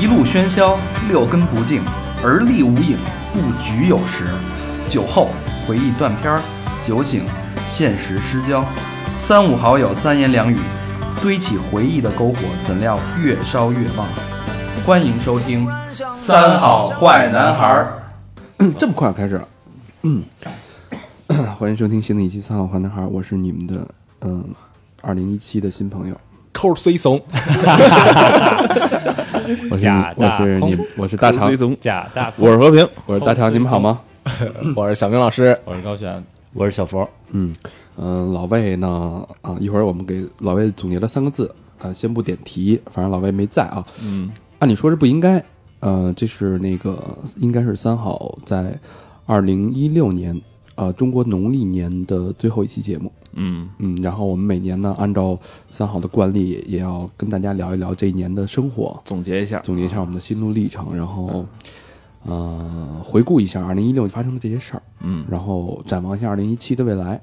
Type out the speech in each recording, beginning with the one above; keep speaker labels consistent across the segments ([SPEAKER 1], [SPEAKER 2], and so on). [SPEAKER 1] 一路喧嚣，六根不净，而立无影，不局有时。酒后回忆断片儿，酒醒现实失焦。三五好友三言两语，堆起回忆的篝火，怎料越烧越旺。欢迎收听《三好坏男孩儿
[SPEAKER 2] 这么快开始了，嗯， 欢迎收听新的一期《三好坏男孩》，我是你们的嗯，二零一七的新朋友，
[SPEAKER 3] 抠儿 C 怂，
[SPEAKER 4] 我是
[SPEAKER 5] 假
[SPEAKER 4] 我
[SPEAKER 5] 大
[SPEAKER 4] 是你，我是大肠，
[SPEAKER 5] 假大，
[SPEAKER 4] 我是和平，我是大肠，你们好吗？
[SPEAKER 3] 我是小明老师。
[SPEAKER 5] 我是高璇，
[SPEAKER 6] 我是小佛，
[SPEAKER 2] 嗯嗯、老魏呢啊，一会儿我们给老魏总结了三个字啊，先不点题，反正老魏没在啊，
[SPEAKER 5] 嗯，
[SPEAKER 2] 按理说是不应该，呃，这是那个应该是三好在二零一六年呃中国农历年的最后一期节目，
[SPEAKER 5] 嗯，
[SPEAKER 2] 嗯，然后我们每年呢，按照三好的惯例，也要跟大家聊一聊这一年的生活，
[SPEAKER 4] 总结一下，
[SPEAKER 2] 总结一下我们的心路历程，然后，呃，回顾一下二零一六发生的这些事儿，
[SPEAKER 4] 嗯，
[SPEAKER 2] 然后展望一下二零一七的未来，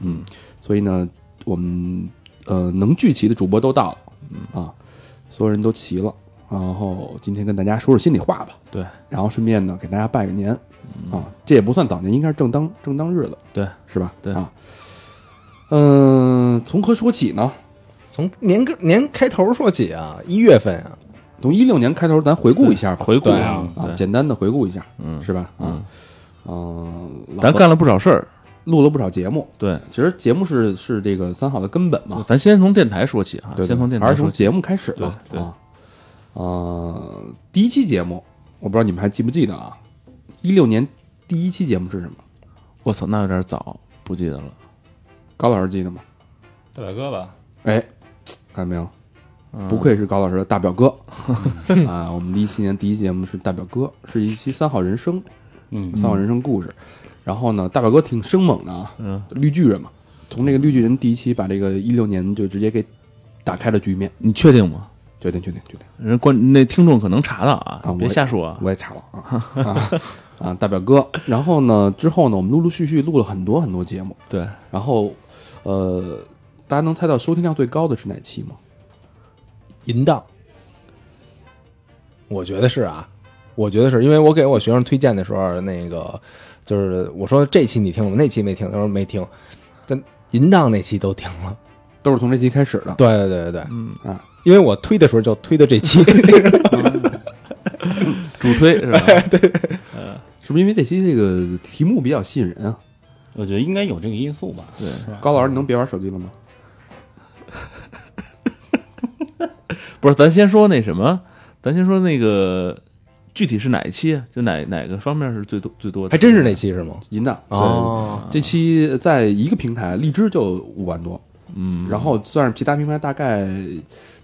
[SPEAKER 2] 嗯，所以呢，我们呃能聚齐的主播都到了，
[SPEAKER 4] 嗯
[SPEAKER 2] 啊，所有人都齐了，然后今天跟大家说说心里话吧，
[SPEAKER 4] 对，嗯
[SPEAKER 2] 然后顺便呢给大家拜个年，啊，这也不算早年，应该是正当正当日子，
[SPEAKER 4] 对，
[SPEAKER 2] 是吧？
[SPEAKER 4] 对
[SPEAKER 2] 啊，嗯、从何说起呢？
[SPEAKER 3] 从年个年开头说起啊，一月份啊，
[SPEAKER 2] 从一六年开头，咱回顾一下吧，
[SPEAKER 4] 回顾
[SPEAKER 3] 对啊
[SPEAKER 2] 啊，
[SPEAKER 4] 对
[SPEAKER 2] 简单的回顾一下，
[SPEAKER 4] 嗯
[SPEAKER 2] 是吧？啊，嗯，老
[SPEAKER 4] 咱
[SPEAKER 2] 何
[SPEAKER 4] 干了不少事儿，
[SPEAKER 2] 录了不少节目，
[SPEAKER 4] 对，
[SPEAKER 2] 其实节目是是这个三好的根本嘛，
[SPEAKER 4] 咱先从电台说起啊，
[SPEAKER 2] 对对
[SPEAKER 4] 先从电
[SPEAKER 2] 还
[SPEAKER 4] 台
[SPEAKER 2] 是从
[SPEAKER 4] 说起，
[SPEAKER 2] 节目开始吧，
[SPEAKER 4] 对对
[SPEAKER 2] 啊，呃，第一期节目，我不知道你们还记不记得啊？一六年第一期节目是什么？
[SPEAKER 4] 我操，那有点早，不记得了，
[SPEAKER 2] 高老师记得吗？
[SPEAKER 5] 大表哥吧，
[SPEAKER 2] 哎，看见没有？
[SPEAKER 4] 嗯
[SPEAKER 2] 不愧是高老师的大表哥
[SPEAKER 5] 嗯
[SPEAKER 2] 啊！我们第一期年第一节目是大表哥，是一期三好人生，
[SPEAKER 6] 嗯
[SPEAKER 2] 三好人生故事。然后呢，大表哥挺生猛的啊，
[SPEAKER 4] 嗯，
[SPEAKER 2] 绿巨人嘛，从这个绿巨人第一期把这个一六年就直接给打开了局面，
[SPEAKER 4] 你确定吗？
[SPEAKER 2] 决定决定决定，
[SPEAKER 4] 人观那听众可能查到啊，
[SPEAKER 2] 啊
[SPEAKER 4] 你别
[SPEAKER 2] 我
[SPEAKER 4] 瞎说啊，
[SPEAKER 2] 我也查了啊啊啊！大表哥，然后呢，之后呢，我们陆陆续续录了很多很多节目，
[SPEAKER 4] 对，
[SPEAKER 2] 然后呃，大家能猜到收听量最高的是哪期吗？
[SPEAKER 3] 淫荡。我觉得是啊，我觉得是因为我给我学生推荐的时候，那个就是我说这期你听了吗，那期没听，他说没听，但淫荡那期都听了。
[SPEAKER 2] 都是从这期开始的，
[SPEAKER 3] 对对对对对，嗯
[SPEAKER 2] 啊，
[SPEAKER 3] 因为我推的时候就推的这 期，
[SPEAKER 4] 主推是吧？
[SPEAKER 2] 是不是因为这期这个题目比较吸引人啊？
[SPEAKER 6] 我觉得应该有这个因素吧。对，
[SPEAKER 2] 高老师，你能别玩手机了吗？
[SPEAKER 4] 不是，咱先说那什么，咱先说那个具体是哪一期啊，就哪哪个方面是最多最多的？
[SPEAKER 3] 还真是那期是吗？
[SPEAKER 2] 淫荡对
[SPEAKER 3] 哦，
[SPEAKER 2] 这期在一个平台，荔枝就五万多，
[SPEAKER 4] 嗯，
[SPEAKER 2] 然后算是其他平台大概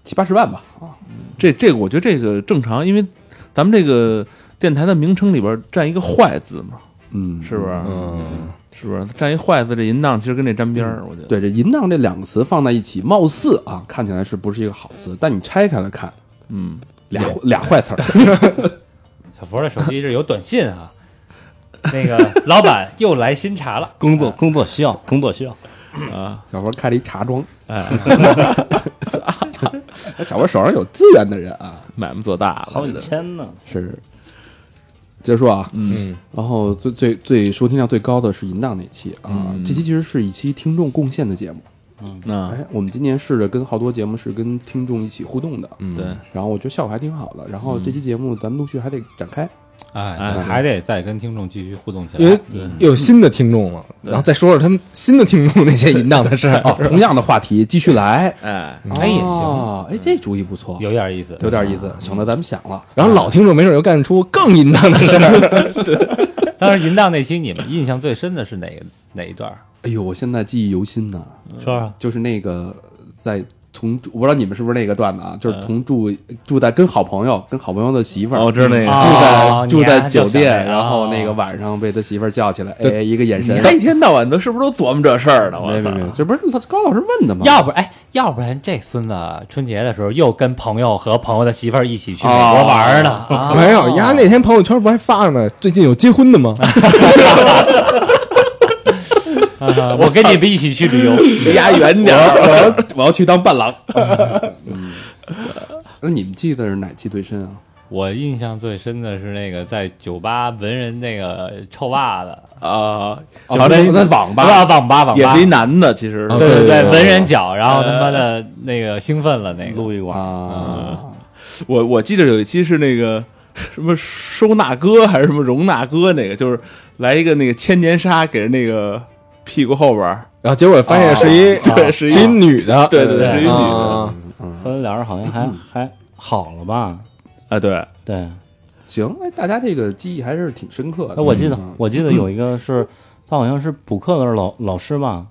[SPEAKER 2] 七八十万吧啊。
[SPEAKER 4] 这这个我觉得这个正常，因为咱们这个电台的名称里边占一个“坏”字嘛，
[SPEAKER 2] 嗯，
[SPEAKER 4] 是不是？
[SPEAKER 3] 嗯，
[SPEAKER 4] 是不是占一“坏”字？这淫荡其实跟这沾边儿，我觉得。，
[SPEAKER 2] 嗯对，这淫荡这两个词放在一起，貌似啊看起来是不是一个好词？但你拆开来看，
[SPEAKER 4] 嗯，
[SPEAKER 2] 俩俩坏词儿。
[SPEAKER 5] 小佛的手机这有短信啊，那个老板又来新茶了，
[SPEAKER 6] 工作工作需要，工作需要。
[SPEAKER 2] 小佛开了一茶庄，
[SPEAKER 4] 哎，
[SPEAKER 2] 小佛手上有资源的人啊，
[SPEAKER 4] 买卖做大了，
[SPEAKER 6] 好
[SPEAKER 4] 我
[SPEAKER 6] 几
[SPEAKER 4] 觉得
[SPEAKER 6] 千呢，
[SPEAKER 2] 是。接着说啊，
[SPEAKER 3] 嗯，
[SPEAKER 2] 然后最最最收听量最高的是淫荡那期啊，
[SPEAKER 4] 嗯啊
[SPEAKER 2] 这期其实是一期听众贡献的节目。
[SPEAKER 4] 那
[SPEAKER 2] 哎，我们今年试着跟好多节目是跟听众一起互动的，
[SPEAKER 3] 嗯
[SPEAKER 4] 对，
[SPEAKER 2] 然后我觉得效果还挺好的。然后这期节目咱们陆续还得展开，
[SPEAKER 4] 哎
[SPEAKER 5] 哎，还得再跟听众继续互动起
[SPEAKER 3] 因为
[SPEAKER 5] 来。
[SPEAKER 3] 又有新的听众了，然后再说说他们新的听众那些淫荡的 事儿。
[SPEAKER 2] 哦，同样的话题继续来。
[SPEAKER 4] 哎，
[SPEAKER 5] 哎也行，
[SPEAKER 2] 哦，哎，这主意不错，
[SPEAKER 5] 有点意思。
[SPEAKER 2] 有点意思，省得咱们想了。
[SPEAKER 3] 然后老听众没准又干出更淫荡的事儿。
[SPEAKER 5] 当时淫荡那期你们印象最深的是哪个哪一段儿？
[SPEAKER 2] 哎呦，我现在记忆犹新呐，
[SPEAKER 5] 说说。
[SPEAKER 2] 就是那个在同住，我不知道你们是不是那个段子啊，就是同住住在跟好朋友跟好朋友的媳妇儿。
[SPEAKER 4] 哦，我知道那
[SPEAKER 5] 啊
[SPEAKER 4] 个，
[SPEAKER 2] 住在、
[SPEAKER 5] 哦
[SPEAKER 2] 住
[SPEAKER 5] 你
[SPEAKER 2] 在
[SPEAKER 5] 还
[SPEAKER 2] 酒店，
[SPEAKER 5] 就想那个
[SPEAKER 2] 然后那个晚上被他媳妇儿叫起来，哎，一个眼神
[SPEAKER 4] 你，还一天到晚都是不是都琢磨这事儿呢？我
[SPEAKER 2] 没没
[SPEAKER 4] 操！
[SPEAKER 2] 没，这不是高老师问的吗？
[SPEAKER 5] 要不哎，要不然这孙子春节的时候又跟朋友和朋友的媳妇儿一起去美国玩儿呢。 啊
[SPEAKER 3] 没有，丫那天朋友圈不还发了吗？最近有结婚的吗？
[SPEAKER 5] 啊我跟你们一起去旅游，
[SPEAKER 4] 离家远点儿。
[SPEAKER 2] 我要去当伴郎。那你们记得是哪期最深啊？
[SPEAKER 5] 我印象最深的是那个在酒吧闻人那个臭袜子，
[SPEAKER 4] 啊，
[SPEAKER 2] 哦
[SPEAKER 4] 朝
[SPEAKER 2] 那
[SPEAKER 4] 那
[SPEAKER 2] 那网哦
[SPEAKER 5] 吧，网吧，网
[SPEAKER 4] 也
[SPEAKER 5] 吧
[SPEAKER 4] 是一，男的，其实是
[SPEAKER 5] 对
[SPEAKER 2] 对对
[SPEAKER 5] 对，
[SPEAKER 2] 对
[SPEAKER 5] 闻人脚，然后他妈的那个兴奋了，那个
[SPEAKER 6] 路易瓦，
[SPEAKER 2] 啊，
[SPEAKER 4] 我我记得有一期是那个什么收纳哥还是什么容纳哥，那个就是来一个那个千年杀给人那个屁股后边儿，
[SPEAKER 3] 然后结果发现是一
[SPEAKER 4] 对，是一
[SPEAKER 3] 是一女的，
[SPEAKER 4] 对对对，是
[SPEAKER 6] 对
[SPEAKER 4] 一女
[SPEAKER 2] 哦
[SPEAKER 4] 的
[SPEAKER 3] 啊，
[SPEAKER 6] 后来俩人好像还还好了吧？
[SPEAKER 4] 啊，对，
[SPEAKER 6] 对，
[SPEAKER 2] 行，哎，大家这个记忆还是挺深刻的。
[SPEAKER 6] 哎，我记得
[SPEAKER 2] 嗯
[SPEAKER 6] 我记得有一个是，他好像是补课的老老师吧，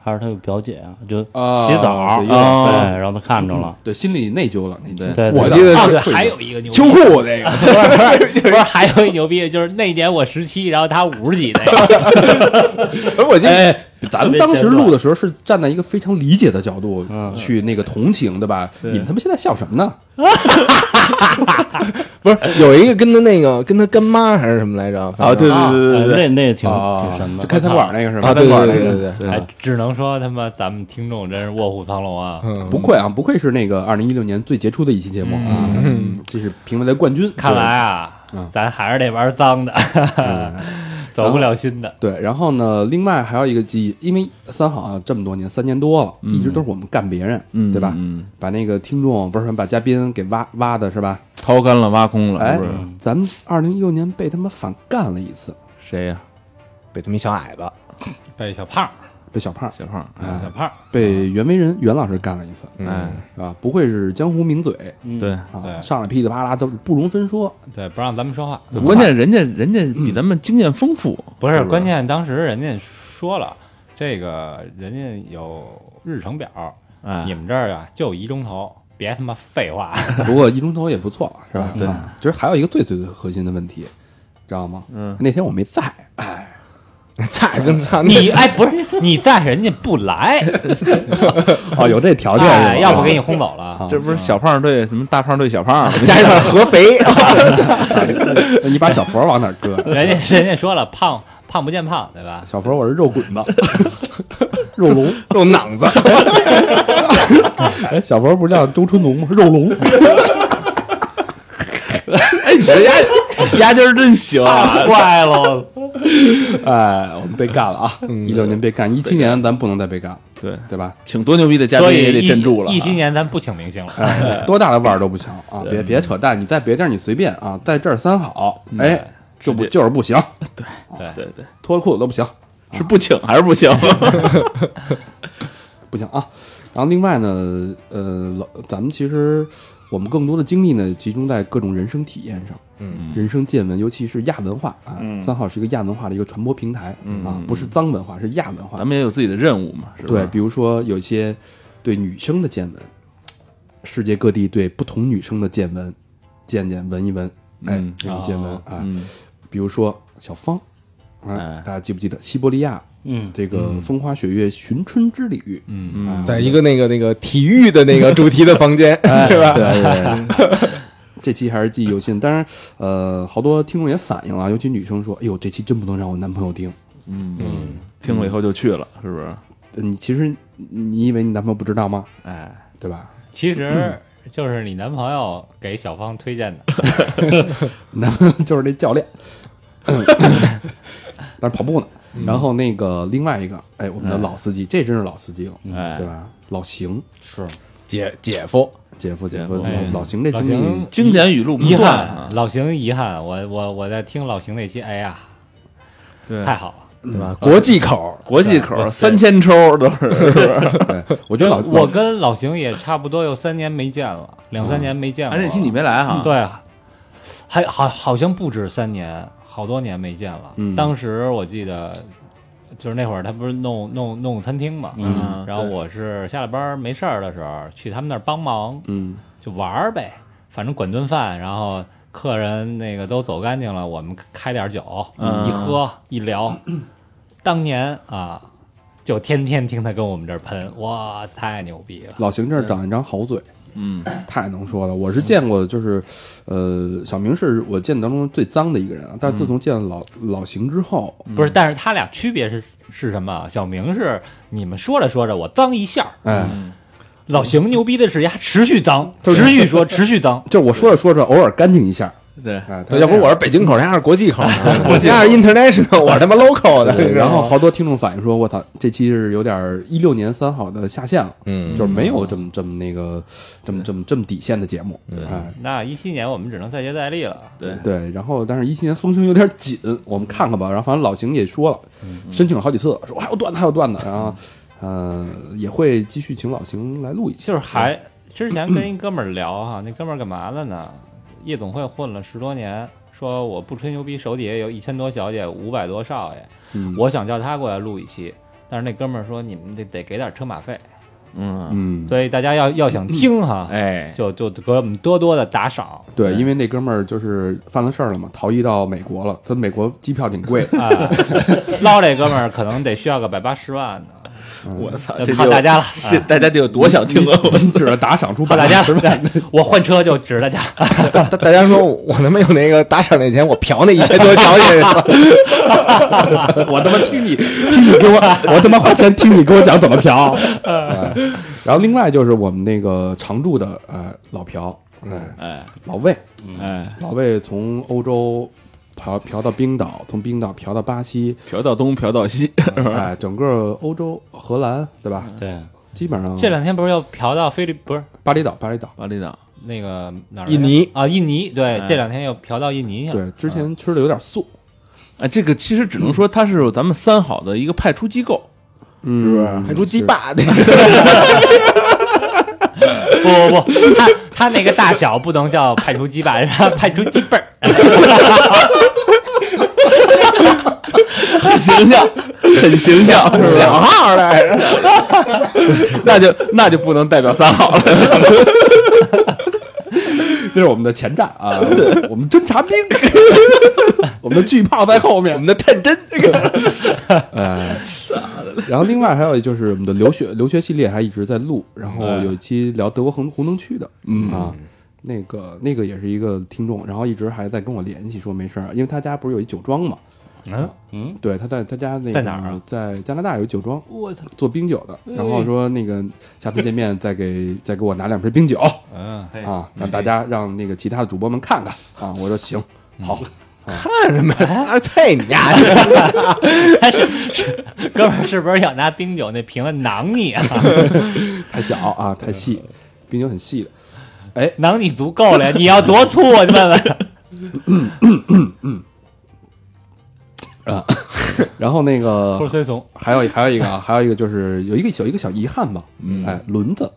[SPEAKER 6] 还是他有表姐啊，就
[SPEAKER 2] 啊
[SPEAKER 6] 洗澡
[SPEAKER 2] 对
[SPEAKER 6] 儿，
[SPEAKER 2] 有点
[SPEAKER 6] 对，然后他看着了，
[SPEAKER 2] 对心里内疚了那期。
[SPEAKER 6] 对，
[SPEAKER 3] 我
[SPEAKER 6] 对
[SPEAKER 3] 记得
[SPEAKER 5] 哦，对，
[SPEAKER 3] 是
[SPEAKER 5] 还有一个牛逼
[SPEAKER 3] 秋裤那个，
[SPEAKER 5] 不是还有一牛逼的，就是那年我十七，然后他五十几那个，
[SPEAKER 3] 我记得
[SPEAKER 2] 哎，咱们当时录的时候是站在一个非常理解的角度去那个同情，对吧？你们他妈现在笑什么呢？
[SPEAKER 3] 不是有一个跟他那个跟他干妈还是什么来着？
[SPEAKER 4] 啊，
[SPEAKER 3] 反正
[SPEAKER 4] 对对对对对对，
[SPEAKER 6] 那那挺
[SPEAKER 2] 啊
[SPEAKER 6] 挺神的，
[SPEAKER 2] 就开餐馆那个是吧？
[SPEAKER 3] 啊，对对
[SPEAKER 2] 那
[SPEAKER 3] 对
[SPEAKER 2] 个
[SPEAKER 3] 对对，
[SPEAKER 5] 哎，只能说他妈咱们听众真是卧虎藏龙啊！
[SPEAKER 3] 嗯，
[SPEAKER 2] 不愧啊，不愧是那个二零一六年最杰出的一期节目啊！嗯这是评委的冠军，
[SPEAKER 5] 看来啊，咱还是得玩脏的， 走不了新的。
[SPEAKER 2] 对。然后呢，另外还有一个记忆，因为三好啊这么多年，三年多了，一直都是我们干别人，
[SPEAKER 4] 嗯
[SPEAKER 2] 对吧？
[SPEAKER 4] 嗯，
[SPEAKER 2] 把那个听众不是把嘉宾给挖挖的是吧？
[SPEAKER 4] 掏干了，挖空了，
[SPEAKER 2] 哎
[SPEAKER 4] 是不是？，
[SPEAKER 2] 咱们二零一六年被他们反干了一次，
[SPEAKER 4] 谁呀？
[SPEAKER 3] 被他们一小矮子，
[SPEAKER 5] 嗯被小胖儿，
[SPEAKER 2] 被小胖，
[SPEAKER 4] 小胖儿，
[SPEAKER 2] 哎
[SPEAKER 5] 小，胖儿，
[SPEAKER 2] 被袁为人袁老师干了一次，
[SPEAKER 4] 哎，
[SPEAKER 2] 啊，不愧是江湖名嘴
[SPEAKER 5] 嗯
[SPEAKER 4] 对，
[SPEAKER 2] 啊，
[SPEAKER 5] 对
[SPEAKER 2] 上来噼里啪啦都不容分 说，
[SPEAKER 5] 对，不让咱们说话。
[SPEAKER 4] 关键人家人家比咱们经验丰富，
[SPEAKER 5] 不是，关键当时人家说了，这个人家有日程表，
[SPEAKER 4] 哎
[SPEAKER 5] 你，们这儿啊就一钟头，别他妈废 话。
[SPEAKER 2] 不过一中头也不错，是吧？
[SPEAKER 4] 对
[SPEAKER 2] 啊，其实还有一个最最最核心的问题，知道吗？
[SPEAKER 4] 嗯，
[SPEAKER 2] 那天我没在，哎，
[SPEAKER 3] 菜跟他那
[SPEAKER 5] 你哎，不是你在，人家不来，
[SPEAKER 2] 哦，有这条件是吧，
[SPEAKER 5] 哎，要不给你轰走了。
[SPEAKER 4] 这不是小胖儿对什么大胖儿对小胖
[SPEAKER 5] 啊
[SPEAKER 4] 儿吗，
[SPEAKER 3] 加上合肥，
[SPEAKER 2] 你把小佛往哪儿搁？
[SPEAKER 5] 人家人家说了，胖胖不见胖，对吧？
[SPEAKER 2] 小佛，我是肉滚 子，肉龙。
[SPEAKER 3] 肉囊子，
[SPEAKER 2] 哎，小佛不是叫周春龙吗？肉 龙。
[SPEAKER 4] 哎，你这丫丫尖儿真行啊！
[SPEAKER 5] 怪了，
[SPEAKER 2] 哎，我们被干了啊！一六年被干，一七年咱不能再被干了，
[SPEAKER 4] 对，
[SPEAKER 2] 对吧？
[SPEAKER 4] 请多牛逼的嘉
[SPEAKER 5] 所
[SPEAKER 4] 宾
[SPEAKER 5] 以
[SPEAKER 4] 也得镇住了啊。
[SPEAKER 5] 一七年咱不请明星了，
[SPEAKER 2] 哎， 多大的腕儿都不行啊！别别扯淡，你在别地儿你随便啊，在这儿三好，
[SPEAKER 4] 嗯
[SPEAKER 2] 哎，就不就是不行，
[SPEAKER 5] 对，
[SPEAKER 4] 对对，
[SPEAKER 2] 脱了裤子都不行。
[SPEAKER 4] 是不请还是不行？
[SPEAKER 2] 不行啊。然后另外呢，呃，老咱们其实我们更多的精力呢集中在各种人生体验上，
[SPEAKER 3] 嗯，
[SPEAKER 2] 人生见闻，尤其是亚文化啊。
[SPEAKER 4] 嗯
[SPEAKER 2] 三好是一个亚文化的一个传播平台、
[SPEAKER 4] 嗯
[SPEAKER 2] 啊
[SPEAKER 4] 嗯，
[SPEAKER 2] 不是脏文化，是亚文化
[SPEAKER 4] 咱。们也有自己的任务嘛，是吧？
[SPEAKER 2] 对，比如说有一些对女生的见闻，世界各地对不同女生的见闻，见见闻一闻，哎，
[SPEAKER 4] 嗯
[SPEAKER 2] 这种见闻啊、
[SPEAKER 4] 嗯，
[SPEAKER 2] 比如说小芳，啊，
[SPEAKER 4] 哎
[SPEAKER 2] 大家记不记得西伯利亚
[SPEAKER 6] 嗯，
[SPEAKER 2] 这个风花雪月寻春之旅？
[SPEAKER 5] 嗯，
[SPEAKER 2] 啊
[SPEAKER 3] 在一个那个那个体育的那个主题的房间，对吧？
[SPEAKER 2] 对对对。 这期还是记忆犹新，当然，呃，好多听众也反映了，尤其女生说：“哎呦，这期真不能让我男朋友听。
[SPEAKER 4] 听了以后就去了，是不是？
[SPEAKER 2] 呃”你其实你以为你男朋友不知道吗？
[SPEAKER 4] 哎，
[SPEAKER 2] 对吧？
[SPEAKER 5] 其实就是你男朋友给小芳推荐的，
[SPEAKER 2] 男朋友就是那教练， 但是跑步呢。然后那个另外一个，哎，我们的老司机，这真是老司机了，
[SPEAKER 4] 哎
[SPEAKER 2] 对吧？老邢
[SPEAKER 3] 姐姐夫，
[SPEAKER 2] 姐夫，姐
[SPEAKER 4] 姐
[SPEAKER 2] 夫，
[SPEAKER 4] 夫
[SPEAKER 2] 老
[SPEAKER 5] 哎
[SPEAKER 2] 老邢这
[SPEAKER 5] 老
[SPEAKER 2] 经历
[SPEAKER 5] 邢
[SPEAKER 4] 经典语录不
[SPEAKER 5] 遗
[SPEAKER 4] 断啊
[SPEAKER 5] 憾，，老邢遗憾，我我我在听老邢那期，哎呀，
[SPEAKER 4] 对，
[SPEAKER 5] 太好了。
[SPEAKER 3] 对吧？
[SPEAKER 2] 嗯
[SPEAKER 3] 国际口，
[SPEAKER 4] 国际口儿三千抽儿 都是，是不是？
[SPEAKER 2] 对，我觉得老
[SPEAKER 5] 我
[SPEAKER 2] 老
[SPEAKER 5] 跟老邢也差不多有三年没见了，两三年没见了。
[SPEAKER 4] 哎，那期你没来哈？，
[SPEAKER 5] 对，还好好像不止三年，好多年没见了。
[SPEAKER 2] 嗯
[SPEAKER 5] 当时我记得，就是那会儿他不是弄弄弄餐厅嘛，
[SPEAKER 4] 嗯
[SPEAKER 5] 然后
[SPEAKER 4] 对
[SPEAKER 5] 我是下了班儿没事儿的时候去他们那儿帮忙，
[SPEAKER 2] 嗯
[SPEAKER 5] 就玩儿呗，反正管顿饭，然后客人那个都走干净了，我们开点儿酒，
[SPEAKER 4] 嗯
[SPEAKER 5] 一喝一聊，当年啊。就天天听他跟我们这儿喷，哇，太牛逼了！
[SPEAKER 2] 老邢这儿长一张好嘴，
[SPEAKER 4] 嗯，
[SPEAKER 2] 太能说了，我是见过，就是，呃，小明是
[SPEAKER 3] 嗯
[SPEAKER 5] 嗯
[SPEAKER 2] 我见当中最脏的一个人啊。但是自从见了老、老邢之后，
[SPEAKER 5] 不是，但是他俩区别是是什么？小明是你们说着说着，我脏一下儿。
[SPEAKER 2] 哎，
[SPEAKER 3] 嗯
[SPEAKER 5] 老邢牛逼的是呀，持续脏，持续说，持续脏。
[SPEAKER 2] 就是我说着说着，偶尔干净一下，
[SPEAKER 4] 对，
[SPEAKER 2] 哎，
[SPEAKER 3] 对，要不我是北京口，人家是 国际口，
[SPEAKER 4] 国
[SPEAKER 3] 我
[SPEAKER 4] 际口
[SPEAKER 3] 家是 international，我是他妈 local 的。
[SPEAKER 2] 对，
[SPEAKER 3] 你知道
[SPEAKER 2] 然
[SPEAKER 3] 吗
[SPEAKER 2] 后好多听众反映说，我操，这期是有点一六年三好的下线了，
[SPEAKER 3] 嗯，
[SPEAKER 2] 就是没有这么这么那个，这么这么这么底线的节目，哎，
[SPEAKER 5] 那一七年我们只能再接再厉了。
[SPEAKER 4] 对，
[SPEAKER 2] 对，然后但是一七年风声有点紧，我们看看吧。然后反正老邢也说了，申请了好几次，说我还有段子，还有段子。然后，呃，也会继续请老邢来录一期。
[SPEAKER 5] 就是还之前跟一哥们儿聊哈，那哥们儿干嘛的呢？夜总会混了十多年，说我不吹牛逼，手底下有一千多小姐，五百多少爷，
[SPEAKER 2] 嗯
[SPEAKER 5] 我想叫他过来录一期。但是那哥们儿说你们得得给点车马费，
[SPEAKER 4] 嗯，
[SPEAKER 2] 嗯，
[SPEAKER 5] 所以大家要要想听哈，
[SPEAKER 4] 哎，
[SPEAKER 5] 就就给我们多多的打赏。，
[SPEAKER 2] 对，因为那哥们儿就是犯了事儿了嘛，逃逸到美国了。他美国机票挺贵
[SPEAKER 5] 啊，捞这哥们儿可能得需要个百八十万呢，
[SPEAKER 4] 我操，
[SPEAKER 5] 要
[SPEAKER 4] 啊这
[SPEAKER 5] 靠
[SPEAKER 4] 就
[SPEAKER 5] 大家了，
[SPEAKER 4] 这大家得有多想听啊！我
[SPEAKER 2] 指着打赏出
[SPEAKER 5] 靠
[SPEAKER 2] 百
[SPEAKER 5] 大家
[SPEAKER 2] 万。
[SPEAKER 5] 了。对 我换车就指着大家，
[SPEAKER 3] 大大家说我他妈有那个打赏那钱，我嫖那一千 多小姐去了。
[SPEAKER 2] 我他妈听你听你给我，我他妈花钱听你给我讲怎么嫖。哎然后另外就是我们那个常驻的呃老朴，哎
[SPEAKER 4] 哎
[SPEAKER 2] 老魏，
[SPEAKER 4] 哎，
[SPEAKER 2] 老魏从欧洲嫖嫖到冰岛，从冰岛嫖到巴西，
[SPEAKER 4] 嫖到东，嫖到西，
[SPEAKER 2] 哎，整个欧洲荷兰对吧？
[SPEAKER 6] 对，
[SPEAKER 2] 基本上
[SPEAKER 5] 这两天不是要嫖到菲律不是
[SPEAKER 2] 巴厘岛，巴厘岛。
[SPEAKER 4] 巴厘岛，
[SPEAKER 5] 那个哪儿来着？
[SPEAKER 3] 印尼
[SPEAKER 5] 啊，印尼对
[SPEAKER 4] 哎，
[SPEAKER 5] 这两天又嫖到印
[SPEAKER 3] 嗯
[SPEAKER 5] 尼去
[SPEAKER 2] 对，
[SPEAKER 5] 了。
[SPEAKER 2] 之前吃的有点素，
[SPEAKER 4] 哎，这个其实只能说它是咱们三好的一个派出机构，
[SPEAKER 2] 嗯，是不是
[SPEAKER 3] 还出鸡？巴的，
[SPEAKER 5] 不不不，他他那个大小不能叫派出鸡巴，是吧 派出鸡辈儿。
[SPEAKER 4] 很形象，很形象，
[SPEAKER 3] 小号来着。
[SPEAKER 4] 那就那就不能代表三好了。
[SPEAKER 2] 这是我们的前站 啊，我们侦察兵， 我们的巨炮在后面，我们的探 针。呃，然后另外还有就是我们的留学留学系列还一直在录，然后有一期聊德国红红灯区的，嗯啊。那个那个也是一个听众，然后一直还在跟我联系，说没事儿，因为他家不是有一酒庄嘛，啊
[SPEAKER 5] 嗯嗯，
[SPEAKER 2] 对，他在他家那个
[SPEAKER 5] 在哪儿啊？
[SPEAKER 2] 在加拿大有一酒庄，
[SPEAKER 5] 我操，哎
[SPEAKER 2] 做冰酒的。然后说那个下次见面再给再给我拿两瓶冰酒
[SPEAKER 5] 嗯，嘿
[SPEAKER 2] 啊，让大家让那个其他的主播们看看啊。我说行，好，
[SPEAKER 3] 看什么呀？还是菜你丫的！
[SPEAKER 5] 哥们儿是不是要拿冰酒那瓶子囊你啊？
[SPEAKER 2] 太小啊，太
[SPEAKER 5] 嗯
[SPEAKER 2] 细，冰酒很细的。
[SPEAKER 5] 囊你足够了，你要多粗啊？你问问。
[SPEAKER 2] 然后那
[SPEAKER 5] 不是
[SPEAKER 2] 个
[SPEAKER 5] 崔怂，
[SPEAKER 2] 还有还有一个啊， 还有一个就是有一个小一个小遗憾吧，
[SPEAKER 5] 嗯
[SPEAKER 2] 哎，轮子。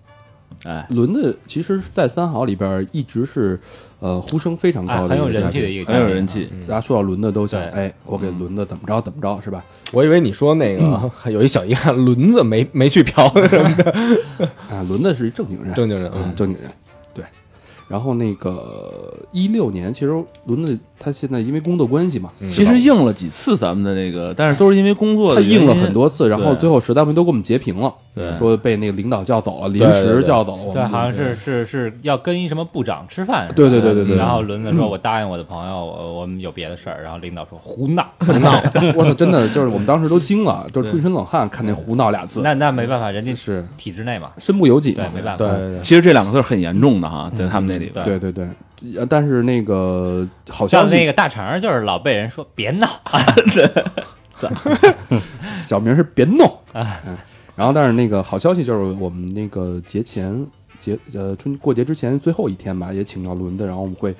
[SPEAKER 4] 哎，
[SPEAKER 2] 轮子其实，在三好里边一直是，呃，呼声非常
[SPEAKER 5] 哎，
[SPEAKER 2] 高的
[SPEAKER 5] 很
[SPEAKER 2] 一
[SPEAKER 5] 有
[SPEAKER 2] 个嘉宾，嗯
[SPEAKER 5] 人气的一个
[SPEAKER 4] 很
[SPEAKER 5] 嘉宾
[SPEAKER 4] 有
[SPEAKER 5] 啊
[SPEAKER 4] 人。气，
[SPEAKER 2] 大家说到轮子都想，
[SPEAKER 5] 对
[SPEAKER 2] 哎，我给轮子怎么着怎么着是吧？
[SPEAKER 3] 我以为你说那个还有一小遗憾，轮子没没去嫖什么的，
[SPEAKER 5] 嗯
[SPEAKER 2] 啊，轮子是正经人，
[SPEAKER 3] 正经人。啊
[SPEAKER 2] 嗯，正经人，对。然后那个一六年，其实轮子他现在因为工作关系嘛，
[SPEAKER 4] 其实应了几次咱们的那个，但是都是因为工作
[SPEAKER 2] 他
[SPEAKER 4] 的原
[SPEAKER 2] 应
[SPEAKER 4] 因
[SPEAKER 2] 了很，多次，然后
[SPEAKER 4] 对
[SPEAKER 2] 最后实在不行都给我们截屏了，
[SPEAKER 4] 对
[SPEAKER 2] 说被那个领导叫走了，临
[SPEAKER 3] 对对
[SPEAKER 2] 时
[SPEAKER 3] 对
[SPEAKER 2] 叫走了我
[SPEAKER 5] 对，
[SPEAKER 2] 们。
[SPEAKER 5] 好像是是是要跟一什么部长吃饭是吧，
[SPEAKER 2] 对对对对对
[SPEAKER 5] 然后轮子 说：“我答应我的朋友，我我们有别的事儿。”然后领导说：“胡闹。”
[SPEAKER 2] 我操，真的就是我们当时都惊了，就是出一身冷汗，看那“胡闹”俩字，
[SPEAKER 5] 那那没办法，人家
[SPEAKER 2] 是
[SPEAKER 5] 体制 内嘛，
[SPEAKER 2] 身不由己
[SPEAKER 5] 对嗯
[SPEAKER 2] 嘛，。
[SPEAKER 5] 没办法。
[SPEAKER 3] 对对对，
[SPEAKER 4] 其实这两个字儿很严重的哈，在他们那里边，
[SPEAKER 2] 对对对，呃但是那个好消
[SPEAKER 5] 像
[SPEAKER 2] 息
[SPEAKER 5] 那，个大肠儿就是老被人说别闹，
[SPEAKER 2] 小明是别弄
[SPEAKER 3] 啊
[SPEAKER 2] 嗯然后，但是那个好消息就是，我们那个节前节呃春过节之前最后一天吧，也请到轮子，然后我们会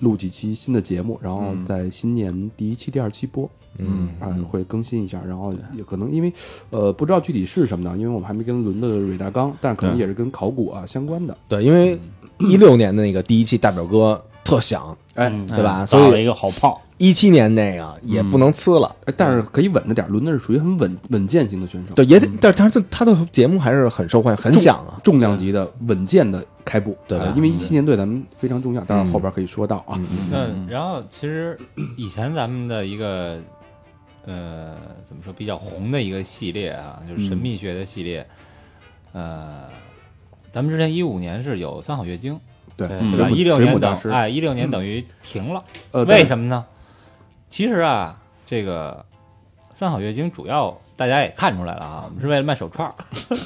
[SPEAKER 2] 录几期新的节目，然后在新年第一期、第二期播，
[SPEAKER 3] 嗯，
[SPEAKER 2] 啊、会更新一下。然后也可能因为呃不知道具体是什么呢，因为我们还没跟轮子蕊大纲，但可能
[SPEAKER 4] 对
[SPEAKER 2] 也是跟考古啊相关的。
[SPEAKER 3] 对，因为一六年的那个第一期大表哥特响，
[SPEAKER 2] 哎，
[SPEAKER 3] 对吧？
[SPEAKER 6] 打
[SPEAKER 3] 所
[SPEAKER 6] 了
[SPEAKER 3] 以
[SPEAKER 6] 一个好炮，
[SPEAKER 3] 一七年那个也不能呲了。
[SPEAKER 2] 哎但是可以稳着点儿，轮子是属于很稳稳健型的选手，
[SPEAKER 3] 对，也得，但是他的他的节目还是很受欢迎，很响啊。
[SPEAKER 2] 嗯重量级的稳健的开步，
[SPEAKER 3] 对吧
[SPEAKER 2] 啊
[SPEAKER 3] 嗯
[SPEAKER 2] 因为一七年对咱们非常重要，当然后边可以说到啊。
[SPEAKER 5] 嗯，然后其实 以前咱们的一个呃怎么说比较红的一个系列啊，就
[SPEAKER 2] 嗯
[SPEAKER 5] 是神秘学的系列，呃，咱们之前一五年是有三好月经，
[SPEAKER 2] 对，
[SPEAKER 4] 嗯
[SPEAKER 5] 是
[SPEAKER 2] 水
[SPEAKER 5] 吧？
[SPEAKER 2] 母
[SPEAKER 5] 一六
[SPEAKER 2] 水母
[SPEAKER 5] 年
[SPEAKER 2] 大
[SPEAKER 5] 等
[SPEAKER 2] 师，嗯
[SPEAKER 5] 哎一六年等于停了，
[SPEAKER 2] 呃，对
[SPEAKER 5] 为什么呢？其实啊，这个三好月经主要大家也看出来 了啊，我们是为了卖手串儿，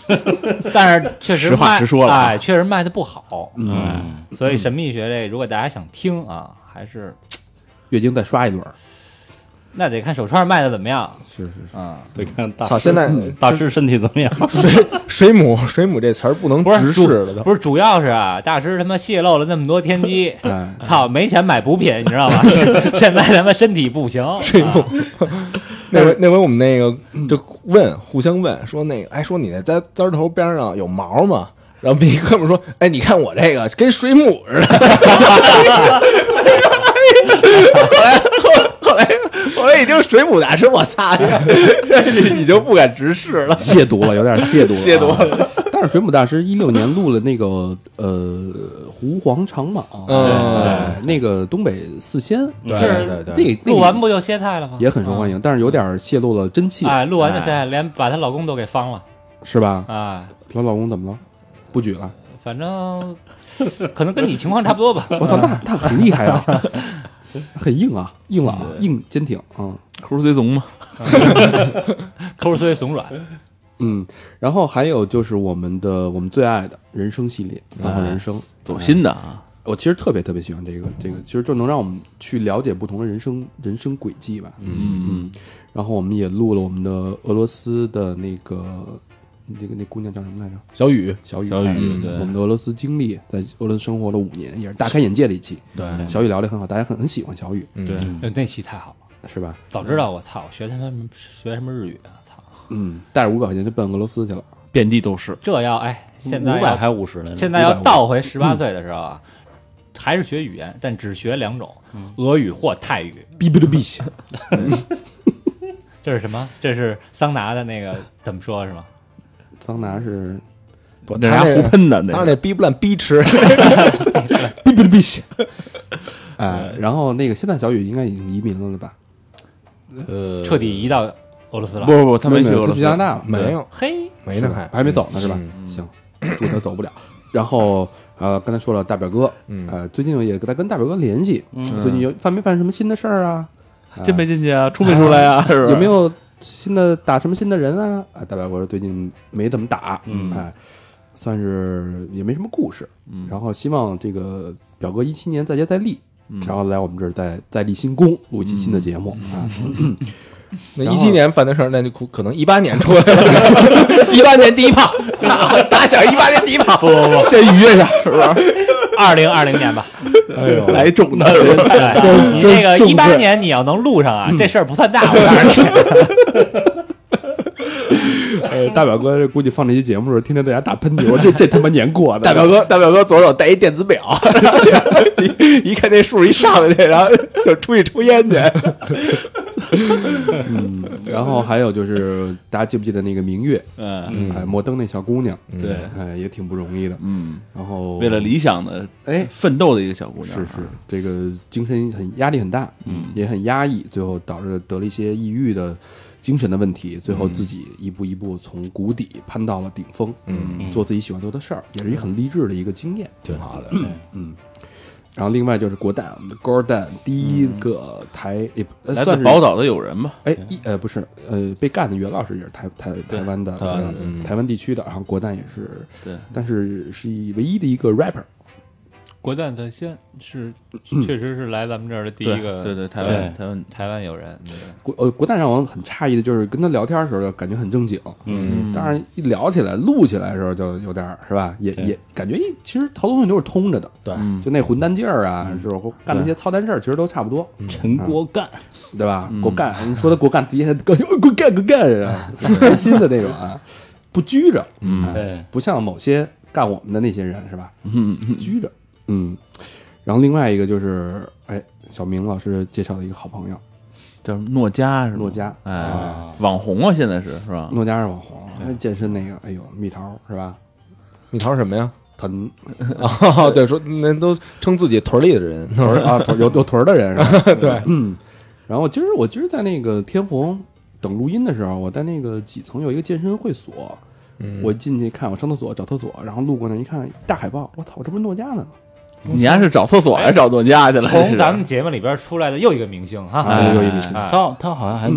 [SPEAKER 5] 但是确实
[SPEAKER 4] 实话
[SPEAKER 5] 卖
[SPEAKER 4] 实说了啊
[SPEAKER 5] 哎，确实卖的不好，哎
[SPEAKER 6] 嗯，
[SPEAKER 5] 所以神秘学这，如果大家想听啊，还是
[SPEAKER 2] 月经再刷一轮儿，
[SPEAKER 5] 那得看手串卖的怎么样，
[SPEAKER 2] 是是是，，
[SPEAKER 5] 嗯，
[SPEAKER 6] 得看大
[SPEAKER 3] 操！
[SPEAKER 6] 师
[SPEAKER 3] 现在
[SPEAKER 6] 大师身体怎么样？
[SPEAKER 3] 水水母水母这词儿不能
[SPEAKER 5] 不是
[SPEAKER 3] 直视了都。
[SPEAKER 5] 不是主要是啊，大师他妈泄露了那么多天机
[SPEAKER 2] 哎，
[SPEAKER 5] 操，没钱买补品，你知道吗？ 现在他妈身体不行，
[SPEAKER 3] 水母。那回那回我们那个就问互相问说那个哎说你那栽栽头边上有毛吗？然后一哥们说哎你看我这个跟水母似的。 后来后来后来已经水母大师，我擦，你就不敢直视了。
[SPEAKER 2] 亵渎了，有点亵渎了，
[SPEAKER 3] 亵渎
[SPEAKER 2] 了。但是水母大师一六年录了那个呃狐黄长蟒，
[SPEAKER 3] 嗯
[SPEAKER 2] 哎那个东北四仙，
[SPEAKER 3] 对
[SPEAKER 5] 是
[SPEAKER 3] 对对，
[SPEAKER 2] 那
[SPEAKER 5] 录完
[SPEAKER 2] 那
[SPEAKER 5] 不就歇菜了吗？
[SPEAKER 2] 也很受欢迎，但是有点泄露了真气，
[SPEAKER 5] 哎，录完就歇
[SPEAKER 2] 哎
[SPEAKER 5] 菜，连把她老公都给方了
[SPEAKER 2] 是吧？
[SPEAKER 5] 啊。
[SPEAKER 2] 她老公怎么了？不举 了？
[SPEAKER 5] 反正可能跟你情况差不多吧。
[SPEAKER 2] 我操，那那很厉害啊，很硬啊，硬朗，硬坚挺啊。
[SPEAKER 3] 嗯
[SPEAKER 4] 抠随从嘛，
[SPEAKER 5] 抠虽怂软，
[SPEAKER 2] 嗯，然后还有就是我们的我们最爱的人生系列
[SPEAKER 5] 哎
[SPEAKER 2] 《三好人生》，
[SPEAKER 4] 走心的
[SPEAKER 3] 哎
[SPEAKER 4] 啊，
[SPEAKER 2] 我其实特别特别喜欢这个这个，其实就能让我们去了解不同的人生人生轨迹吧。
[SPEAKER 4] 嗯，
[SPEAKER 2] 嗯，然后我们也录了我们的俄罗斯的那个那个那姑娘叫什么来着？
[SPEAKER 3] 小雨
[SPEAKER 2] 小雨。
[SPEAKER 4] 小雨
[SPEAKER 2] 哎
[SPEAKER 4] 嗯
[SPEAKER 2] 我们的俄罗斯经历，在俄罗斯生活了五年，也是大开眼界的一期。
[SPEAKER 3] 对
[SPEAKER 2] 小雨聊得很好，大家很很喜欢小雨，
[SPEAKER 4] 嗯
[SPEAKER 3] 对
[SPEAKER 5] 呃那期太好了。
[SPEAKER 2] 是吧？
[SPEAKER 5] 早知道我操，我学他妈学什么日语啊！操，
[SPEAKER 2] 嗯，带着五百块钱就奔俄罗斯去了。
[SPEAKER 4] 遍地都是，
[SPEAKER 5] 这要哎， 现在
[SPEAKER 6] 五百还
[SPEAKER 5] 要
[SPEAKER 6] 是五十来着？
[SPEAKER 5] 现在要倒回十八岁的时候啊，还是学语言，但只学两种，俄语或泰语。
[SPEAKER 2] 哔哔的哔，
[SPEAKER 5] 这是什么？这是桑拿的那个怎么说是吗？
[SPEAKER 2] 桑拿是
[SPEAKER 3] 不
[SPEAKER 4] 那
[SPEAKER 3] 他
[SPEAKER 4] 人家胡喷的那
[SPEAKER 3] 他
[SPEAKER 4] 个
[SPEAKER 3] 那逼不烂逼吃，
[SPEAKER 2] 哔哔的哔。哎，然后那个现在小雨应该已经移民了对吧？
[SPEAKER 3] 呃
[SPEAKER 5] 彻底移到俄罗斯了
[SPEAKER 4] 不。不不，他没去
[SPEAKER 2] 有他
[SPEAKER 4] 俄罗
[SPEAKER 2] 去
[SPEAKER 4] 斯，
[SPEAKER 2] 加拿大了，
[SPEAKER 3] 没有
[SPEAKER 5] 嘿，
[SPEAKER 3] 没呢
[SPEAKER 2] 是
[SPEAKER 3] 还
[SPEAKER 2] 吧还没走呢是吧
[SPEAKER 3] 嗯？
[SPEAKER 2] 行， 祝他走不了。然后呃，刚才说了大表哥，
[SPEAKER 3] 嗯
[SPEAKER 2] 呃，最近也在跟大表哥联系，最近有犯没犯什么新的事儿啊？啊
[SPEAKER 4] 进没进去啊？出没出来啊？是吧？
[SPEAKER 2] 有没有新的打什么新的人啊？啊，大表哥说最近没怎么打，
[SPEAKER 6] 嗯
[SPEAKER 2] 哎，算是也没什么故事。
[SPEAKER 4] 嗯
[SPEAKER 2] 然后希望这个表哥一七年再接再厉，
[SPEAKER 3] 嗯
[SPEAKER 2] 然后来我们这儿再再立新功，录一期新的节目啊。
[SPEAKER 3] 那
[SPEAKER 2] 然
[SPEAKER 3] 一
[SPEAKER 2] 后
[SPEAKER 3] 七年犯的事儿，那就可可能一八年出来了，一八年第一炮，打打响一八年第一炮，
[SPEAKER 4] 先愉悦一下，是吧？
[SPEAKER 5] 二零二零年吧。
[SPEAKER 3] 哎
[SPEAKER 5] 哎
[SPEAKER 4] 来重的，是吧
[SPEAKER 5] 对，你
[SPEAKER 2] 真
[SPEAKER 5] 那个
[SPEAKER 2] 重
[SPEAKER 5] 一
[SPEAKER 2] 视
[SPEAKER 5] 八年你要能录上啊，这事儿不算大。我告诉你，
[SPEAKER 2] 呃，大表哥这估计放这期节目的时候，天天在家打喷嚏，我说这这他妈年过的。
[SPEAKER 3] 大表哥，大表哥左手戴一电子表， 一一看这数一上去，然后就出去抽烟去。
[SPEAKER 2] 然后还有就是，大家记不记得那个明月？
[SPEAKER 4] 嗯，
[SPEAKER 3] 嗯
[SPEAKER 2] 哎，摩登那小姑娘，
[SPEAKER 4] 对，
[SPEAKER 2] 哎，也挺不容易的。
[SPEAKER 4] 嗯，
[SPEAKER 2] 然后
[SPEAKER 4] 为了理想的
[SPEAKER 2] 哎
[SPEAKER 4] 奋斗的一个小姑娘，啊
[SPEAKER 2] 是是，这个精神很压力很大，
[SPEAKER 4] 嗯
[SPEAKER 2] 也很压抑，最后导致得了一些抑郁的精神的问题，最后自己一步一步从谷底攀到了顶峰，
[SPEAKER 3] 嗯，
[SPEAKER 2] 做自己喜欢做的事儿，也是一很励志的一个经验。嗯
[SPEAKER 3] 挺好的。
[SPEAKER 2] 然后另外就是国蛋，我们的国蛋第一个台也不呃
[SPEAKER 4] 来
[SPEAKER 2] 算
[SPEAKER 4] 自
[SPEAKER 2] 是
[SPEAKER 4] 宝岛的友人吧，
[SPEAKER 2] 哎，一呃不是，呃被干的袁老师也是台台台湾的，
[SPEAKER 3] 台湾的
[SPEAKER 2] 呃
[SPEAKER 3] 嗯
[SPEAKER 2] 台湾地区的，然后国蛋也是，
[SPEAKER 4] 对，
[SPEAKER 2] 但是是一唯一的一个 rapper，
[SPEAKER 5] 国蛋在先是确实是来咱们这儿的第
[SPEAKER 4] 对对对，台湾
[SPEAKER 6] 对
[SPEAKER 4] 台湾，
[SPEAKER 5] 台湾友人，
[SPEAKER 2] 国呃国蛋让我很诧异的就是跟他聊天的时候感觉很正经，
[SPEAKER 6] 嗯，
[SPEAKER 2] 当然一聊起来录起来的时候就有点儿是吧，也也感觉一其实好多东西都是通着的，
[SPEAKER 3] 对
[SPEAKER 4] 嗯
[SPEAKER 2] 就那混蛋劲儿啊，就是干那些操蛋事儿其实都差不多，啊
[SPEAKER 6] 陈国干，嗯
[SPEAKER 2] 对吧？国干，你说他国干，底下还高兴，哎国干国干啊，很开心的那种啊，不拘着，嗯
[SPEAKER 6] 对，
[SPEAKER 2] 不像某些干我们的那些人是吧？
[SPEAKER 4] 嗯，
[SPEAKER 2] 拘着。嗯，然后另外一个就是，哎，小明老师介绍的一个好朋友，
[SPEAKER 4] 叫什么诺佳是吧？
[SPEAKER 2] 诺佳
[SPEAKER 4] 哎，网红啊，现在是是吧？
[SPEAKER 2] 诺佳是网红，他健身那个，哎呦，蜜桃是吧？
[SPEAKER 3] 蜜桃什么呀？
[SPEAKER 2] 臀
[SPEAKER 3] 哦， 对，说那都称自己屯里的人，
[SPEAKER 2] 臀儿 啊，臀有有臀儿的人是吧？对，嗯。 然后今儿我今儿在那个天虹等录音的时候，我在那个几层有一个健身会所，我进去看，我上厕所找厕所，然后路过那一看大海报，我操，我这不是诺佳呢吗？
[SPEAKER 4] 你还是找厕所还是找诺佳去了？这
[SPEAKER 5] 从
[SPEAKER 4] 是
[SPEAKER 5] 咱们节目里边出来的又一个明星哈，
[SPEAKER 2] 哎又一明星
[SPEAKER 5] 哎
[SPEAKER 6] 他他好像还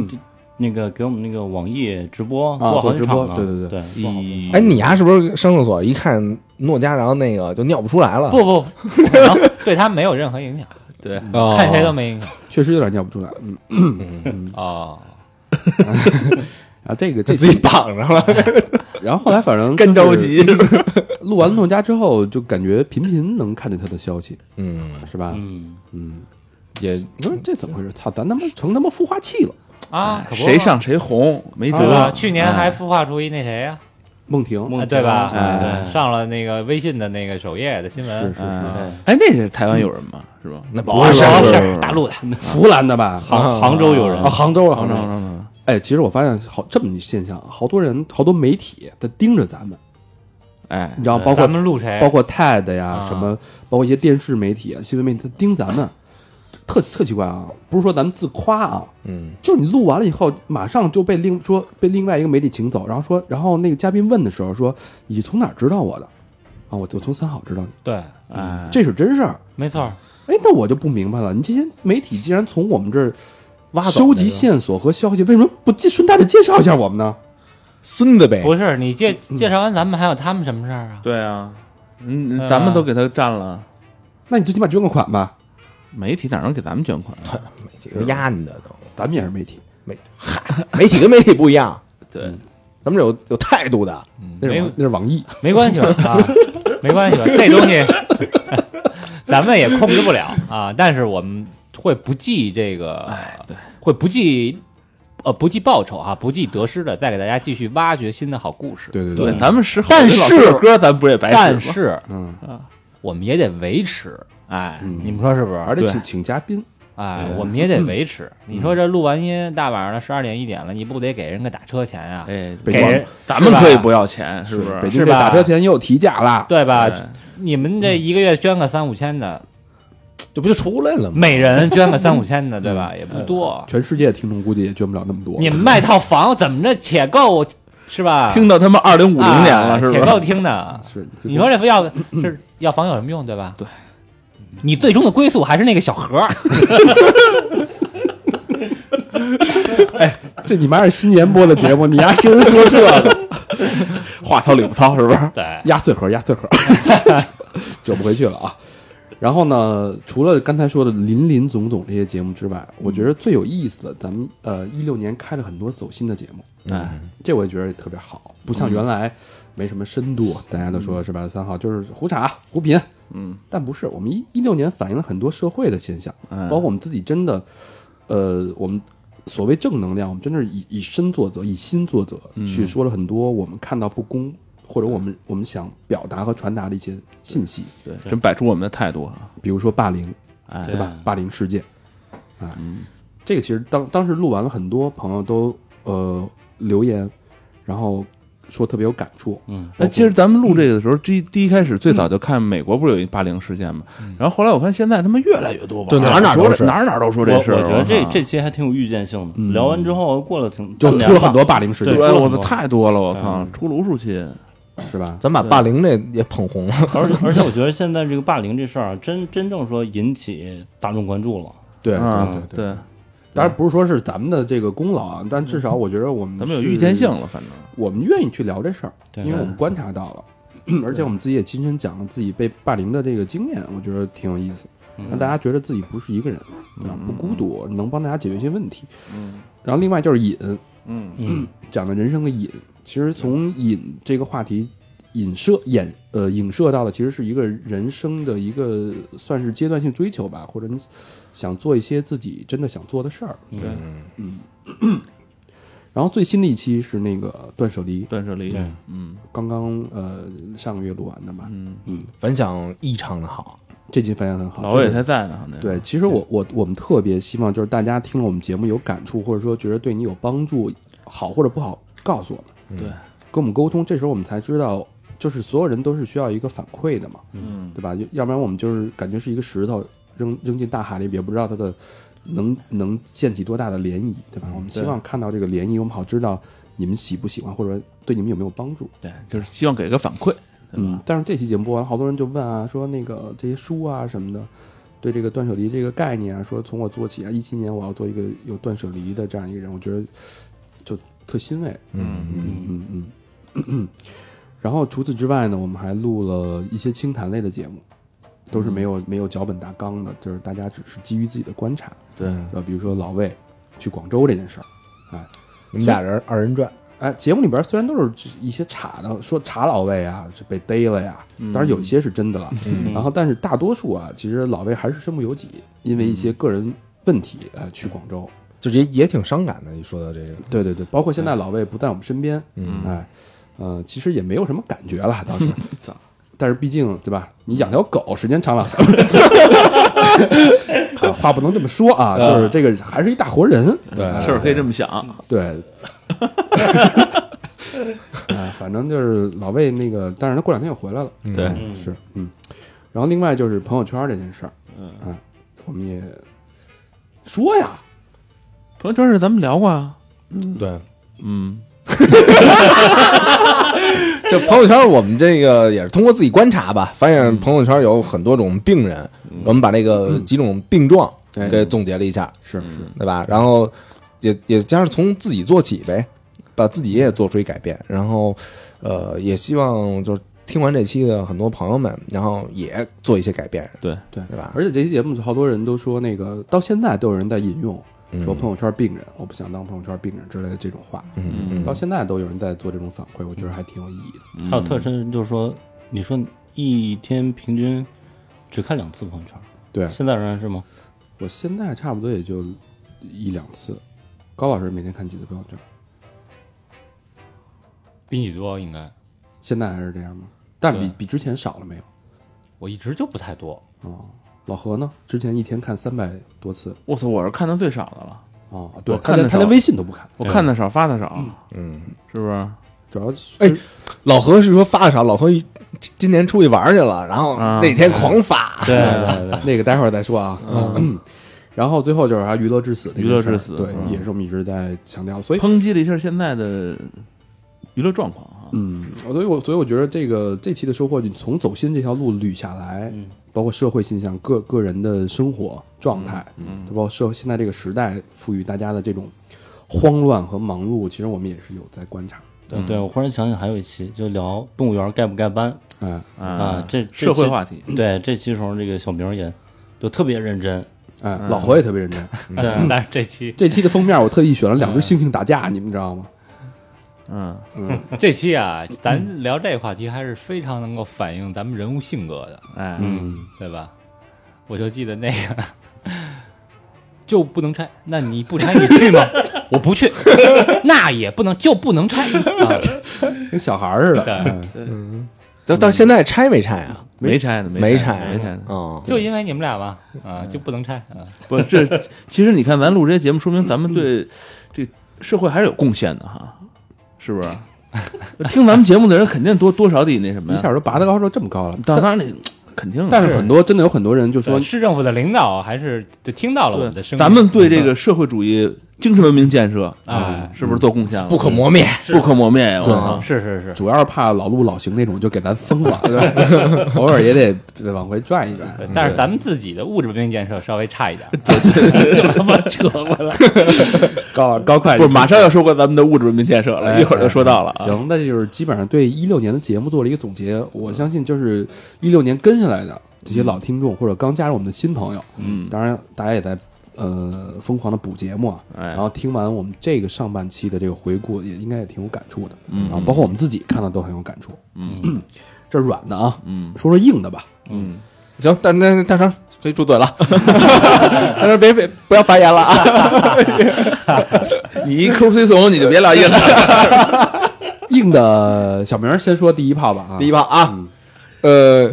[SPEAKER 6] 那个给我们那个网易直播
[SPEAKER 2] 啊
[SPEAKER 6] 做好
[SPEAKER 2] 做
[SPEAKER 6] 几
[SPEAKER 2] 直播
[SPEAKER 6] 场呢
[SPEAKER 2] 对对对
[SPEAKER 6] 对做好几场
[SPEAKER 3] 哎，你丫是不是上厕所一看诺家，然后那个就尿不出来了？
[SPEAKER 5] 不不，然后对他没有任何影响，
[SPEAKER 4] 对，
[SPEAKER 3] 哦
[SPEAKER 5] 看谁都没影响。
[SPEAKER 2] 确实有点尿不出来。嗯
[SPEAKER 5] 哦，
[SPEAKER 2] 啊，这个
[SPEAKER 3] 就
[SPEAKER 2] 这
[SPEAKER 3] 自己绑上了。
[SPEAKER 2] 然后后来反正
[SPEAKER 4] 干着，急，
[SPEAKER 2] 录完诺家之后，就感觉频频能看见他的消息，
[SPEAKER 3] 嗯，
[SPEAKER 2] 是吧？
[SPEAKER 6] 嗯，
[SPEAKER 2] 嗯，
[SPEAKER 3] 也
[SPEAKER 2] 我说这怎么回事？操，咱他妈成他妈孵化器了！
[SPEAKER 5] 啊，可不
[SPEAKER 4] 谁上谁红，没
[SPEAKER 5] 对吧？
[SPEAKER 4] 辙。
[SPEAKER 5] 啊
[SPEAKER 4] 啊
[SPEAKER 5] 去年还孵化出一那谁呀，
[SPEAKER 2] 梦婷，
[SPEAKER 5] 哎对吧？
[SPEAKER 4] 哎
[SPEAKER 5] 对上了那个微信的那个首页的新
[SPEAKER 2] 是
[SPEAKER 5] 闻哦
[SPEAKER 2] 是，是，
[SPEAKER 4] 哎，那是台湾有人吗？是吧？
[SPEAKER 3] 那
[SPEAKER 5] 不
[SPEAKER 3] 不
[SPEAKER 5] 是
[SPEAKER 3] 是
[SPEAKER 5] 不
[SPEAKER 3] 不是
[SPEAKER 5] 是大陆的，
[SPEAKER 2] 湖南啊的吧？
[SPEAKER 6] 杭杭州有人
[SPEAKER 2] 啊，杭州了，
[SPEAKER 4] 杭
[SPEAKER 2] 杭
[SPEAKER 4] 州，
[SPEAKER 2] 州。
[SPEAKER 4] 杭州，
[SPEAKER 2] 哎，其实我发现好这么一现象，好多人，好多媒体在盯着咱们，
[SPEAKER 4] 哎
[SPEAKER 2] 你，知道，包括
[SPEAKER 5] 咱们录谁？
[SPEAKER 2] 包括 TED 呀
[SPEAKER 5] 啊，
[SPEAKER 2] 什么，包括一些电视媒体啊、新闻媒体，他盯咱们，特特奇怪啊！不是说咱们自夸啊，
[SPEAKER 3] 嗯，
[SPEAKER 2] 就是你录完了以后，马上就被另说被另外一个媒体请走，然后说，然后那个嘉宾问的时候说，你从哪儿知道我的？啊，我就从三好知道你，
[SPEAKER 5] 对，
[SPEAKER 4] 哎，
[SPEAKER 2] 这是真事儿。
[SPEAKER 5] 没错，
[SPEAKER 2] 哎，那我就不明白了，你这些媒体既然从我们这儿
[SPEAKER 3] 挖走
[SPEAKER 2] 收集
[SPEAKER 3] 那个
[SPEAKER 2] 线索和消息，为什么不介顺带着介绍一下我们呢？
[SPEAKER 3] 孙子呗，
[SPEAKER 5] 不是你介介绍完咱们还有他们什么事儿啊？
[SPEAKER 4] 对啊，嗯，
[SPEAKER 5] 嗯
[SPEAKER 4] 咱们都给他占了，
[SPEAKER 2] 那你最起码捐个款吧，
[SPEAKER 4] 媒体哪能给咱们捐款啊？
[SPEAKER 3] 媒体是压你的都。
[SPEAKER 2] 咱们也是媒体，
[SPEAKER 3] 媒嗨，媒体跟媒体不一 样，
[SPEAKER 4] 对，
[SPEAKER 3] 咱们是有有态度的。
[SPEAKER 2] 那
[SPEAKER 5] 嗯没
[SPEAKER 2] 是
[SPEAKER 5] 有
[SPEAKER 2] 网那是网易，
[SPEAKER 5] 没 关系吧？啊，没关系吧？这东西咱们也控制不了啊，但是我们会不计这个，
[SPEAKER 4] 哎
[SPEAKER 5] 对，会不计呃不计报酬啊，不计得失的，再给大家继续挖掘新的好故事。
[SPEAKER 2] 对对
[SPEAKER 4] 对，咱们是，
[SPEAKER 5] 但是
[SPEAKER 4] 老歌咱不也白
[SPEAKER 5] 但
[SPEAKER 4] 使吗？
[SPEAKER 5] 是
[SPEAKER 2] 嗯
[SPEAKER 5] 我们也得维持，
[SPEAKER 4] 哎，
[SPEAKER 5] 嗯你们说是不是？
[SPEAKER 2] 而且
[SPEAKER 4] 对
[SPEAKER 2] 请请嘉宾，
[SPEAKER 5] 哎，
[SPEAKER 4] 嗯
[SPEAKER 5] 我们也得维持。你说这录完音，大晚上的十二点一点了，你不得给人个打车钱呀？
[SPEAKER 4] 哎，
[SPEAKER 2] 北
[SPEAKER 5] 给
[SPEAKER 2] 京
[SPEAKER 5] 人
[SPEAKER 4] 咱们可以不
[SPEAKER 5] 要，
[SPEAKER 4] 要钱，是不是？
[SPEAKER 2] 北京
[SPEAKER 5] 是
[SPEAKER 2] 这
[SPEAKER 5] 吧
[SPEAKER 2] 打车钱又提价啦，
[SPEAKER 5] 对吧
[SPEAKER 4] 哎？
[SPEAKER 5] 你们这一个月捐个三五千的，
[SPEAKER 3] 这不就出来了吗？
[SPEAKER 5] 每人捐个三五千的，对吧？也不多。
[SPEAKER 2] 全世界听众估计也捐不了那么多。
[SPEAKER 5] 你们卖套房怎么着且够是吧？
[SPEAKER 4] 听到他们二零五零年了，
[SPEAKER 5] 啊
[SPEAKER 4] 是不
[SPEAKER 5] 且
[SPEAKER 4] 是？嗯
[SPEAKER 5] 够听的。
[SPEAKER 2] 是
[SPEAKER 5] 你说这副要这要房有什么用，对吧？对，你最终的归宿还是那个小 盒儿。
[SPEAKER 2] 这你妈是新年播的节目，你丫听人说这个，
[SPEAKER 4] 话糙理不糙，是不是？
[SPEAKER 5] 对，
[SPEAKER 2] 压岁盒压岁 盒，折不回去了啊。然后呢，除了刚才说的林林总总这些节目之外，
[SPEAKER 4] 嗯
[SPEAKER 2] 我觉得最有意思的，咱们呃一六年开了很多走心的节目，
[SPEAKER 4] 哎，
[SPEAKER 2] 这我也觉得特别好，不像原
[SPEAKER 4] 嗯
[SPEAKER 2] 来没什么深度，啊大家都说是吧？三号就是胡扯胡贫，
[SPEAKER 4] 嗯，
[SPEAKER 2] 但不是，我们一一六年反映了很多社会的现象，
[SPEAKER 4] 嗯
[SPEAKER 2] 包括我们自己真的，呃，我们所谓正能量，我们真的是以以身作则，以心作则，
[SPEAKER 4] 嗯
[SPEAKER 2] 去说了很多我们看到不公或者我们我们想表达和传达的一些信息，
[SPEAKER 4] 对，真摆出我们的态度啊！
[SPEAKER 2] 比如说霸凌，
[SPEAKER 4] 哎，嗯
[SPEAKER 2] 对吧？霸凌事件，啊，这个其实当当时录完了，很多朋友都呃留言，然后说特别有感触，
[SPEAKER 6] 嗯，
[SPEAKER 4] 那其实咱们录这个的时候，第一第一开始最早就看美国不是有一霸凌事件嘛，然后后来我看现在他妈越来越多吧，
[SPEAKER 3] 对哪儿哪儿都
[SPEAKER 4] 说这
[SPEAKER 3] 是
[SPEAKER 4] 哪儿哪儿都说
[SPEAKER 6] 我
[SPEAKER 4] 这事儿。
[SPEAKER 6] 我觉得这
[SPEAKER 4] 操
[SPEAKER 6] 这期还挺有预见性的。
[SPEAKER 2] 嗯
[SPEAKER 6] 聊完之后过了挺
[SPEAKER 2] 就出了很，多
[SPEAKER 6] 半
[SPEAKER 2] 霸凌事
[SPEAKER 6] 对
[SPEAKER 2] 件，
[SPEAKER 4] 对，
[SPEAKER 6] 出了
[SPEAKER 4] 我
[SPEAKER 6] 很
[SPEAKER 4] 操，
[SPEAKER 6] 多
[SPEAKER 4] 太多了，我操，出了无数期。
[SPEAKER 2] 是吧？
[SPEAKER 3] 咱把霸凌这也捧红了，
[SPEAKER 6] 年吧而且而且我觉得现在这个霸凌这事儿啊，真真正说引起大众关注了。
[SPEAKER 2] 对
[SPEAKER 4] 啊，
[SPEAKER 2] 对。当然不是说是咱们的这个功劳啊，但至少我觉得我们
[SPEAKER 4] 嗯咱们有
[SPEAKER 2] 是
[SPEAKER 4] 预见性，了，反正
[SPEAKER 2] 我们愿意去聊这事儿，
[SPEAKER 6] 对
[SPEAKER 2] 因为我们观察到了， 而且我们自己也亲身讲了自己被霸凌的这个经验，我觉得挺有意思，让大家觉得自己不是一个人，啊，不孤独，能帮大家解决一些问题。
[SPEAKER 4] 嗯
[SPEAKER 2] 然后另外就是瘾，
[SPEAKER 4] 嗯
[SPEAKER 6] 嗯，
[SPEAKER 2] 讲的人生的瘾，其实从瘾这个话题影射演呃影射到的其实是一个人生的一个算是阶段性追求吧，或者你想做一些自己真的想做的事儿。
[SPEAKER 6] 对
[SPEAKER 3] 嗯
[SPEAKER 2] 然后最新的一期是那个断舍离，
[SPEAKER 4] 断舍离
[SPEAKER 6] 对，
[SPEAKER 4] 嗯
[SPEAKER 2] 刚刚呃上个月录完的嘛，
[SPEAKER 4] 嗯，
[SPEAKER 3] 反响异常的好。
[SPEAKER 2] 这期反响很好。
[SPEAKER 4] 老魏嗯
[SPEAKER 2] 就是
[SPEAKER 4] 才在呢，好像
[SPEAKER 2] 对，其实我我我们特别希望就是大家听了我们节目有感触，或者说觉得对你有帮助，好或者不好，告诉我们，
[SPEAKER 4] 对，
[SPEAKER 2] 跟我们沟通，这时候我们才知道，就是所有人都是需要一个反馈的嘛，
[SPEAKER 4] 嗯，
[SPEAKER 2] 对吧？要要不然我们就是感觉是一个石头扔扔进大海里，也不知道它的能能溅起多大的涟漪，对吧？
[SPEAKER 4] 嗯
[SPEAKER 2] 我们希望看到这个涟漪，我们好知道你们喜不喜欢，或者对你们有没有帮助。
[SPEAKER 4] 对，就是希望给个反馈，对
[SPEAKER 2] 嗯
[SPEAKER 4] 吧？，
[SPEAKER 2] 但是这期节目播完，好多人就问啊，说那个这些书啊什么的，对这个断舍离这个概念啊，说从我做起啊，一七年我要做一个有断舍离的这样一个人，我觉得就特欣慰。
[SPEAKER 3] 嗯
[SPEAKER 2] 嗯嗯。然后除此之外呢，我们还录了一些清谈类的节目，都
[SPEAKER 4] 嗯
[SPEAKER 2] 是没有没有脚本大纲的，就是大家只是基于自己的观察，
[SPEAKER 3] 对，
[SPEAKER 2] 呃，比如说老魏去广州这件事儿，
[SPEAKER 3] 你们俩人二人转，
[SPEAKER 2] 哎，节目里边虽然都是一些查的，说查老魏啊，是被逮了呀，当然有一些是真的了，
[SPEAKER 3] 嗯
[SPEAKER 2] 然后但是大多数啊，其实老魏还是身不由己，因为一
[SPEAKER 3] 嗯
[SPEAKER 2] 些个人问题呃去广州，
[SPEAKER 3] 就也也挺伤感的。一说到这个，
[SPEAKER 2] 对对对，包括现在老魏不在我们身边，
[SPEAKER 3] 嗯
[SPEAKER 2] 哎，呃，其实也没有什么感觉了，倒 是，但是毕竟对吧？你养条狗时间长 了，啊话不能这么说啊，
[SPEAKER 3] 嗯
[SPEAKER 2] 就是这个还是一大活人，对
[SPEAKER 4] 事儿可以这么想，
[SPEAKER 2] 对。 哎，反正就是老魏那个，但是他过两天又回来了。
[SPEAKER 4] 对
[SPEAKER 2] 哎
[SPEAKER 6] 嗯
[SPEAKER 2] 是嗯。然后另外就是朋友圈这件事儿，嗯，哎，我们也说呀，
[SPEAKER 4] 朋友圈是咱们聊过啊，
[SPEAKER 3] 对，
[SPEAKER 4] 嗯，
[SPEAKER 3] 这朋友圈我们这个也是通过自己观察吧，发
[SPEAKER 2] 嗯
[SPEAKER 3] 现朋友圈有很多种病人，我们把这个几种病状
[SPEAKER 2] 哎
[SPEAKER 3] 给总结了一下，
[SPEAKER 2] 嗯是是，
[SPEAKER 3] 对吧？然后也也加上从自己做起呗，把自己也做出一改变。然后，呃，也希望就是听完这期的很多朋友们，然后也做一些改变，
[SPEAKER 4] 对
[SPEAKER 2] 对
[SPEAKER 3] 对吧？
[SPEAKER 2] 而且这期节目好多人都说，那个到现在都有人在引用说朋友圈病人，我不想当朋友圈病人之类的这种话，
[SPEAKER 3] 嗯嗯
[SPEAKER 2] 到现在都有人在做这种反馈，我觉得还挺有意义的。
[SPEAKER 6] 还有特深就是说，你说一天平均只看两次朋友圈，
[SPEAKER 2] 对
[SPEAKER 6] 现在仍然是吗？
[SPEAKER 2] 我现在差不多也就一两次。高老师每天看几次朋友圈？
[SPEAKER 5] 比你多应该，
[SPEAKER 2] 现在还是这样吗？但比
[SPEAKER 5] 对
[SPEAKER 2] 比之前少了没有？
[SPEAKER 5] 我一直就不太多。
[SPEAKER 2] 哦，老何呢？之前一天看三百多次
[SPEAKER 4] 我操，我是看的最少的了，
[SPEAKER 2] 哦，对，
[SPEAKER 4] 我
[SPEAKER 2] 他
[SPEAKER 4] 看
[SPEAKER 2] 连
[SPEAKER 4] 得
[SPEAKER 2] 他连
[SPEAKER 4] 少
[SPEAKER 2] 微信都不看，
[SPEAKER 4] 我看的少，发的少，
[SPEAKER 3] 嗯，
[SPEAKER 4] 是不是？
[SPEAKER 2] 主要是
[SPEAKER 3] 哎老何是说发的少，老何一今今年出去玩去了，然后
[SPEAKER 4] 啊
[SPEAKER 3] 那天狂发，
[SPEAKER 6] 对
[SPEAKER 2] 那个待会儿再说啊。嗯然后最后就是啥娱乐至死这件事儿，
[SPEAKER 4] 娱乐至死
[SPEAKER 2] 对，
[SPEAKER 4] 嗯
[SPEAKER 2] 也是我们一直在强调的，所以
[SPEAKER 4] 抨击了一下现在的娱乐状况啊，
[SPEAKER 2] 嗯，所以我所以我觉得这个这期的收获，你从走心这条路捋下来，
[SPEAKER 6] 嗯
[SPEAKER 2] 包括社会现象、个个人的生活状态，嗯，包括社会现在这个时代赋予大家的这种慌乱和忙碌，其实我们也是有在观察，
[SPEAKER 6] 对
[SPEAKER 4] 嗯
[SPEAKER 6] 对，我忽然想起还有一期就聊动物园盖不盖班
[SPEAKER 2] 哎
[SPEAKER 6] 啊，这这
[SPEAKER 4] 社会
[SPEAKER 6] 期
[SPEAKER 4] 话题，
[SPEAKER 6] 对这期时候这个小明也就特别认真，
[SPEAKER 2] 哎，老何也特别认真。
[SPEAKER 5] 但但是这期
[SPEAKER 2] 这期的封面我特意选了两只猩猩打架，你们知道吗？
[SPEAKER 4] 嗯，
[SPEAKER 5] 这期啊，咱聊这个话题还是非常能够反映咱们人物性格的，
[SPEAKER 4] 哎，
[SPEAKER 6] 嗯，
[SPEAKER 5] 对吧？我就记得那个就不能拆，那你不拆你去吗？ 我不去，那也不能就不能拆啊！
[SPEAKER 2] 跟小孩儿似的。
[SPEAKER 5] 对
[SPEAKER 2] 哎
[SPEAKER 3] 到到现在拆没拆啊？
[SPEAKER 4] 没拆呢，
[SPEAKER 3] 没
[SPEAKER 4] 拆，
[SPEAKER 3] 拆，
[SPEAKER 4] 没拆呢。
[SPEAKER 3] 嗯，
[SPEAKER 5] 就因为你们俩吧，啊，就不能拆啊！
[SPEAKER 4] 不，这其实你看，咱录这些节目，说明咱们 对这社会还是有贡献的哈，是不是？ 听咱们节目的人肯定多多少得那什么
[SPEAKER 2] 一
[SPEAKER 4] 呀
[SPEAKER 2] 下？就拔得高到这么高了，
[SPEAKER 4] 当然得肯定啊，
[SPEAKER 2] 但是很多真的有很多人就说
[SPEAKER 5] 对，市政府的领导还是就听到了我们的声
[SPEAKER 4] 对，
[SPEAKER 5] 音，
[SPEAKER 4] 咱们对这个社会主义精神文明建设嗯
[SPEAKER 5] 哎
[SPEAKER 4] 是不是做贡献了？
[SPEAKER 3] 不可磨灭。
[SPEAKER 4] 不可磨灭呀！我操，
[SPEAKER 5] 啊是是是，
[SPEAKER 2] 主要是怕老陆老邢那种就给咱封了， 偶尔也得往回转一转。
[SPEAKER 4] 嗯
[SPEAKER 5] 对但是咱们自己的物质文明建设稍微差一点，
[SPEAKER 2] 高高快
[SPEAKER 4] 不是马上要说过咱们的物质文明建设了，一会儿就说到了啊。
[SPEAKER 2] 哎行，那就是基本上对一六年的节目做了一个总结。我相信，就是一六年跟下来的这些老听众或者刚加入我们的新朋友，
[SPEAKER 4] 嗯，
[SPEAKER 2] 当然大家也在呃疯狂的补节目啊，
[SPEAKER 4] 哎
[SPEAKER 2] 然后听完我们这个上半期的这个回顾，也应该也挺有感触的，嗯啊，包括我们自己看到都很有感触，
[SPEAKER 5] 嗯，
[SPEAKER 2] 这是软的啊，
[SPEAKER 4] 嗯
[SPEAKER 2] 说说硬的吧，
[SPEAKER 4] 嗯，
[SPEAKER 3] 行，大那大成可以住嘴 了，大成别别不要发言了啊！
[SPEAKER 4] 你一抠随怂，你就别老硬了。
[SPEAKER 2] 硬的小明儿先说第一炮吧啊，
[SPEAKER 3] 第一炮啊，呃，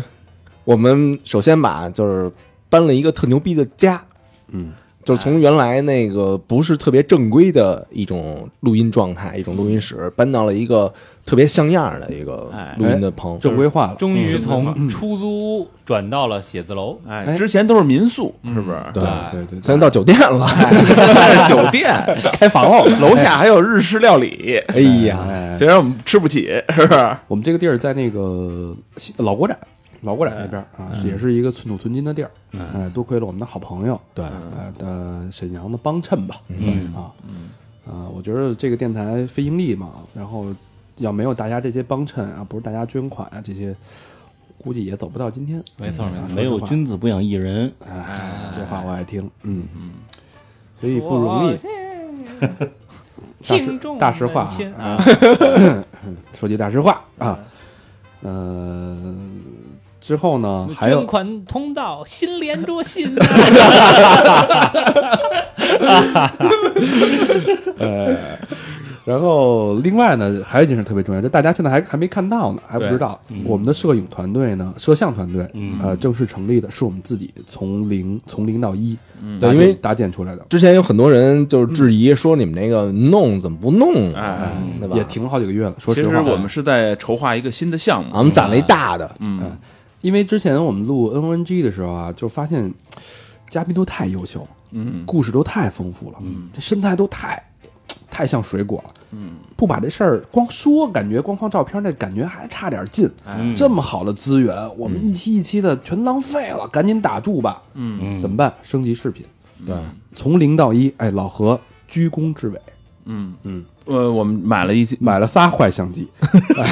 [SPEAKER 3] 我们首先吧，就是搬了一个特牛逼的家，
[SPEAKER 2] 嗯，
[SPEAKER 3] 就是从原来那个不是特别正规的一种录音状态，一种录音室，搬到了一个特别像样儿的一个
[SPEAKER 4] 哎
[SPEAKER 3] 录音的棚，
[SPEAKER 2] 正规化了，
[SPEAKER 5] 终
[SPEAKER 4] 嗯
[SPEAKER 5] 于从出租屋转到了写字楼，
[SPEAKER 4] 哎，嗯之前都是民宿，是不是？
[SPEAKER 2] 对
[SPEAKER 5] 哎
[SPEAKER 2] 对对对，
[SPEAKER 3] 现在到酒店了，
[SPEAKER 4] 在是酒店 开房了，楼下还有日式料理，
[SPEAKER 3] 哎呀，
[SPEAKER 4] 哎虽然我们吃不起，是不是？
[SPEAKER 2] 我们这个地儿在那个西老国展，老郭仔那边
[SPEAKER 6] 哎
[SPEAKER 2] 啊，
[SPEAKER 6] 嗯
[SPEAKER 2] 也是一个寸土寸金的地儿，哎，多亏了我们的好朋友，
[SPEAKER 3] 对
[SPEAKER 2] 呃呃沈阳的帮衬吧，
[SPEAKER 6] 嗯
[SPEAKER 2] 啊，啊，我觉得这个电台非盈利嘛，然后要没有大家这些帮衬啊，不是大家捐款啊这些，估计也走不到今天。啊
[SPEAKER 5] 没错没错，
[SPEAKER 6] 嗯没有君子不养艺人，
[SPEAKER 2] 哎，这话我爱听，嗯嗯，所以不容易。大实大实话啊，说句大实话啊，呃，之后呢还有
[SPEAKER 7] 捐款通道新啊连着 信。
[SPEAKER 2] 呃，然后另外呢，还有一件事特别重要，就大家现在还还没看到呢，还不知道。我们的摄影团队呢，摄像团队，
[SPEAKER 6] 嗯
[SPEAKER 2] 呃，正式成立的，是我们自己从零从零到一，
[SPEAKER 3] 对
[SPEAKER 2] 搭建
[SPEAKER 3] 因为
[SPEAKER 2] 搭建出来的，
[SPEAKER 3] 之前有很多人就是质疑说你们那个弄怎么不弄啊？
[SPEAKER 4] 哎，
[SPEAKER 3] 对吧？
[SPEAKER 2] 也停了好几个月了。说
[SPEAKER 4] 其
[SPEAKER 2] 实
[SPEAKER 4] 实
[SPEAKER 2] 话，
[SPEAKER 4] 我们是在筹划一个新的项
[SPEAKER 3] 啊，我
[SPEAKER 4] 目，
[SPEAKER 3] 们攒了一大的，
[SPEAKER 4] 嗯，
[SPEAKER 2] 因为之前我们录 N O N G 的时候啊，就发现嘉宾都太优秀，
[SPEAKER 4] 嗯，
[SPEAKER 2] 故事都太丰富了，这生态都太太像水果了，嗯，不把这事儿光说，感觉光放照片，那感觉还差点劲。
[SPEAKER 6] 嗯
[SPEAKER 2] 这么好的资源，我们一期一期的全浪费了，赶紧打住吧。
[SPEAKER 6] 嗯
[SPEAKER 2] 怎么办？升级视频，
[SPEAKER 3] 对，
[SPEAKER 2] 从零到一，哎，老何居功至伟，
[SPEAKER 4] 呃，我们买了一
[SPEAKER 2] 买了仨坏相机。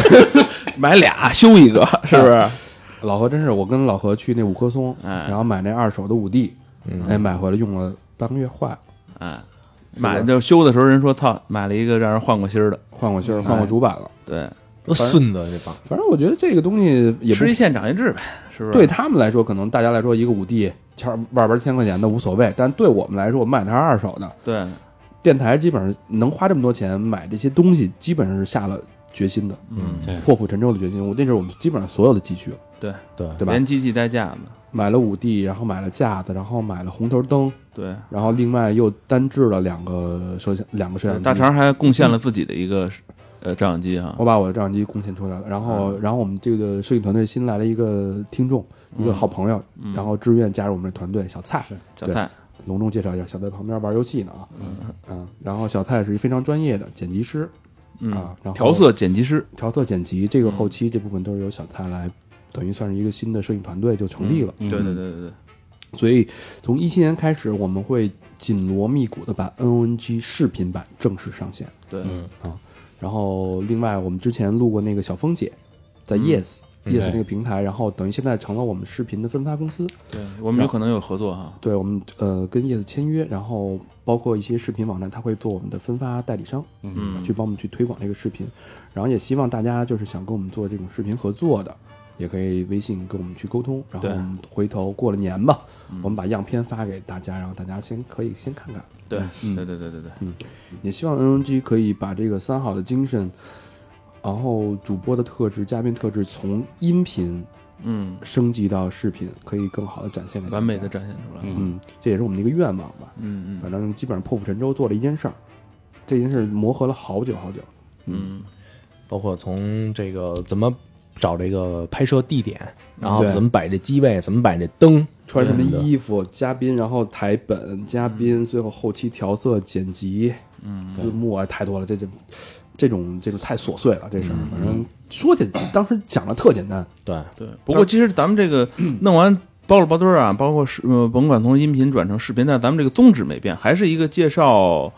[SPEAKER 4] 买俩修一个，
[SPEAKER 2] 啊
[SPEAKER 4] 是不是？
[SPEAKER 2] 老何真是，我跟老何去那五棵松，
[SPEAKER 4] 哎
[SPEAKER 2] 然后买那二手的五 D，哎，
[SPEAKER 4] 嗯
[SPEAKER 2] 买回来用了半个月坏了，
[SPEAKER 4] 哎，买就修的时候人说操，买了一个让人换过芯儿的，
[SPEAKER 2] 换过芯
[SPEAKER 4] 嗯
[SPEAKER 2] 儿，换过主板了。
[SPEAKER 4] 对，
[SPEAKER 3] 多孙子这帮，
[SPEAKER 2] 反正我觉得这个东西也不
[SPEAKER 4] 吃一堑长一智呗，是不是？
[SPEAKER 2] 对他们来说，可能大家来说一个五 D 千外边千块钱的无所谓，但对我们来说，我们买它是二手的，
[SPEAKER 4] 对，
[SPEAKER 2] 电台基本上能花这么多钱买这些东西，基本上是下了决心的，
[SPEAKER 4] 嗯，
[SPEAKER 6] 对
[SPEAKER 2] 破釜沉舟的决心。我那是我们基本上所有的积蓄了，
[SPEAKER 4] 对
[SPEAKER 3] 对
[SPEAKER 2] 对吧？
[SPEAKER 4] 连机器带架子，
[SPEAKER 2] 买了五 D，然后买了架子，然后买了红头灯，
[SPEAKER 4] 对，
[SPEAKER 2] 然后另外又单制了两个摄像两个摄像机。
[SPEAKER 4] 大肠还贡献了
[SPEAKER 2] 嗯
[SPEAKER 4] 自己的一个呃照相机哈
[SPEAKER 2] 我，把我的照相机贡献出来了，然后，然后我们这个摄影团队新来了一个听众，一个好朋友，然后志愿加入我们的团队，小蔡，
[SPEAKER 4] 小蔡，
[SPEAKER 2] 隆重介绍一下，小蔡旁边玩游戏呢啊，嗯，然后小蔡是一非常专业的剪辑师，啊
[SPEAKER 4] 嗯
[SPEAKER 2] 然后，
[SPEAKER 4] 调色剪辑师，
[SPEAKER 2] 调色、剪辑这个后期这部分都是由小蔡来，等于算是一个新的摄影团队就成立了。
[SPEAKER 4] 对对对对对，
[SPEAKER 2] 所以从一七年开始，我们会紧锣密鼓的把 NONG 视频版正式上线。
[SPEAKER 4] 对，
[SPEAKER 2] 然后另外，我们之前录过那个小峰姐，在
[SPEAKER 4] 嗯
[SPEAKER 2] Yes、Yes 那个平台，然后等于现在成了我们视频的分发公司。
[SPEAKER 4] 对我们有可能有合作哈，
[SPEAKER 2] 对我们呃跟 Yes 签约，然后包括一些视频网站，它会做我们的分发代理商，
[SPEAKER 4] 嗯
[SPEAKER 2] 去帮我们去推广这个视频。然后也希望大家就是想跟我们做这种视频合作的，也可以微信跟我们去沟通。然后
[SPEAKER 4] 对
[SPEAKER 2] 我们回头过了年吧，我们把样片发给大家，然后大家先可以先看看。
[SPEAKER 4] 对，对对对对对，
[SPEAKER 2] 也希望 NNG 可以把这个三好的精神，然后主播的特质、嘉宾特质从音频
[SPEAKER 4] 嗯，
[SPEAKER 2] 升级到视频，可以更好的展现给大家
[SPEAKER 4] 完美的。展现出来，嗯
[SPEAKER 2] 嗯，这也是我们的一个愿望吧。
[SPEAKER 4] 嗯
[SPEAKER 2] 反正基本上破釜沉舟做了一件事儿，这件事儿磨合了好久好久。
[SPEAKER 4] 嗯
[SPEAKER 3] 包括从这个怎么找这个拍摄地点，然后
[SPEAKER 2] 对
[SPEAKER 3] 怎么摆这机位，怎么摆这灯，
[SPEAKER 2] 穿什么
[SPEAKER 3] 对
[SPEAKER 2] 衣服，嘉宾，然后台本，嘉宾，最后后期调色、剪辑，嗯，字幕啊，太多了，这这这种这种太琐碎了，这
[SPEAKER 4] 嗯
[SPEAKER 2] 事儿，反正说简，当时讲的特简单，
[SPEAKER 3] 对，
[SPEAKER 4] 对。不过其实咱们这个弄完包了包堆儿啊，包括是呃，甭管从音频转成视频，但咱们这个宗旨没变，还是一个介绍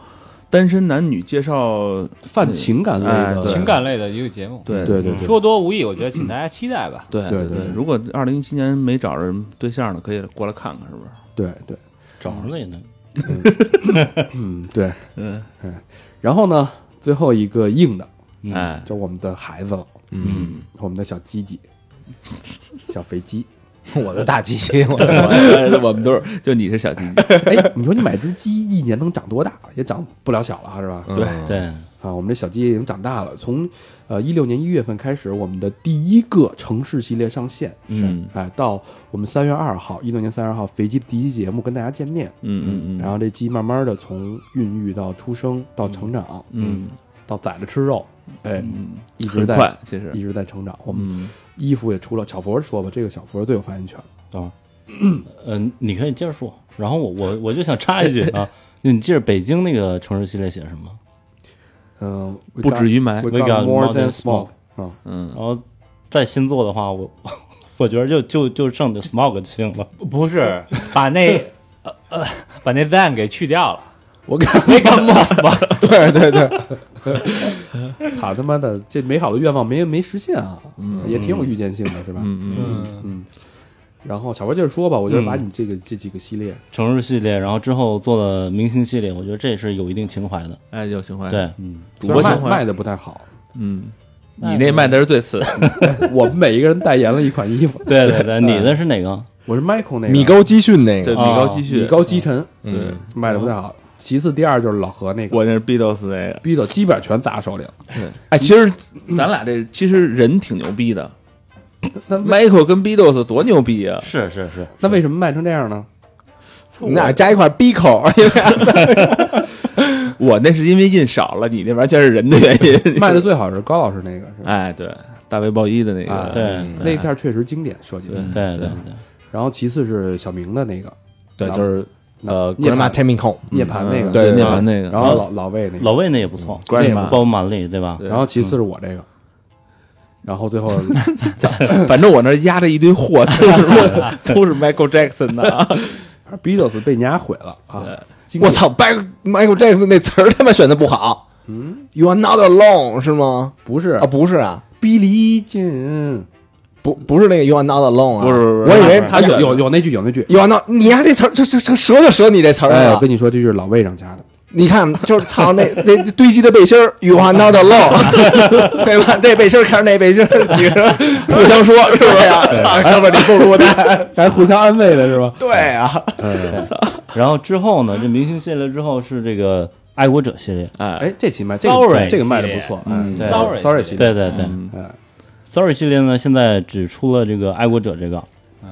[SPEAKER 4] 单身男女，介绍
[SPEAKER 2] 泛情感类
[SPEAKER 4] 哎
[SPEAKER 2] 的
[SPEAKER 4] 对
[SPEAKER 5] 情感类的一个节目，
[SPEAKER 4] 对
[SPEAKER 2] 对对对，
[SPEAKER 5] 说多无益，我觉得
[SPEAKER 4] 嗯
[SPEAKER 5] 请大家期待吧。
[SPEAKER 4] 对
[SPEAKER 2] 对对
[SPEAKER 4] 对
[SPEAKER 2] 对，
[SPEAKER 4] 如果二零一七年没找着对象的，可以过来看看，是不是？
[SPEAKER 2] 对对，
[SPEAKER 6] 找着了也能，
[SPEAKER 2] 嗯对，哎
[SPEAKER 4] 嗯，
[SPEAKER 2] 然后呢，最后一个硬的，
[SPEAKER 6] 嗯，
[SPEAKER 4] 哎，
[SPEAKER 2] 就我们的孩子了，
[SPEAKER 4] 嗯，
[SPEAKER 2] 我们的小鸡鸡，小肥鸡，
[SPEAKER 3] 我的大机器， 我
[SPEAKER 4] 我 我们都是，就你是小鸡，
[SPEAKER 2] 哎，你说你买只鸡一年能长多大？也长不了小了，是吧？
[SPEAKER 3] 对
[SPEAKER 4] 嗯
[SPEAKER 6] 对，
[SPEAKER 2] 啊，我们这小鸡已经长大了。从呃一六年一月份开始，我们的第一个城市系列上线，
[SPEAKER 4] 嗯
[SPEAKER 2] 哎，到我们三月二号，一六年三月二号，肥鸡第一期节目跟大家见面。
[SPEAKER 4] 嗯嗯
[SPEAKER 2] 然
[SPEAKER 4] 嗯
[SPEAKER 2] 后这鸡慢慢的从孕育到出生到成长，
[SPEAKER 4] 嗯，
[SPEAKER 2] 到宰着吃肉，哎，
[SPEAKER 4] 嗯，
[SPEAKER 2] 一直
[SPEAKER 4] 很
[SPEAKER 2] 在
[SPEAKER 4] 快，其实
[SPEAKER 2] 一，直在成长。我们
[SPEAKER 4] 嗯，
[SPEAKER 2] 衣服也出了，小佛说吧，这个小佛最有发言权了。
[SPEAKER 6] 等会儿，嗯、你可以接着说，然后我我我就想插 一句啊，你记着北京那个城市系列写什么？
[SPEAKER 2] 嗯，
[SPEAKER 4] 不止于埋
[SPEAKER 2] we
[SPEAKER 6] We
[SPEAKER 2] got
[SPEAKER 6] got
[SPEAKER 2] more 啊
[SPEAKER 6] more
[SPEAKER 2] than
[SPEAKER 6] than
[SPEAKER 2] smoke
[SPEAKER 6] smoke
[SPEAKER 2] 啊，
[SPEAKER 4] 嗯
[SPEAKER 6] 然后再新做的话，我我觉得就就就剩 smog 就行了。
[SPEAKER 5] 不是把那呃呃把那 than 给去掉了，
[SPEAKER 3] 我看，
[SPEAKER 5] 那个 mos 吧，
[SPEAKER 3] 对对对，
[SPEAKER 2] 操他妈的，这美好的愿望没没实现啊，也挺有预见性的，是吧？
[SPEAKER 4] 嗯嗯，
[SPEAKER 5] 嗯，
[SPEAKER 2] 嗯，然后小白接着说吧，我觉得把你这个、这几个系列，
[SPEAKER 6] 城市系列，然后之后做的明星系列，我觉得这是有一定情怀的。
[SPEAKER 4] 哎，有情怀，，
[SPEAKER 6] 对，
[SPEAKER 2] 嗯，
[SPEAKER 4] 主
[SPEAKER 2] 主播
[SPEAKER 4] 播
[SPEAKER 2] 卖
[SPEAKER 4] 情怀
[SPEAKER 2] 卖的不太好，
[SPEAKER 4] 嗯，你那卖的是最次的，
[SPEAKER 2] 我们每一个人代言了一款衣服，
[SPEAKER 6] 对对对，呃你的是哪个？
[SPEAKER 2] 我是 Michael 那个
[SPEAKER 3] 米高基训那
[SPEAKER 4] 对，
[SPEAKER 3] 个，
[SPEAKER 4] 米高积
[SPEAKER 2] 米
[SPEAKER 4] 蓄，
[SPEAKER 2] 高基臣，
[SPEAKER 3] 嗯，
[SPEAKER 2] 卖的不太好。其次，第二就是老何那个，
[SPEAKER 4] 我那是 Beatles 那个。
[SPEAKER 2] 逼的基本上全砸手里了。
[SPEAKER 4] 哎，其实咱俩这其实人挺牛逼的
[SPEAKER 2] 那
[SPEAKER 4] ，Michael 跟 Beatles 多牛逼啊！
[SPEAKER 6] 是是是，
[SPEAKER 2] 那为什么卖成这样呢？
[SPEAKER 3] 我们俩加一块 B 口，
[SPEAKER 4] 我那是因为印少了，你那完全是人的原因。
[SPEAKER 2] 卖的最好是高老师那个，是吧？
[SPEAKER 4] 哎，对，大卫鲍伊的那
[SPEAKER 2] 啊
[SPEAKER 4] 个，嗯
[SPEAKER 6] 对
[SPEAKER 2] 那一片确实经典设计的。
[SPEAKER 6] 对对
[SPEAKER 2] 然后其次是小明的那个
[SPEAKER 3] 对，就是呃
[SPEAKER 2] 涅槃
[SPEAKER 3] ，Grandma Take Me Home，
[SPEAKER 2] 涅槃那个，
[SPEAKER 3] 对
[SPEAKER 4] 嗯涅槃那个，
[SPEAKER 2] 然后老老魏那
[SPEAKER 6] 对，
[SPEAKER 2] 个，
[SPEAKER 6] 老魏那也不错，
[SPEAKER 4] 关键
[SPEAKER 2] 那
[SPEAKER 4] 吧
[SPEAKER 2] 个
[SPEAKER 6] 包满力对吧？
[SPEAKER 4] 对嗯
[SPEAKER 2] 然后其次是我这个，然后最后
[SPEAKER 4] 反正我那儿压着一堆 货，都是都是 Michael Jackson 的啊。
[SPEAKER 2] Beatles 被人家毁了啊！经
[SPEAKER 3] 嗯我
[SPEAKER 2] 典
[SPEAKER 3] 操，Michael Michael Jackson 那词儿他妈选的不好。嗯，You are not alone 是吗？
[SPEAKER 2] 不
[SPEAKER 4] 哦
[SPEAKER 2] 是
[SPEAKER 3] 啊，不是啊，
[SPEAKER 2] Billie Jean，
[SPEAKER 3] 不不是那个 You are not alone 啊，
[SPEAKER 4] 不是不是不
[SPEAKER 3] 我
[SPEAKER 4] 是
[SPEAKER 3] 以为
[SPEAKER 4] 不是
[SPEAKER 2] 他哎有有有那句有那句，
[SPEAKER 3] You are not，你呀这词儿这这这折就折你这词儿啊
[SPEAKER 2] 哎，我
[SPEAKER 3] 了
[SPEAKER 2] 跟。你说，这就是老魏上加的。
[SPEAKER 3] 你看，就是操那 那那堆积的背心儿，You are not alone，对吧？这背心儿看着那背心儿，几个 人互相说是不是呀？操，
[SPEAKER 2] 哎
[SPEAKER 3] 要不然你不 如他。
[SPEAKER 2] 还互相安慰的是吧？
[SPEAKER 3] 对啊，
[SPEAKER 4] 嗯
[SPEAKER 6] 然后之后呢，这明星系列之后是这个爱国者系列，
[SPEAKER 4] 哎，
[SPEAKER 2] 哎，这期卖这个
[SPEAKER 5] Sorry
[SPEAKER 2] 这个卖的不错，嗯
[SPEAKER 6] 对
[SPEAKER 5] Sorry
[SPEAKER 2] ，sorry 系
[SPEAKER 5] 系
[SPEAKER 2] 列，
[SPEAKER 6] 对对对
[SPEAKER 4] 嗯
[SPEAKER 2] 哎，
[SPEAKER 6] ，Sorry 系列呢，现在只出了这个爱国者这个，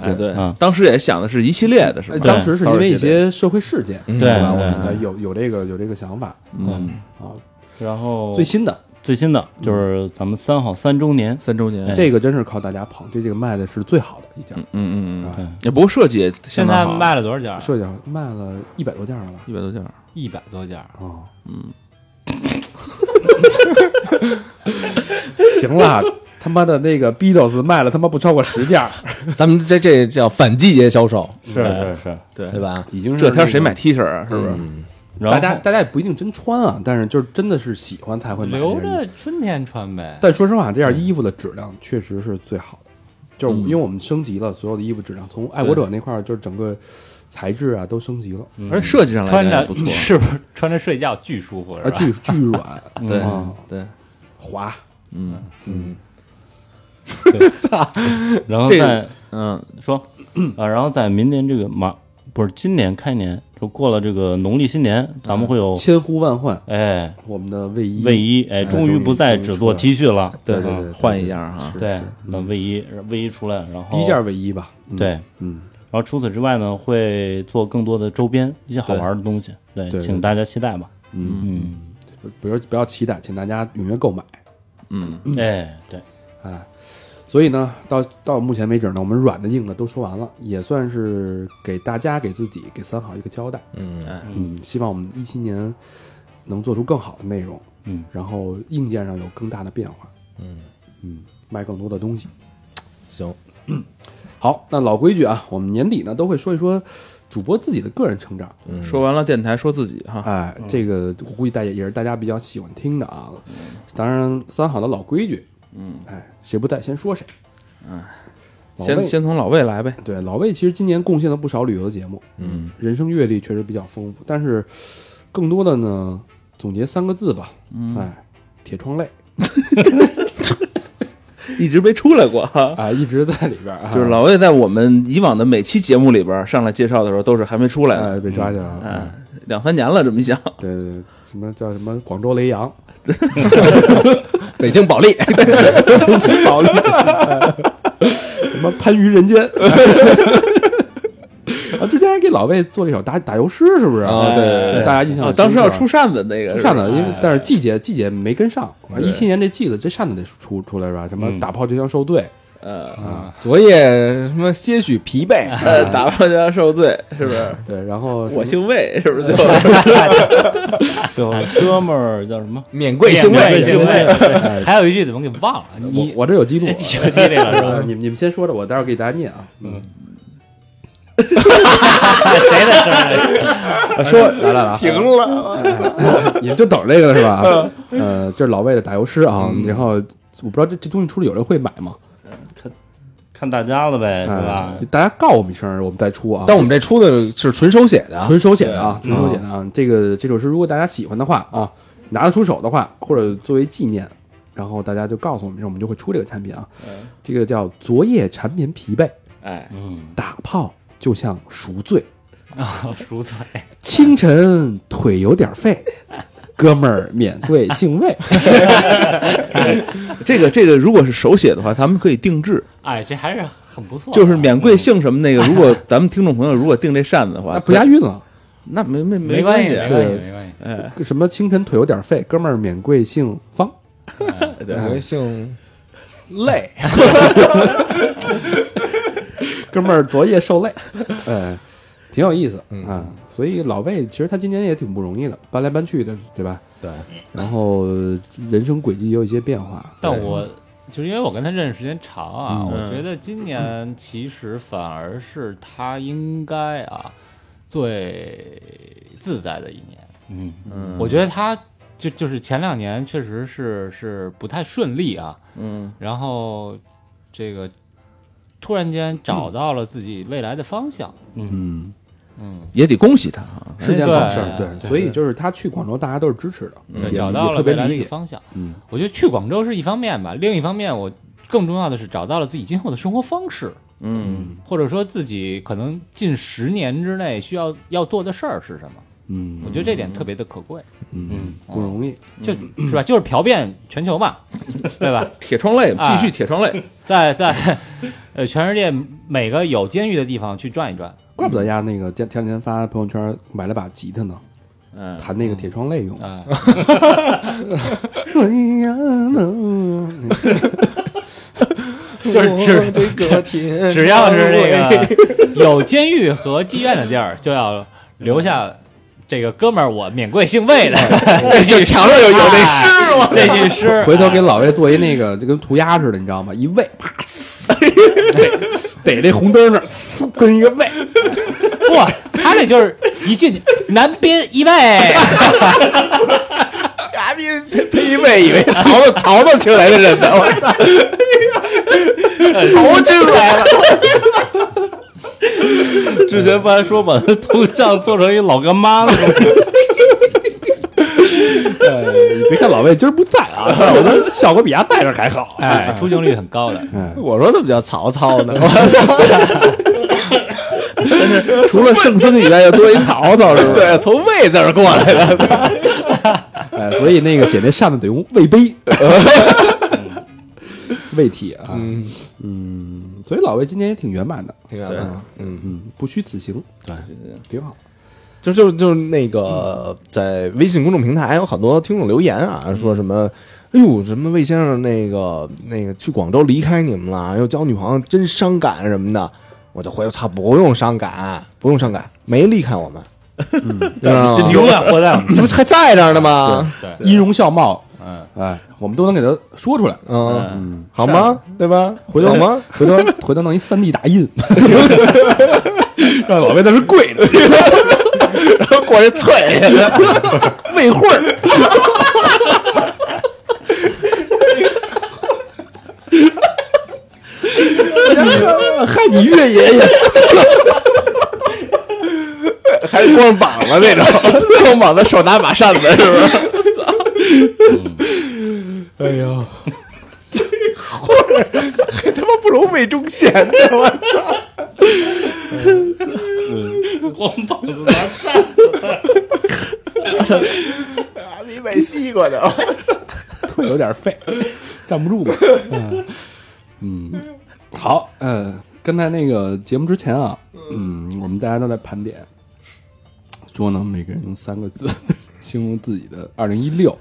[SPEAKER 4] 哎对
[SPEAKER 6] 嗯，
[SPEAKER 4] 当时也想的是一系列的，是吧？
[SPEAKER 2] 哎当时是因为一
[SPEAKER 4] Sorry 系列
[SPEAKER 2] 些社会事件，
[SPEAKER 6] 对
[SPEAKER 2] 吧？我们
[SPEAKER 6] 对
[SPEAKER 2] 才有有这个有这个想法
[SPEAKER 4] 嗯
[SPEAKER 2] 啊。
[SPEAKER 6] 然后
[SPEAKER 2] 最新的
[SPEAKER 6] 最新的就是咱们三好三周年，
[SPEAKER 4] 三周年，
[SPEAKER 6] 哎
[SPEAKER 2] 这个真是靠大家捧，这这个卖的是最好的一家
[SPEAKER 4] 嗯，嗯嗯
[SPEAKER 2] 啊
[SPEAKER 4] 嗯，也不过设计
[SPEAKER 5] 现
[SPEAKER 4] 相
[SPEAKER 5] 在
[SPEAKER 4] 当好，啊
[SPEAKER 5] 卖了多少件儿？
[SPEAKER 2] 设计好卖了一百多件了吧？
[SPEAKER 4] 一百多件儿，
[SPEAKER 5] 一百多件儿，
[SPEAKER 2] 哦，嗯， 行了，他妈的那个 Beatles 卖了他妈不超过十件儿，
[SPEAKER 3] 咱们这这叫反季节销售，
[SPEAKER 6] 是是是，
[SPEAKER 4] 对嗯
[SPEAKER 3] 对？吧？嗯
[SPEAKER 2] 已经是
[SPEAKER 4] 这天谁
[SPEAKER 2] 那
[SPEAKER 4] 买 T 恤啊？是不是？
[SPEAKER 2] 个？
[SPEAKER 6] 然
[SPEAKER 2] 大
[SPEAKER 6] 后
[SPEAKER 2] 家大家也不一定真穿啊，但是就是真的是喜欢才会买这件衣
[SPEAKER 5] 留
[SPEAKER 2] 服。
[SPEAKER 5] 着春天穿呗。
[SPEAKER 2] 但说实话，这件衣服的质量确实是最好的，
[SPEAKER 4] 嗯
[SPEAKER 2] 就是因为我们升级了所有的衣服质量，从爱国者那块儿就是整个材质啊都升级了，
[SPEAKER 4] 而且设计上来
[SPEAKER 5] 穿
[SPEAKER 4] 讲
[SPEAKER 5] 着
[SPEAKER 6] 哎
[SPEAKER 4] 也不错，
[SPEAKER 5] 是不是穿着睡觉巨舒服是
[SPEAKER 2] 啊
[SPEAKER 5] 吧？
[SPEAKER 2] 巨巨软
[SPEAKER 4] 对
[SPEAKER 2] 啊
[SPEAKER 4] 对，
[SPEAKER 2] 滑，
[SPEAKER 4] 嗯
[SPEAKER 6] 然后
[SPEAKER 4] 这
[SPEAKER 6] 在
[SPEAKER 4] 嗯，
[SPEAKER 6] 说啊，然后在明年这个马不是今年开年，就过了这个农历新年，咱们会
[SPEAKER 4] 哦
[SPEAKER 6] 有
[SPEAKER 2] 千呼万唤，
[SPEAKER 6] 哎
[SPEAKER 2] 我们的卫衣
[SPEAKER 6] 卫衣，哎，终于不再只做 T 恤了，
[SPEAKER 2] 对对
[SPEAKER 6] 嗯
[SPEAKER 2] 对，
[SPEAKER 4] 换一件儿啊哈，
[SPEAKER 6] 对，那卫衣卫衣出来，然后
[SPEAKER 2] 第一件卫衣吧，嗯
[SPEAKER 6] 对，
[SPEAKER 2] 嗯，
[SPEAKER 6] 然后除此之外呢，会做更多的周边一些好玩的东西，对，
[SPEAKER 2] 对对
[SPEAKER 6] 请大家期待吧，
[SPEAKER 2] 嗯嗯，不要不要期待，请大家踊跃购买
[SPEAKER 4] 嗯，
[SPEAKER 6] 哎，对，
[SPEAKER 2] 啊。所以呢，到到目前为止呢，我们软的硬的都说完了，也算是给大家、给自己、给三好一个交代。
[SPEAKER 3] 嗯，
[SPEAKER 2] 嗯，希望我们一七年能做出更好的内容，
[SPEAKER 6] 嗯，
[SPEAKER 2] 然后硬件上有更大的变化，嗯嗯，卖更多的东西。
[SPEAKER 3] 行，
[SPEAKER 2] 好，那老规矩啊，我们年底呢都会说一说主播自己的个人成长，
[SPEAKER 4] 说完了电台，说自己哈，
[SPEAKER 2] 哎，这个我估计大家也是大家比较喜欢听的啊。当然，三好的老规矩，嗯，哎，谁不在先说谁。嗯，老
[SPEAKER 4] 先
[SPEAKER 2] 魏
[SPEAKER 4] 先从老魏来呗，
[SPEAKER 2] 对老魏，其实今年贡献了不少旅游的节目，
[SPEAKER 4] 嗯，
[SPEAKER 2] 人生阅历确实比较丰富，但是更多的呢，总结三个字吧，嗯，哎，铁窗泪
[SPEAKER 4] 一直没出来过哈。
[SPEAKER 2] 啊，一直在里边 啊，
[SPEAKER 4] 就是老魏在我们以往的每期节目里边上来介绍的时候，都是还没出来呢，
[SPEAKER 2] 哎被抓起来了，
[SPEAKER 4] 哎，
[SPEAKER 2] 嗯
[SPEAKER 4] 两三年了，这么一想，
[SPEAKER 2] 对对对，什么叫什么广州雷 洋，
[SPEAKER 3] 北京保 利，
[SPEAKER 2] 保利，什么番禺人 间。啊，之前还给老魏做了一首打打油诗，是不是？
[SPEAKER 3] 啊对对
[SPEAKER 2] 大家印象
[SPEAKER 4] 啊，
[SPEAKER 2] 很
[SPEAKER 4] 当时
[SPEAKER 2] 深
[SPEAKER 4] 要
[SPEAKER 2] 刻
[SPEAKER 4] 出扇子那个，
[SPEAKER 2] 出扇子，因为但是季节季节没跟上，一七年这季子这扇子得出出来吧？什么打炮这枪受罪，
[SPEAKER 4] 呃
[SPEAKER 3] 嗯昨夜什么些许疲 惫，
[SPEAKER 4] 呃，打败了就要受罪，是不是？
[SPEAKER 2] 对，然后
[SPEAKER 4] 我姓魏，是不是？就
[SPEAKER 6] 就哥们儿叫什么？
[SPEAKER 3] 免贵兴味，
[SPEAKER 5] 兴
[SPEAKER 6] 对对对哎
[SPEAKER 5] 还有一句怎么给忘了？你，
[SPEAKER 2] 我我这有记录
[SPEAKER 5] 就这个是吧？
[SPEAKER 2] 你们你们先说着，我待会儿给大家念啊。嗯，
[SPEAKER 5] 谁的事儿？
[SPEAKER 2] 啊说来来来，啊
[SPEAKER 3] 停了，
[SPEAKER 2] 你们就等这个了是吧？呃，这是老魏的打油诗啊，然后我不知道这这东西出了有人会买吗？
[SPEAKER 6] 看大家了呗，
[SPEAKER 2] 是
[SPEAKER 6] 是吧？
[SPEAKER 2] 大家告我们一声，我们再出啊。
[SPEAKER 3] 但我们这出的是纯手写的啊，
[SPEAKER 2] 纯手写的啊，纯手写的啊。这个这首诗，如果大家喜欢的话啊，拿得出手的话，或者作为纪念，然后大家就告诉我们，我们就会出这个产品啊。这个叫“昨夜缠绵疲惫，
[SPEAKER 4] 哎，
[SPEAKER 6] 嗯，
[SPEAKER 2] 打炮就像赎罪，
[SPEAKER 5] 啊，赎罪，
[SPEAKER 2] 清晨腿有点废，哥们儿免贵姓魏。
[SPEAKER 4] 这个这个，如果是手写的话，咱们可以定制，
[SPEAKER 5] 哎，这还是很不错的，
[SPEAKER 4] 就是免贵姓什么那个。如果咱们听众朋友如果订这扇子的”，话，
[SPEAKER 2] 那哎啊不押韵了。
[SPEAKER 4] 那没没
[SPEAKER 5] 没
[SPEAKER 4] 关
[SPEAKER 5] 关系，没
[SPEAKER 4] 系，啊
[SPEAKER 5] 关系，
[SPEAKER 2] 对
[SPEAKER 5] 没关系。
[SPEAKER 4] 哎，
[SPEAKER 2] 什么清晨腿有点废，哥们儿免贵姓方。
[SPEAKER 4] 对，
[SPEAKER 3] 免贵姓累，
[SPEAKER 2] 哥们儿昨夜受累， 哎，挺有意思
[SPEAKER 5] 嗯
[SPEAKER 2] 啊。所以老魏其实他今年也挺不容易的，搬来搬去的，对吧？
[SPEAKER 3] 对。
[SPEAKER 2] 然后人生轨迹也有一些变化，
[SPEAKER 5] 但我就是因为我跟他认识时间长啊，
[SPEAKER 4] 嗯
[SPEAKER 5] 我觉得今年其实反而是他应该啊最自在的一年。
[SPEAKER 6] 嗯，
[SPEAKER 4] 嗯
[SPEAKER 5] 我觉得他就就是前两年确实是是不太顺利啊，
[SPEAKER 4] 嗯
[SPEAKER 5] 然后这个突然间找到了自己未来的方向，
[SPEAKER 2] 嗯，
[SPEAKER 5] 嗯，
[SPEAKER 4] 也得恭喜他啊，
[SPEAKER 2] 是件
[SPEAKER 5] 哎对
[SPEAKER 2] 好事儿，
[SPEAKER 5] 对
[SPEAKER 2] 对。所以就是他去广州，大家都是支持的，
[SPEAKER 5] 对，
[SPEAKER 2] 嗯也
[SPEAKER 5] 找到
[SPEAKER 2] 也
[SPEAKER 5] 了
[SPEAKER 2] 特别
[SPEAKER 5] 未来的
[SPEAKER 2] 理
[SPEAKER 5] 一个
[SPEAKER 2] 解。
[SPEAKER 5] 方向。
[SPEAKER 2] 嗯，
[SPEAKER 5] 我觉得去广州是一方面吧，另一方面我更重要的是找到了自己今后的生活方式，
[SPEAKER 4] 嗯
[SPEAKER 5] 或者说自己可能近十年之内需要要做的事儿是什么。
[SPEAKER 2] 嗯
[SPEAKER 5] 我觉得这点特别的可贵，
[SPEAKER 2] 嗯，不容易。
[SPEAKER 5] 就是吧，就是嫖遍全 球嘛，对吧？
[SPEAKER 4] 铁窗泪，
[SPEAKER 5] 哎
[SPEAKER 4] 继
[SPEAKER 2] 啊
[SPEAKER 4] 续铁窗泪，
[SPEAKER 5] 在在呃全世界每个有监狱的地方去转一转，
[SPEAKER 2] 怪不得丫那个前前两天发朋友圈买了把吉他呢，
[SPEAKER 4] 嗯，
[SPEAKER 2] 弹那个铁窗泪用。哎
[SPEAKER 5] 啊、
[SPEAKER 2] 嗯
[SPEAKER 3] 就是指这个天，
[SPEAKER 5] 只要是这 个有监狱和妓院的地儿，就要留下这个哥们儿我免贵姓魏的 这句
[SPEAKER 3] 嗯
[SPEAKER 5] 哎
[SPEAKER 3] 墙上有有那诗，
[SPEAKER 5] 这句 诗，
[SPEAKER 2] 回头给老魏做一那 个，就跟涂鸦似的，你知道吗？一喂， 啪，逮逮这红灯那儿，呲跟一个 喂，
[SPEAKER 5] 不，他这就是一进去南边一位，
[SPEAKER 3] 傻逼配一位
[SPEAKER 2] 哎
[SPEAKER 3] 以为曹操曹操请来的人呢，我操，曹军来了，
[SPEAKER 6] 之前不还说把 他头像做成一老干妈了吗？
[SPEAKER 2] 呃，你别看老魏今儿不在啊，但我觉得效果比他在这儿还 好。
[SPEAKER 5] 哎，出镜率很高的，
[SPEAKER 2] 哎，
[SPEAKER 3] 我说怎么叫曹操呢？ 我
[SPEAKER 4] 除了圣僧以外，又多一曹 操，是不是？
[SPEAKER 3] 对，从魏字儿过来的，
[SPEAKER 2] 哎，所以那个写那扇子得用魏 碑，魏体啊，嗯，所以老魏今年也挺圆满的，
[SPEAKER 3] 挺远的，嗯。
[SPEAKER 2] 嗯，不虚此行，对，挺好。
[SPEAKER 3] 就就就是那个在微信公众平台有很多听众留言啊，说什么。哎呦，什么魏先生那个那个去广州离开你们了，又交女朋友，真伤感什么的，我就回我操，不用伤感，不用伤感，没离开我们， 你知 道吗？
[SPEAKER 5] 永远活在我们。
[SPEAKER 3] 这不还在这儿呢吗？
[SPEAKER 2] 音容笑貌，嗯，哎，我们都能给他说 出来，
[SPEAKER 3] 嗯，好吗？对吧？
[SPEAKER 2] 回头
[SPEAKER 3] 好吗？？
[SPEAKER 2] 回头回头弄一三 D 打印， 让老魏在那跪 着，
[SPEAKER 3] 然后过去 啐去，
[SPEAKER 2] 魏慧儿。害你岳爷 爷！
[SPEAKER 3] 还光着膀子 那种，光膀子手拿把扇子，是不是？
[SPEAKER 2] 哎呦，
[SPEAKER 3] 还他妈不如魏忠贤呢，我嗯
[SPEAKER 6] 光膀子拿扇，
[SPEAKER 3] 操，比买西瓜呢。
[SPEAKER 2] 腿有点 废，站不住吧？嗯，嗯好，呃，刚才那个节目之前啊，嗯，我们大家都在盘点，说呢， 每个人用三个字形容自己的二零一六，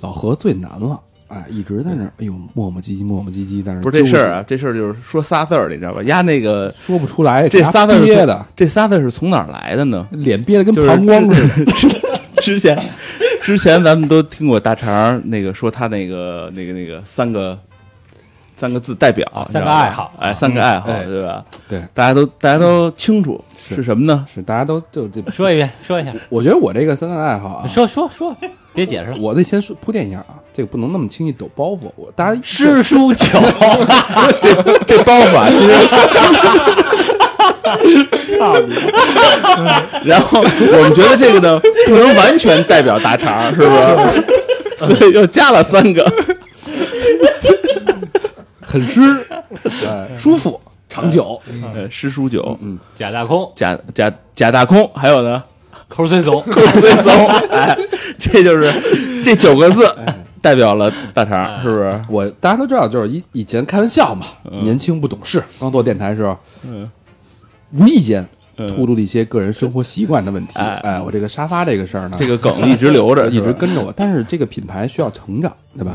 [SPEAKER 2] 老何最难了，哎，一直在那儿，哎呦，磨磨唧唧，磨磨唧唧，在那儿
[SPEAKER 4] 不是这
[SPEAKER 2] 揪
[SPEAKER 4] 事
[SPEAKER 2] 着
[SPEAKER 4] 儿啊，这事儿就是说仨字儿，你知道吧？压那个
[SPEAKER 2] 说不出来，
[SPEAKER 4] 这
[SPEAKER 2] 给他
[SPEAKER 4] 仨字儿是
[SPEAKER 2] 憋
[SPEAKER 4] 从
[SPEAKER 2] 的，
[SPEAKER 4] 这仨字儿是从哪儿来的呢？
[SPEAKER 2] 脸憋得跟
[SPEAKER 4] 就是
[SPEAKER 2] 膀胱似的。
[SPEAKER 4] 之 之 前之前咱们都听过大肠儿那个说他那个那个那个三个三个字代表
[SPEAKER 5] 啊，
[SPEAKER 4] 你知道
[SPEAKER 5] 三个
[SPEAKER 4] 吧
[SPEAKER 5] 爱好
[SPEAKER 4] 哎，三个爱好
[SPEAKER 2] 哎
[SPEAKER 4] 对吧？
[SPEAKER 2] 对，
[SPEAKER 4] 大家都大家都清楚是什么呢？
[SPEAKER 2] 是，大家都就这，
[SPEAKER 5] 说一遍，说一下，
[SPEAKER 2] 我觉得我这个三大爱好啊，
[SPEAKER 5] 说说说，别解释了。
[SPEAKER 2] 我得先说铺垫一下啊，这个不能那么轻易抖包袱，我大家
[SPEAKER 5] 诗书 酒，
[SPEAKER 4] 这包袱啊，其实，然后我们觉得这个呢不能完全代表大肠儿，是 不是？所以又加了三个，
[SPEAKER 2] 很湿，哎，舒服长久，哎嗯
[SPEAKER 4] 呃，诗书酒，
[SPEAKER 5] 假大空，
[SPEAKER 4] 假假假大空，还有呢，
[SPEAKER 5] 抠虽怂，
[SPEAKER 4] 空飞松，哎，这就是这九个字
[SPEAKER 2] 哎
[SPEAKER 4] 代表了大肠，是不是？
[SPEAKER 2] 我大家都知道，就是以以前开玩笑嘛，
[SPEAKER 4] 嗯
[SPEAKER 2] 年轻不懂事，刚做电台时候，嗯，无意间吐露了一些个人生活习惯的问题。
[SPEAKER 4] 哎
[SPEAKER 2] 哎，我这个沙发这个事儿呢，
[SPEAKER 4] 这个梗一直留 着，
[SPEAKER 2] 一
[SPEAKER 4] 是嗯
[SPEAKER 2] 直
[SPEAKER 4] 吧
[SPEAKER 2] 跟着我，但是这个品牌需要成长，对吧？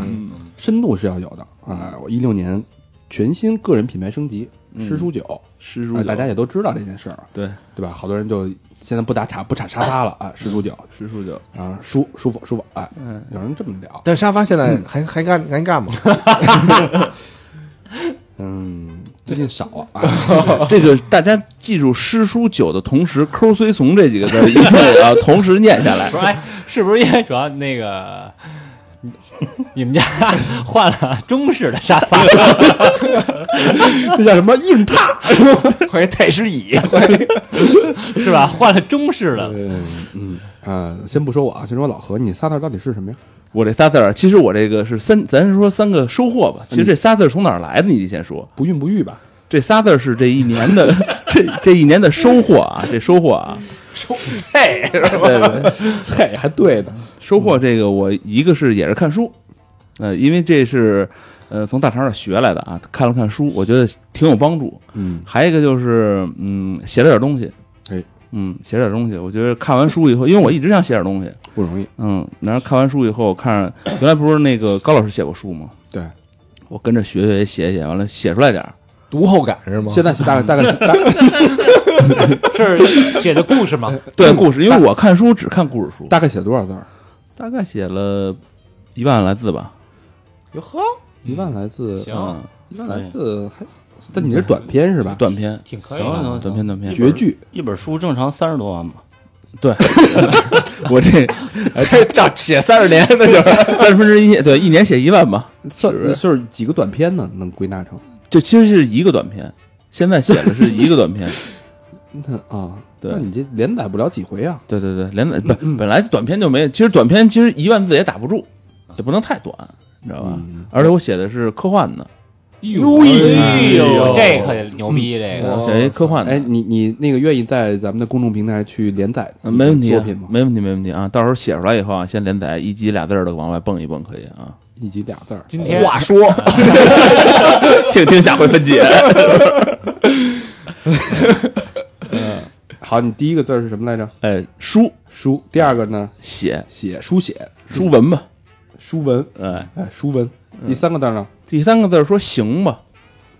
[SPEAKER 2] 深度是要有的啊！我一六年全新个人品牌升级，诗书酒，
[SPEAKER 4] 嗯诗
[SPEAKER 2] 啊
[SPEAKER 4] 书
[SPEAKER 2] 大家
[SPEAKER 4] 酒
[SPEAKER 2] 也都知道这件事儿，啊
[SPEAKER 4] 对嗯
[SPEAKER 2] 对吧？好多人就现在不打茶不查沙发了啊，诗书酒
[SPEAKER 4] 诗书酒，
[SPEAKER 2] 啊，舒舒服舒服，哎，
[SPEAKER 4] 嗯
[SPEAKER 2] 有人这么聊，
[SPEAKER 3] 但是沙发现在还还干还干吗？
[SPEAKER 2] 嗯，最近少了 啊，
[SPEAKER 4] 这个大家记住诗书酒的同时，抠虽怂这几个字儿一定要同时念下来
[SPEAKER 5] 不。是，哎，是不是因为主要那个你们家换了中式的沙发？
[SPEAKER 2] 这叫什么硬踏？
[SPEAKER 3] 欢迎太师 椅，
[SPEAKER 5] 是吧？换了中式的，
[SPEAKER 2] 嗯嗯啊，先不说我啊，先说老何，你仨字儿到底是什么呀？
[SPEAKER 4] 我这仨字儿，其实我这个是三，咱说三个收获吧。其实这仨字儿从哪儿来的？你得先说。
[SPEAKER 2] 不孕不育 吧？
[SPEAKER 4] 这仨字儿是这一年的这这一年的收获啊，这收获啊，收菜是吧？对对，
[SPEAKER 2] 菜还对的，
[SPEAKER 4] 收获这个我一个是也是看书，呃，因为这是呃从大肠那儿学来的啊，看了看书，我觉得挺有帮助。
[SPEAKER 2] 嗯，
[SPEAKER 4] 还有一个就是嗯，写了点东西，
[SPEAKER 2] 哎，
[SPEAKER 4] 嗯，写了点东西，我觉得看完书以后，因为我一直想写点东西，
[SPEAKER 2] 不容易，
[SPEAKER 4] 嗯，然后看完书以后，看原来不是那个高老师写过书吗？
[SPEAKER 2] 对，
[SPEAKER 4] 我跟着学学也写写，完了写出来点儿。
[SPEAKER 3] 读后感是吗？
[SPEAKER 2] 现在是 大概大概大
[SPEAKER 5] 是写的故事吗？
[SPEAKER 4] 对故事，因为我看书只看故事书，大
[SPEAKER 2] 大概写了多少字儿？
[SPEAKER 4] 大概写了一万来字吧。
[SPEAKER 3] 哟呵，
[SPEAKER 2] 一万来字，
[SPEAKER 5] 行
[SPEAKER 4] 嗯，
[SPEAKER 2] 一万来字还，但你是短篇是吧？
[SPEAKER 4] 短篇，
[SPEAKER 5] 挺可以
[SPEAKER 6] 行
[SPEAKER 5] 的。
[SPEAKER 6] 行
[SPEAKER 4] 短篇，短篇。
[SPEAKER 2] 绝句，
[SPEAKER 6] 一本书正常三十多万吧，
[SPEAKER 4] 对，我 这哎
[SPEAKER 3] 这这写三十年那就是
[SPEAKER 4] 三分之一，对，一年写一万吧。
[SPEAKER 2] 算就是几个短篇呢？能归纳成
[SPEAKER 4] 就其实是一个短篇，现在写的是一个 短篇。
[SPEAKER 2] 那啊？
[SPEAKER 4] 对
[SPEAKER 2] 那你这连载不了几回啊？
[SPEAKER 4] 对对对，连载本本来短篇就没，其实短篇其实一万字也打不住，也不能太短，你知道吧？而且我写的是科幻的，
[SPEAKER 3] 优异，
[SPEAKER 5] 哎呦，嗯这可牛逼！这个
[SPEAKER 4] 写一科幻的。
[SPEAKER 2] 哎，你你那个愿意在咱们的公众平台去连载
[SPEAKER 4] 呃没问
[SPEAKER 2] 你
[SPEAKER 4] 题
[SPEAKER 2] 的
[SPEAKER 4] 啊，
[SPEAKER 2] 作品吗？
[SPEAKER 4] 没问题，没问题啊！到时候写出来以后啊，先连载一集俩字儿的往外蹦一蹦，可以 啊。
[SPEAKER 2] 以及俩字儿，
[SPEAKER 5] 今天
[SPEAKER 3] 话说
[SPEAKER 4] 请听下回分解。
[SPEAKER 2] 好，你第一个字儿是什么来着？
[SPEAKER 4] 哎，书
[SPEAKER 2] 书。第二个呢？
[SPEAKER 4] 写
[SPEAKER 2] 写书写
[SPEAKER 4] 书文吧，
[SPEAKER 2] 书文，
[SPEAKER 4] 哎，
[SPEAKER 2] 哎，书文。第三个字儿呢？
[SPEAKER 4] 第三个字儿说行吧，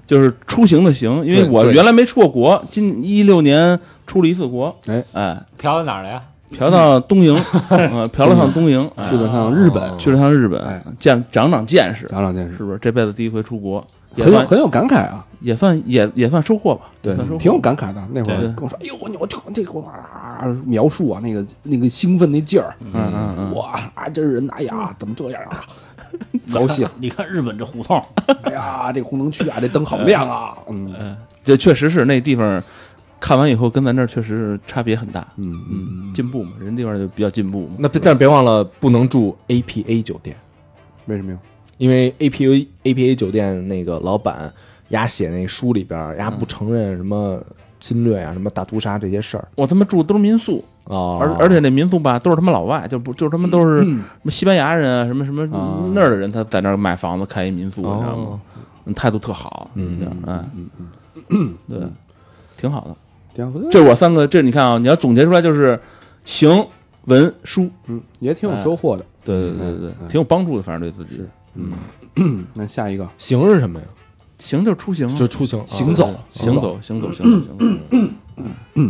[SPEAKER 4] 就是出行的行，因为
[SPEAKER 2] 对
[SPEAKER 4] 我
[SPEAKER 2] 对
[SPEAKER 4] 原来没出过国，今一六年出了一次国，
[SPEAKER 2] 哎
[SPEAKER 4] 哎，
[SPEAKER 5] 飘到哪儿了呀？
[SPEAKER 4] 嫖到东 营，嗯，嫖了趟东营，哎
[SPEAKER 2] 去了趟日本，
[SPEAKER 4] 去了趟日
[SPEAKER 2] 哎
[SPEAKER 4] 本，见长长见识，
[SPEAKER 2] 长长见识
[SPEAKER 4] 是，不是？这辈子第一回出国，也
[SPEAKER 2] 很有
[SPEAKER 4] 算
[SPEAKER 2] 很有感慨啊。
[SPEAKER 4] 也算也也算收获吧，
[SPEAKER 2] 对
[SPEAKER 4] 也算收，获
[SPEAKER 2] 挺有感慨的。那会儿
[SPEAKER 4] 对
[SPEAKER 2] 跟我说：“哎呦，我我这这个啊，描述啊，那个那个兴奋那劲儿，
[SPEAKER 4] 嗯嗯嗯，
[SPEAKER 2] 哇啊，这人哎呀，怎么这样啊？高兴，
[SPEAKER 6] 你看日本这胡 同，
[SPEAKER 2] 哎呀，这红灯区啊，这灯好亮啊，嗯嗯
[SPEAKER 4] 这确实是那地方。看完以后，跟咱这儿确实是差别很大，
[SPEAKER 2] 嗯，
[SPEAKER 4] 嗯，进步嘛，人地方就比较进步嘛。
[SPEAKER 3] 那别但别忘了不能住 APA 酒店，
[SPEAKER 2] 为什么呀？
[SPEAKER 3] 因为 APA APA 酒店那个老板丫写那书里边儿，丫不承认什么侵略啊、什么大屠杀这些事儿
[SPEAKER 4] 我他妈住都是民宿，
[SPEAKER 3] 啊，
[SPEAKER 4] 而而且那民宿吧都是他妈老外，就不就是他们都是什么西班牙人啊，什么什么
[SPEAKER 2] 啊
[SPEAKER 4] 那儿的人，他在那儿买房子开一民宿，
[SPEAKER 3] 哦
[SPEAKER 4] 你知道吗？嗯态度特好，
[SPEAKER 3] 嗯
[SPEAKER 4] 这样嗯 对，挺好的。
[SPEAKER 2] 这样
[SPEAKER 4] 这我三个，这你看啊，你要总结出来就是行文书，嗯
[SPEAKER 2] 嗯也挺有收获的。
[SPEAKER 4] 对对对对，挺有帮助的，反正对自己。
[SPEAKER 2] 嗯，那下一个
[SPEAKER 3] 行是什么呀？
[SPEAKER 4] 行就是出行啊，
[SPEAKER 3] 就出行
[SPEAKER 2] 行走，
[SPEAKER 4] 行走，行走，行走，行走。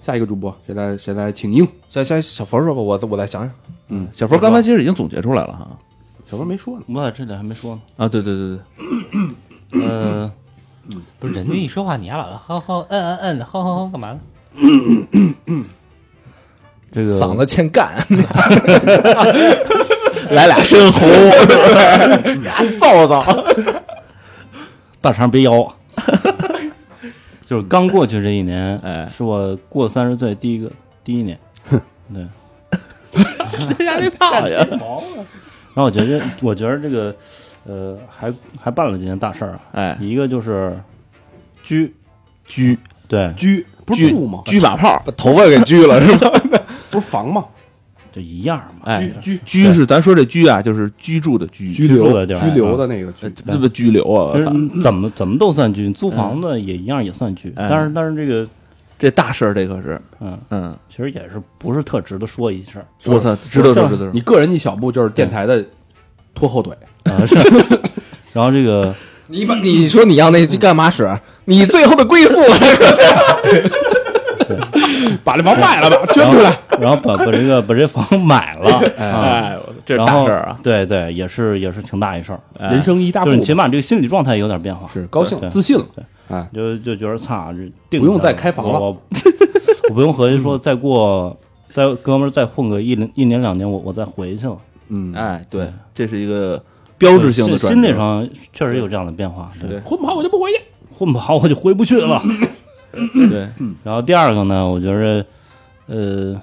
[SPEAKER 2] 下一个主播谁来谁来请缨？
[SPEAKER 3] 再下小佛说吧，我我再想想。
[SPEAKER 4] 小佛刚才其实已经总结出来了哈。
[SPEAKER 2] 小哥没说呢，
[SPEAKER 6] 我俩这里还没说呢。
[SPEAKER 4] 啊，对对对对，
[SPEAKER 6] 呃，
[SPEAKER 5] 不是人家一说话，你还老哼哼嗯嗯嗯哼哼哼干嘛呢？
[SPEAKER 6] 这个
[SPEAKER 3] 嗓子欠干，
[SPEAKER 4] 来俩深 喉，
[SPEAKER 3] 臊臊。
[SPEAKER 6] 大肠别腰，啊 就是刚过去这一年，哎，是我过三十岁第一个第一年，对，
[SPEAKER 4] 压力大呀！
[SPEAKER 6] 啊然后我觉得，我觉得这个，呃，还还办了几件大事儿啊，
[SPEAKER 4] 哎，
[SPEAKER 6] 一个就是居居，对，
[SPEAKER 2] 居不是住吗？
[SPEAKER 4] 狙马炮，
[SPEAKER 3] 把头发给锯了是吧？
[SPEAKER 2] 不是房吗？
[SPEAKER 6] 就一样嘛，
[SPEAKER 4] 哎，
[SPEAKER 2] 居
[SPEAKER 4] 居是咱说这居啊，就是居住的居，
[SPEAKER 2] 居
[SPEAKER 6] 居住
[SPEAKER 2] 留
[SPEAKER 6] 的地儿
[SPEAKER 2] 居留的那个居，
[SPEAKER 4] 那不拘留啊！
[SPEAKER 6] 就
[SPEAKER 4] 我
[SPEAKER 6] 是
[SPEAKER 4] 操
[SPEAKER 6] 呃怎么怎么都算居，租房子也一样也算居，
[SPEAKER 4] 哎
[SPEAKER 6] 但是但是这个，
[SPEAKER 4] 这大事儿，这可是，
[SPEAKER 6] 嗯，
[SPEAKER 4] 嗯，
[SPEAKER 6] 其实也是不是特值得说一事儿，
[SPEAKER 4] 我操，知道知
[SPEAKER 6] 像
[SPEAKER 4] 道知道，
[SPEAKER 2] 你个人一小步就是电台的拖后腿，
[SPEAKER 6] 啊是，然后这个
[SPEAKER 3] 你把你说你要那去干嘛使？你最后的归宿
[SPEAKER 2] 把这房卖了吧，捐
[SPEAKER 6] 出来，然后把把这个把这房买了，啊，
[SPEAKER 4] 哎，我操，这是大事儿啊！
[SPEAKER 6] 对对，也是也是挺大一事儿，
[SPEAKER 2] 人生一大步
[SPEAKER 6] 就是你起码这个心理状态有点变化，
[SPEAKER 2] 是高兴
[SPEAKER 6] 对
[SPEAKER 2] 自信了，
[SPEAKER 6] 就就觉得操，这定
[SPEAKER 2] 不用
[SPEAKER 6] 下
[SPEAKER 2] 再
[SPEAKER 6] 来
[SPEAKER 2] 开房
[SPEAKER 6] 我
[SPEAKER 2] 了
[SPEAKER 6] 我我不用合计说再过再哥们儿再混个一年一年两年，我我再回去了，
[SPEAKER 2] 嗯，
[SPEAKER 4] 哎，对，这是一个标志性的
[SPEAKER 6] 心
[SPEAKER 4] 转折
[SPEAKER 6] 心理上确实有这样的变化，对
[SPEAKER 4] 对
[SPEAKER 2] 混不好我就不回去，
[SPEAKER 6] 混不好我就回不去了。
[SPEAKER 4] 对，嗯
[SPEAKER 6] 然后第二个呢，我觉着，呃，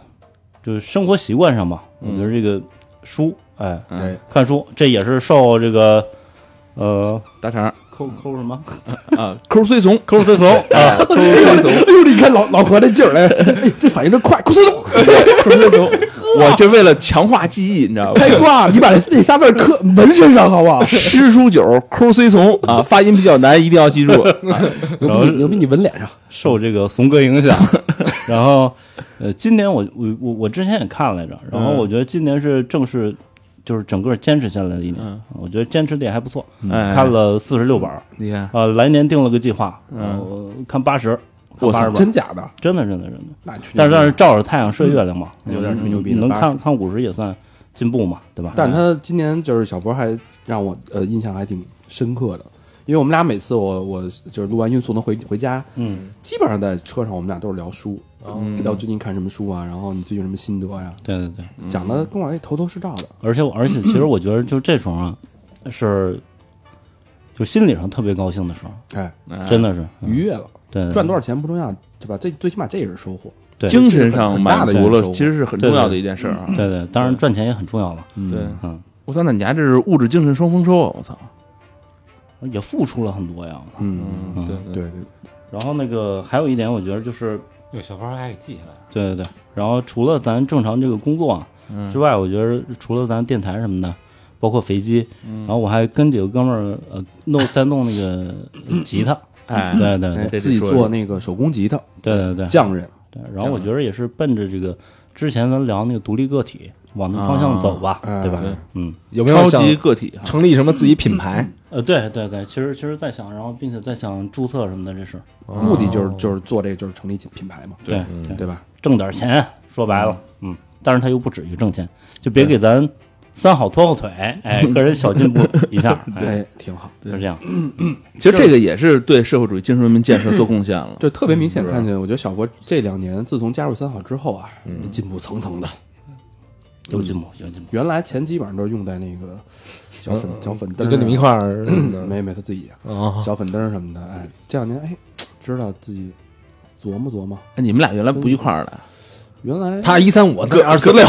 [SPEAKER 6] 就是生活习惯上吧，我觉得这个书，哎，
[SPEAKER 2] 哎，
[SPEAKER 6] 看书，这也是受这个，呃，
[SPEAKER 4] 大肠儿
[SPEAKER 6] 抠抠什么？
[SPEAKER 4] 啊，抠虽怂，抠 虽怂啊，抠虽怂，
[SPEAKER 2] 哎呦，你看老老何这劲儿， 哎，哎这反应真快，咕咚咚
[SPEAKER 4] 抠虽怂， 我这为了强化记忆，你知道吧？
[SPEAKER 2] 开哎挂，你把这那仨字儿刻纹身上好不 好？
[SPEAKER 4] 诗书酒，抠虽怂啊，发音比较难，一定要 记住。
[SPEAKER 2] 牛逼，牛逼，你纹脸上，
[SPEAKER 6] 受这个怂哥影响。然后，呃，今年我我我我之前也看来着，然后我觉得今年是正式，就是整个坚持下来的一年，
[SPEAKER 4] 嗯
[SPEAKER 6] 我觉得坚持的也还不错，
[SPEAKER 4] 哎
[SPEAKER 6] 看，了四十六本儿，
[SPEAKER 4] 你看，
[SPEAKER 6] 呃，来年定了个计划，
[SPEAKER 4] 嗯
[SPEAKER 6] 呃，看八十，看
[SPEAKER 2] 我
[SPEAKER 6] 八
[SPEAKER 2] 操，
[SPEAKER 6] 十本儿，
[SPEAKER 2] 真假的？
[SPEAKER 6] 真的真的真的。
[SPEAKER 2] 那嗯去，
[SPEAKER 6] 但是但是照着太阳射月亮嘛，
[SPEAKER 2] 嗯有点吹
[SPEAKER 6] 吹
[SPEAKER 2] 牛逼的
[SPEAKER 6] 能
[SPEAKER 2] 80
[SPEAKER 6] 看看五十也算进步嘛，对吧？嗯
[SPEAKER 2] 但他今年就是小佛还让我呃印象还挺深刻的，因为我们俩每次我我就是录完音送他回回家，
[SPEAKER 6] 嗯，
[SPEAKER 2] 基本上在车上我们俩都是聊书，
[SPEAKER 3] 嗯
[SPEAKER 2] 聊最近看什么书啊，然后你最近有什么心得呀、
[SPEAKER 6] 对对对，
[SPEAKER 2] 讲的跟我哎头头是道的，
[SPEAKER 6] 而且我而且其实我觉得就这种啊，是就心理上特别高兴的时候，
[SPEAKER 2] 哎，嗯
[SPEAKER 6] 真的是嗯
[SPEAKER 2] 愉悦了，
[SPEAKER 6] 对
[SPEAKER 2] 赚多少钱不重要，对吧？这最起码这也是收获，
[SPEAKER 6] 对
[SPEAKER 4] 精神上
[SPEAKER 2] 很大
[SPEAKER 4] 满
[SPEAKER 2] 的
[SPEAKER 4] 足
[SPEAKER 2] 一个
[SPEAKER 4] 了
[SPEAKER 2] 收，获
[SPEAKER 4] 其实是很重要的一件事儿啊。
[SPEAKER 6] 对对，当然赚钱也很重要了，
[SPEAKER 2] 嗯
[SPEAKER 4] 对，
[SPEAKER 6] 嗯，
[SPEAKER 4] 我操，那你家这是物质精神双丰收啊！我操，
[SPEAKER 6] 也付出了很多呀。
[SPEAKER 2] 嗯，
[SPEAKER 6] 嗯
[SPEAKER 4] 对
[SPEAKER 2] 对对对，
[SPEAKER 6] 然后那个还有一点，我觉得就是
[SPEAKER 5] 有小包还给记下来了。
[SPEAKER 6] 对对对，然后除了咱正常这个工作啊
[SPEAKER 2] 嗯
[SPEAKER 6] 之外，我觉得除了咱电台什么的，包括肥机，
[SPEAKER 2] 嗯
[SPEAKER 6] 然后我还跟几个哥们儿呃 弄在弄那个呃吉他，
[SPEAKER 4] 哎
[SPEAKER 6] 对对
[SPEAKER 2] 哎
[SPEAKER 6] 对
[SPEAKER 4] 这得
[SPEAKER 2] 自己
[SPEAKER 4] 说
[SPEAKER 2] 做那个手工吉他，
[SPEAKER 6] 对对
[SPEAKER 3] 哎
[SPEAKER 6] 对
[SPEAKER 2] 匠人，
[SPEAKER 6] 对。然后我觉得也是奔着这个之前咱聊那个独立个体往那个方向走吧，
[SPEAKER 2] 啊
[SPEAKER 6] 对吧
[SPEAKER 2] 对？
[SPEAKER 6] 嗯，
[SPEAKER 3] 有没有
[SPEAKER 4] 超
[SPEAKER 3] 想
[SPEAKER 4] 级个体哈，
[SPEAKER 3] 成立什么自己品牌？
[SPEAKER 6] 呃，对对对，其实其实在想，然后并且在想注册什么的这事儿，
[SPEAKER 3] 哦
[SPEAKER 2] 目的就是就是做这个就是成立品牌嘛，
[SPEAKER 6] 对
[SPEAKER 3] 嗯
[SPEAKER 6] 对
[SPEAKER 2] 对嗯吧？
[SPEAKER 6] 挣点钱，说白了，嗯，但是他又不止于挣钱，就别给咱三好拖后腿， 哎，个人小进步一下，哎，
[SPEAKER 2] 哎，挺好。
[SPEAKER 6] 就这样，
[SPEAKER 4] 其实这个也是对社会主义精神文明建设做贡献了。
[SPEAKER 2] 就特别明
[SPEAKER 3] 嗯
[SPEAKER 2] 显看见，我觉得小佛这两年自从加入三好之后啊，
[SPEAKER 3] 嗯
[SPEAKER 2] 进步层层的。
[SPEAKER 6] 有进步，有进步，
[SPEAKER 2] 原来钱基本上都是用在那个小粉小粉灯
[SPEAKER 3] 就
[SPEAKER 2] 啊，
[SPEAKER 3] 嗯跟你们一块儿
[SPEAKER 2] 没没他自己
[SPEAKER 3] 啊，
[SPEAKER 2] 小粉灯什么的。哎，这两年哎，知道自己琢磨琢磨，
[SPEAKER 4] 哎，你们俩原来不一块儿的，
[SPEAKER 2] 原来
[SPEAKER 3] 他一三五，
[SPEAKER 4] 各
[SPEAKER 3] 二四
[SPEAKER 4] 各
[SPEAKER 3] 六，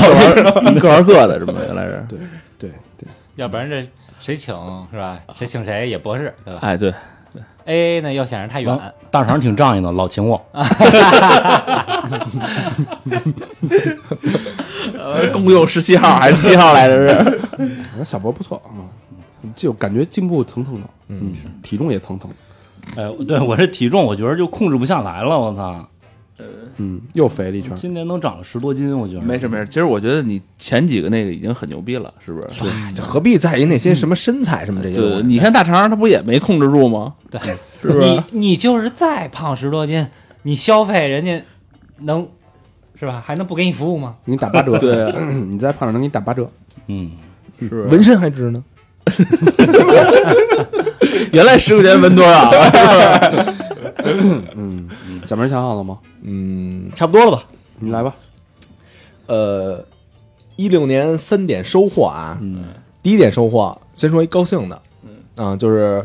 [SPEAKER 4] 玩，各玩各的，是吗？原来是，
[SPEAKER 2] 对对对，
[SPEAKER 5] 要不然这谁请是吧？谁请谁也不是，对吧
[SPEAKER 4] 哎，对，
[SPEAKER 5] ？A A 呢又显示太
[SPEAKER 6] 然
[SPEAKER 5] 远
[SPEAKER 6] 后，大肠挺仗义的，老请我，
[SPEAKER 4] 共用十七号还是七号来着？是，
[SPEAKER 2] 我觉得小佛不错啊，就感觉进步层层的，嗯，体重也层层的。
[SPEAKER 6] 哎，对我这体重，我觉得就控制不下来了，我操，
[SPEAKER 2] 嗯，又肥了一圈。
[SPEAKER 6] 今年能长了十多斤，我觉得
[SPEAKER 4] 没事没事，其实我觉得你前几个那个已经很牛逼了，是不是？
[SPEAKER 3] 哎这何必在意那些什么身材什么这些东
[SPEAKER 4] 嗯对，
[SPEAKER 3] 西？
[SPEAKER 4] 你看大肠他不也没控制住吗？
[SPEAKER 5] 对，
[SPEAKER 4] 是不是？
[SPEAKER 5] 你你就是再胖十多斤，你消费人家能是吧？还能不给你服务吗？
[SPEAKER 2] 给你打八折，
[SPEAKER 4] 对啊
[SPEAKER 2] 你再胖点能给你打八折。
[SPEAKER 6] 嗯，
[SPEAKER 4] 是不是？
[SPEAKER 3] 纹身还值呢？
[SPEAKER 4] 原来十块钱纹多少？啊
[SPEAKER 2] 嗯，小明想好了吗？
[SPEAKER 3] 嗯，差不多了吧？
[SPEAKER 2] 你来吧。
[SPEAKER 3] 呃，一六年三点收获啊，嗯，第一点收获，先说一高兴的，嗯啊，就是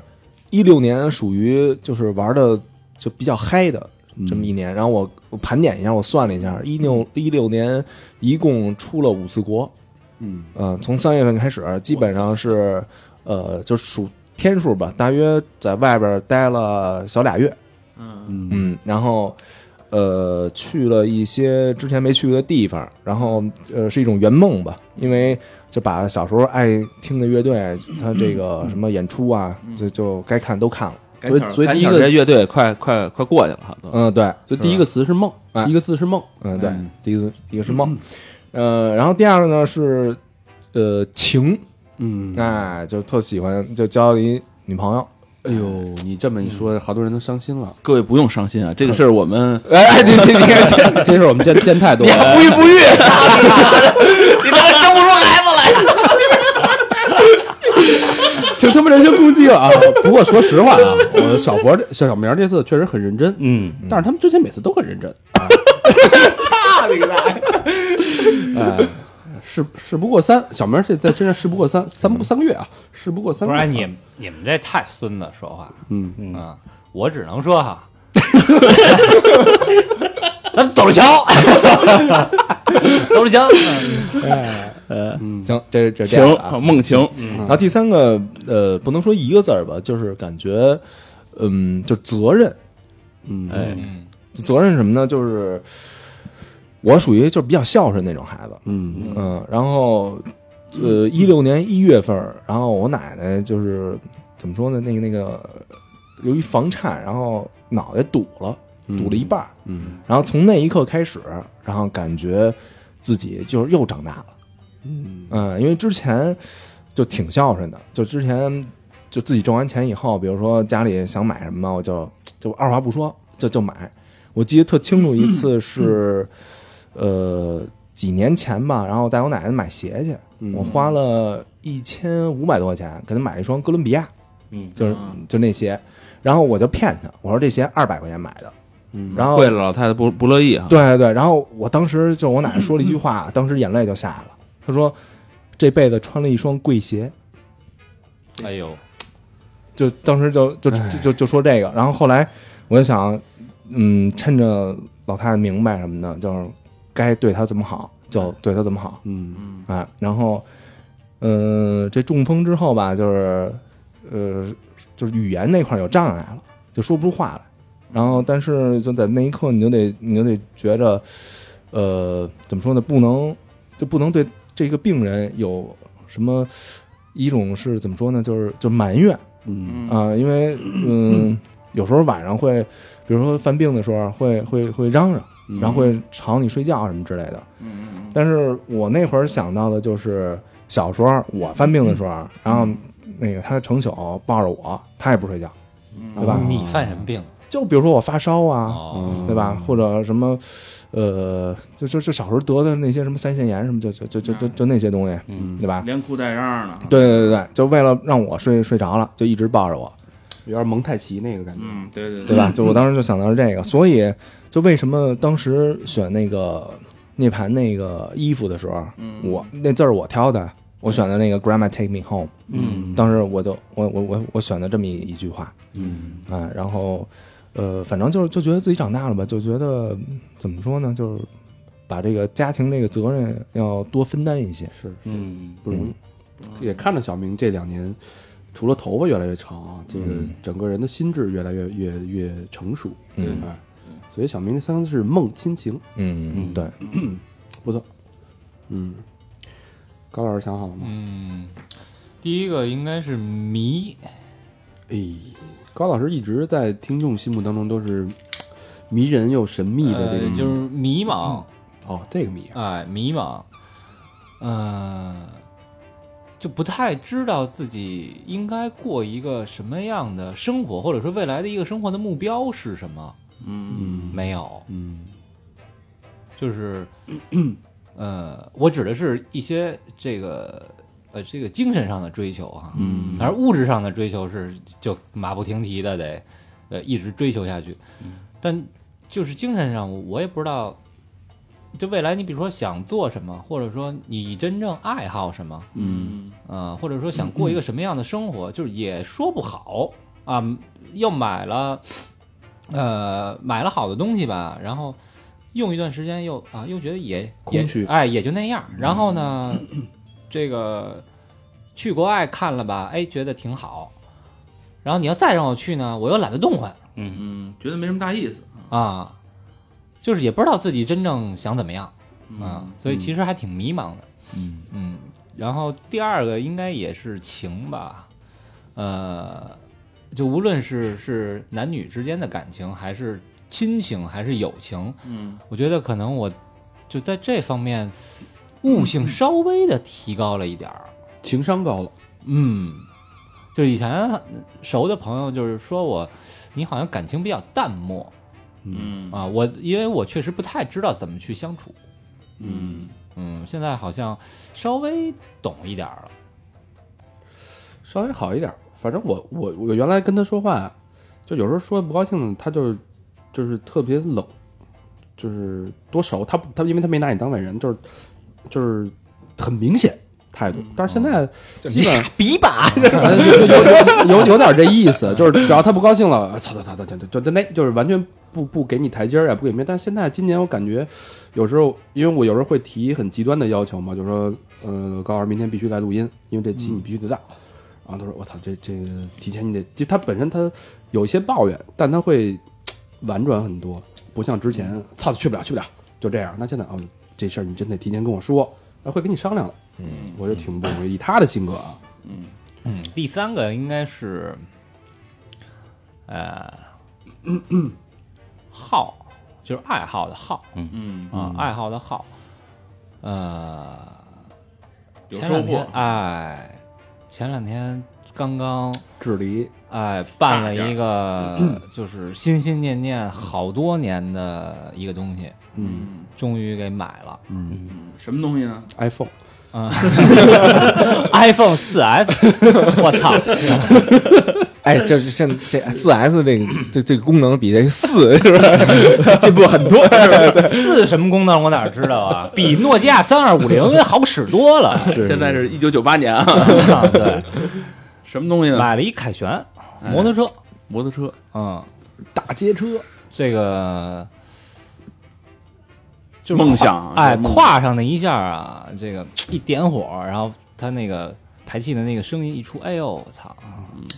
[SPEAKER 3] 一六年属于就是玩的就比较嗨的这么一年，然后我我盘点一下，我算了一下，一六一六年一共出了五次国，
[SPEAKER 2] 嗯
[SPEAKER 3] 呃，从三月份开始，基本上是呃，就数天数吧，大约在外边待了小俩月，
[SPEAKER 2] 嗯
[SPEAKER 3] 嗯，然后呃去了一些之前没去过的地方，然后呃是一种圆梦吧，因为就把小时候爱听的乐队，他这个什么演出啊，就就该看都看了。
[SPEAKER 2] 所以所以第一
[SPEAKER 4] 这
[SPEAKER 2] 个
[SPEAKER 4] 乐队快快快过去了，都
[SPEAKER 3] 嗯，对，
[SPEAKER 2] 所以第一个词是梦，
[SPEAKER 3] 哎
[SPEAKER 2] 第一个字是梦。
[SPEAKER 3] 嗯对，第一个第一个是梦，呃，然后第二个呢是呃情，
[SPEAKER 2] 嗯，
[SPEAKER 3] 哎，就特喜欢，就交了一女朋友。
[SPEAKER 2] 哎呦，你这么一说，好多人都伤心了。
[SPEAKER 4] 各位不用伤心啊，这个事儿我们
[SPEAKER 3] 哎，你你你看这
[SPEAKER 2] 这事儿我们见见太多了。
[SPEAKER 3] 不育不育，
[SPEAKER 2] 请他们人身攻击了啊！不过说实话啊，我小佛这小小明这次确实很认真，
[SPEAKER 6] 嗯，
[SPEAKER 2] 但是他们之前每次都很认真。操你个大 爷！哎，事事不过三，小明这在身上事不过三，三不三个月啊，事不过三
[SPEAKER 5] 不
[SPEAKER 2] 个
[SPEAKER 5] 然
[SPEAKER 3] 哎
[SPEAKER 2] 月。
[SPEAKER 5] 你你们这太孙子说话，
[SPEAKER 2] 嗯
[SPEAKER 5] 嗯啊，我只能说哈，
[SPEAKER 3] 咱们走着瞧。
[SPEAKER 5] 都是行，
[SPEAKER 3] 行，这这这
[SPEAKER 4] 情
[SPEAKER 3] 样啊，
[SPEAKER 4] 梦情，
[SPEAKER 3] 然后第三个，呃，不能说一个字儿吧，就是感觉，嗯，就责任，
[SPEAKER 2] 嗯，
[SPEAKER 6] 哎，
[SPEAKER 3] 责任是什么呢？就是我属于就是比较孝顺那种孩子，
[SPEAKER 2] 嗯
[SPEAKER 3] 嗯，然后，呃，一六年一月份儿，然后我奶奶就是怎么说呢？那个那个，由于房颤，然后脑袋堵了，堵了一半儿，
[SPEAKER 2] 嗯
[SPEAKER 3] 然后从那一刻开始，然后感觉自己就是又长大了。
[SPEAKER 2] 嗯
[SPEAKER 3] 嗯，因为之前就挺孝顺的，就之前就自己挣完钱以后，比如说家里想买什么，我就就二话不说就就买。我记得特清楚，一次是、呃几年前吧，然后带我奶奶买鞋去，
[SPEAKER 2] 嗯
[SPEAKER 3] 我花了一千五百多块钱给她买一双哥伦比亚，
[SPEAKER 6] 嗯，
[SPEAKER 3] 就是就那鞋，然后我就骗她，我说这鞋二百块钱买的，
[SPEAKER 2] 嗯
[SPEAKER 3] 然后
[SPEAKER 4] 贵了老太太不不乐意啊。
[SPEAKER 3] 对对，然后我当时就我奶奶说了一句话，当时眼泪就下来了。她说：“这辈子穿了一双贵鞋。
[SPEAKER 5] 哎呦，”
[SPEAKER 3] 就当时就就就就就说这个。然后后来我就想，嗯，趁着老太太明白什么的，就是该对她怎么好就对她怎么好。
[SPEAKER 2] 嗯
[SPEAKER 3] 哎，然后，嗯、这中风之后吧，就是，呃，就是语言那块儿有障碍了，就说不出话来。然后，但是就在那一刻，你就得，你就得觉着，呃，怎么说呢？不能，就不能对这个病人有什么一种是怎么说呢？就是就埋怨
[SPEAKER 2] 嗯
[SPEAKER 3] 啊、因为嗯，有时候晚上会，比如说犯病的时候，啊会会会嚷嚷。
[SPEAKER 2] 嗯，
[SPEAKER 3] 然后会吵你睡觉什么之类的。但是我那会儿想到的就是小时候我犯病的时候，啊
[SPEAKER 2] 嗯
[SPEAKER 3] 然后那个他成宿抱着我，他也不睡觉，
[SPEAKER 2] 嗯
[SPEAKER 3] 对吧？
[SPEAKER 5] 你犯什么病？
[SPEAKER 3] 就比如说我发烧啊，
[SPEAKER 5] 哦，
[SPEAKER 3] 对吧？或者什么，呃，就就就小时候得的那些什么腮腺炎什么，就就就就就就那些东西，
[SPEAKER 6] 嗯
[SPEAKER 3] 对吧？
[SPEAKER 4] 连哭带嚷的，
[SPEAKER 3] 对对对对，就为了让我睡睡着了，就一直抱着我。
[SPEAKER 2] 有点蒙太奇那个感觉。
[SPEAKER 4] 嗯，对对
[SPEAKER 3] 对 吧？就我当时就想到是这个，所以就为什么当时选那个涅槃那个衣服的时候，我那字儿我挑的，我选的那个 Grandma Take Me Home，
[SPEAKER 6] 嗯，
[SPEAKER 3] 当时我就我我我我选的这么一一句话，
[SPEAKER 2] 嗯
[SPEAKER 3] 啊，然后呃，反正就是就觉得自己长大了吧，就觉得嗯怎么说呢，就是把这个家庭这个责任要多分担一些，
[SPEAKER 2] 是
[SPEAKER 6] 嗯，
[SPEAKER 2] 不容易。也看着小明这两年，除了头发越来越长啊，这个整个人的心智越来越越越成熟，
[SPEAKER 3] 嗯
[SPEAKER 2] 哎，所以小明这三个字是梦亲情，
[SPEAKER 3] 嗯，对，
[SPEAKER 2] 不错，嗯，高老师想好了吗？
[SPEAKER 5] 嗯，第一个应该是迷，
[SPEAKER 2] 哎，高老师一直在听众心目当中都是迷人又神秘的这
[SPEAKER 5] 呃
[SPEAKER 2] 个，
[SPEAKER 5] 就是迷茫，
[SPEAKER 2] 哦，这个迷啊，
[SPEAKER 5] 哎，迷茫，呃，就不太知道自己应该过一个什么样的生活，或者说未来的一个生活的目标是什么？
[SPEAKER 2] 嗯
[SPEAKER 5] 没有，
[SPEAKER 2] 嗯
[SPEAKER 5] 就是，呃，我指的是一些这个呃这个精神上的追求啊，
[SPEAKER 2] 嗯
[SPEAKER 5] 而物质上的追求是就马不停蹄的得，呃，一直追求下去。
[SPEAKER 2] 嗯
[SPEAKER 5] 但就是精神上，我也不知道，就未来你比如说想做什么，或者说你真正爱好什么，
[SPEAKER 2] 嗯
[SPEAKER 5] 呃，或者说想过一个什么样的生活，就是也说不好啊。又买了，呃，买了好的东西吧，然后用一段时间又啊，又觉得也
[SPEAKER 2] 空虚嗯
[SPEAKER 5] 也哎，也就那样。然后呢，这个去国外看了吧，哎，觉得挺好。然后你要再让我去呢，我又懒得动换
[SPEAKER 4] 嗯，觉得没什么大意思，
[SPEAKER 5] 啊，就是也不知道自己真正想怎么样啊，所以其实还挺迷茫的。
[SPEAKER 2] 嗯
[SPEAKER 5] 嗯，然后第二个应该也是情吧，呃，就无论是是男女之间的感情，还是亲情，还是友情，
[SPEAKER 4] 嗯，
[SPEAKER 5] 我觉得可能我就在这方面悟性稍微的提高了一点儿。
[SPEAKER 2] 情商高了，
[SPEAKER 5] 嗯，就是以前熟的朋友就是说我，你好像感情比较淡漠
[SPEAKER 4] 嗯
[SPEAKER 5] 啊，我因为我确实不太知道怎么去相处。
[SPEAKER 2] 嗯，
[SPEAKER 5] 嗯，现在好像稍微懂一点儿了。
[SPEAKER 2] 稍微好一点。反正我我我原来跟他说话，啊就有时候说不高兴，他就就是特别冷，就是多熟，他不他因为他没拿你当外人，就是就是很明显态
[SPEAKER 3] 嗯
[SPEAKER 2] 度。但是现在基本上
[SPEAKER 3] 哦逼吧，
[SPEAKER 2] 反正 有有有有点这意 思，就是只要他不高兴了，啊操操操操，就就就那就是完全不不给你台阶儿啊，不给面。但是现在今年我感觉，有时候因为我有时候会提很极端的要求嘛，就说呃高老师明天必须来录音，因为这
[SPEAKER 3] 嗯
[SPEAKER 2] 期你必须得到。然后他说我操这这个提前你得，就他本身他有一些抱怨，但他会婉转很多，不像之前操去不了去不了就这样。那现在哦这事儿你真得提前跟我说，啊会跟你商量的。嗯，我就挺不容易，以他的性格啊，
[SPEAKER 5] 嗯，第三个应该是，呃，好，就是爱好的好
[SPEAKER 4] 嗯
[SPEAKER 5] 啊，爱好的好，呃，
[SPEAKER 4] 有
[SPEAKER 5] 前
[SPEAKER 4] 收
[SPEAKER 5] 两天
[SPEAKER 4] 获
[SPEAKER 5] 哎，前两天刚刚
[SPEAKER 2] 智力
[SPEAKER 5] 哎
[SPEAKER 4] 大
[SPEAKER 5] 办了
[SPEAKER 4] 件儿
[SPEAKER 5] 一个
[SPEAKER 4] 嗯
[SPEAKER 5] 就是心心念念好多年的一个东西，
[SPEAKER 2] 嗯。
[SPEAKER 5] 终于给买了，
[SPEAKER 4] 嗯，什么东西呢？
[SPEAKER 2] iPhone，
[SPEAKER 5] iPhone 四 S，我 操，
[SPEAKER 3] 哎，就是像这四 S 这个这这个功能比这四 是吧进步很多，
[SPEAKER 5] 四什么功能我哪知道啊？比诺基亚三二五零好使多了。
[SPEAKER 4] 现在是一九九八年啊，
[SPEAKER 5] 啊，对，
[SPEAKER 4] 什么东西呢？
[SPEAKER 5] 买了一凯旋
[SPEAKER 4] 哎
[SPEAKER 5] 摩托车，
[SPEAKER 4] 摩托车，
[SPEAKER 5] 嗯，
[SPEAKER 2] 大街车，
[SPEAKER 5] 这个就是
[SPEAKER 4] 梦想
[SPEAKER 5] 跨
[SPEAKER 4] 啊
[SPEAKER 5] 哎，
[SPEAKER 4] 就是梦想
[SPEAKER 5] 跨上那一下啊，这个一点火，然后它那个排气的那个声音一出，哎呦，我操！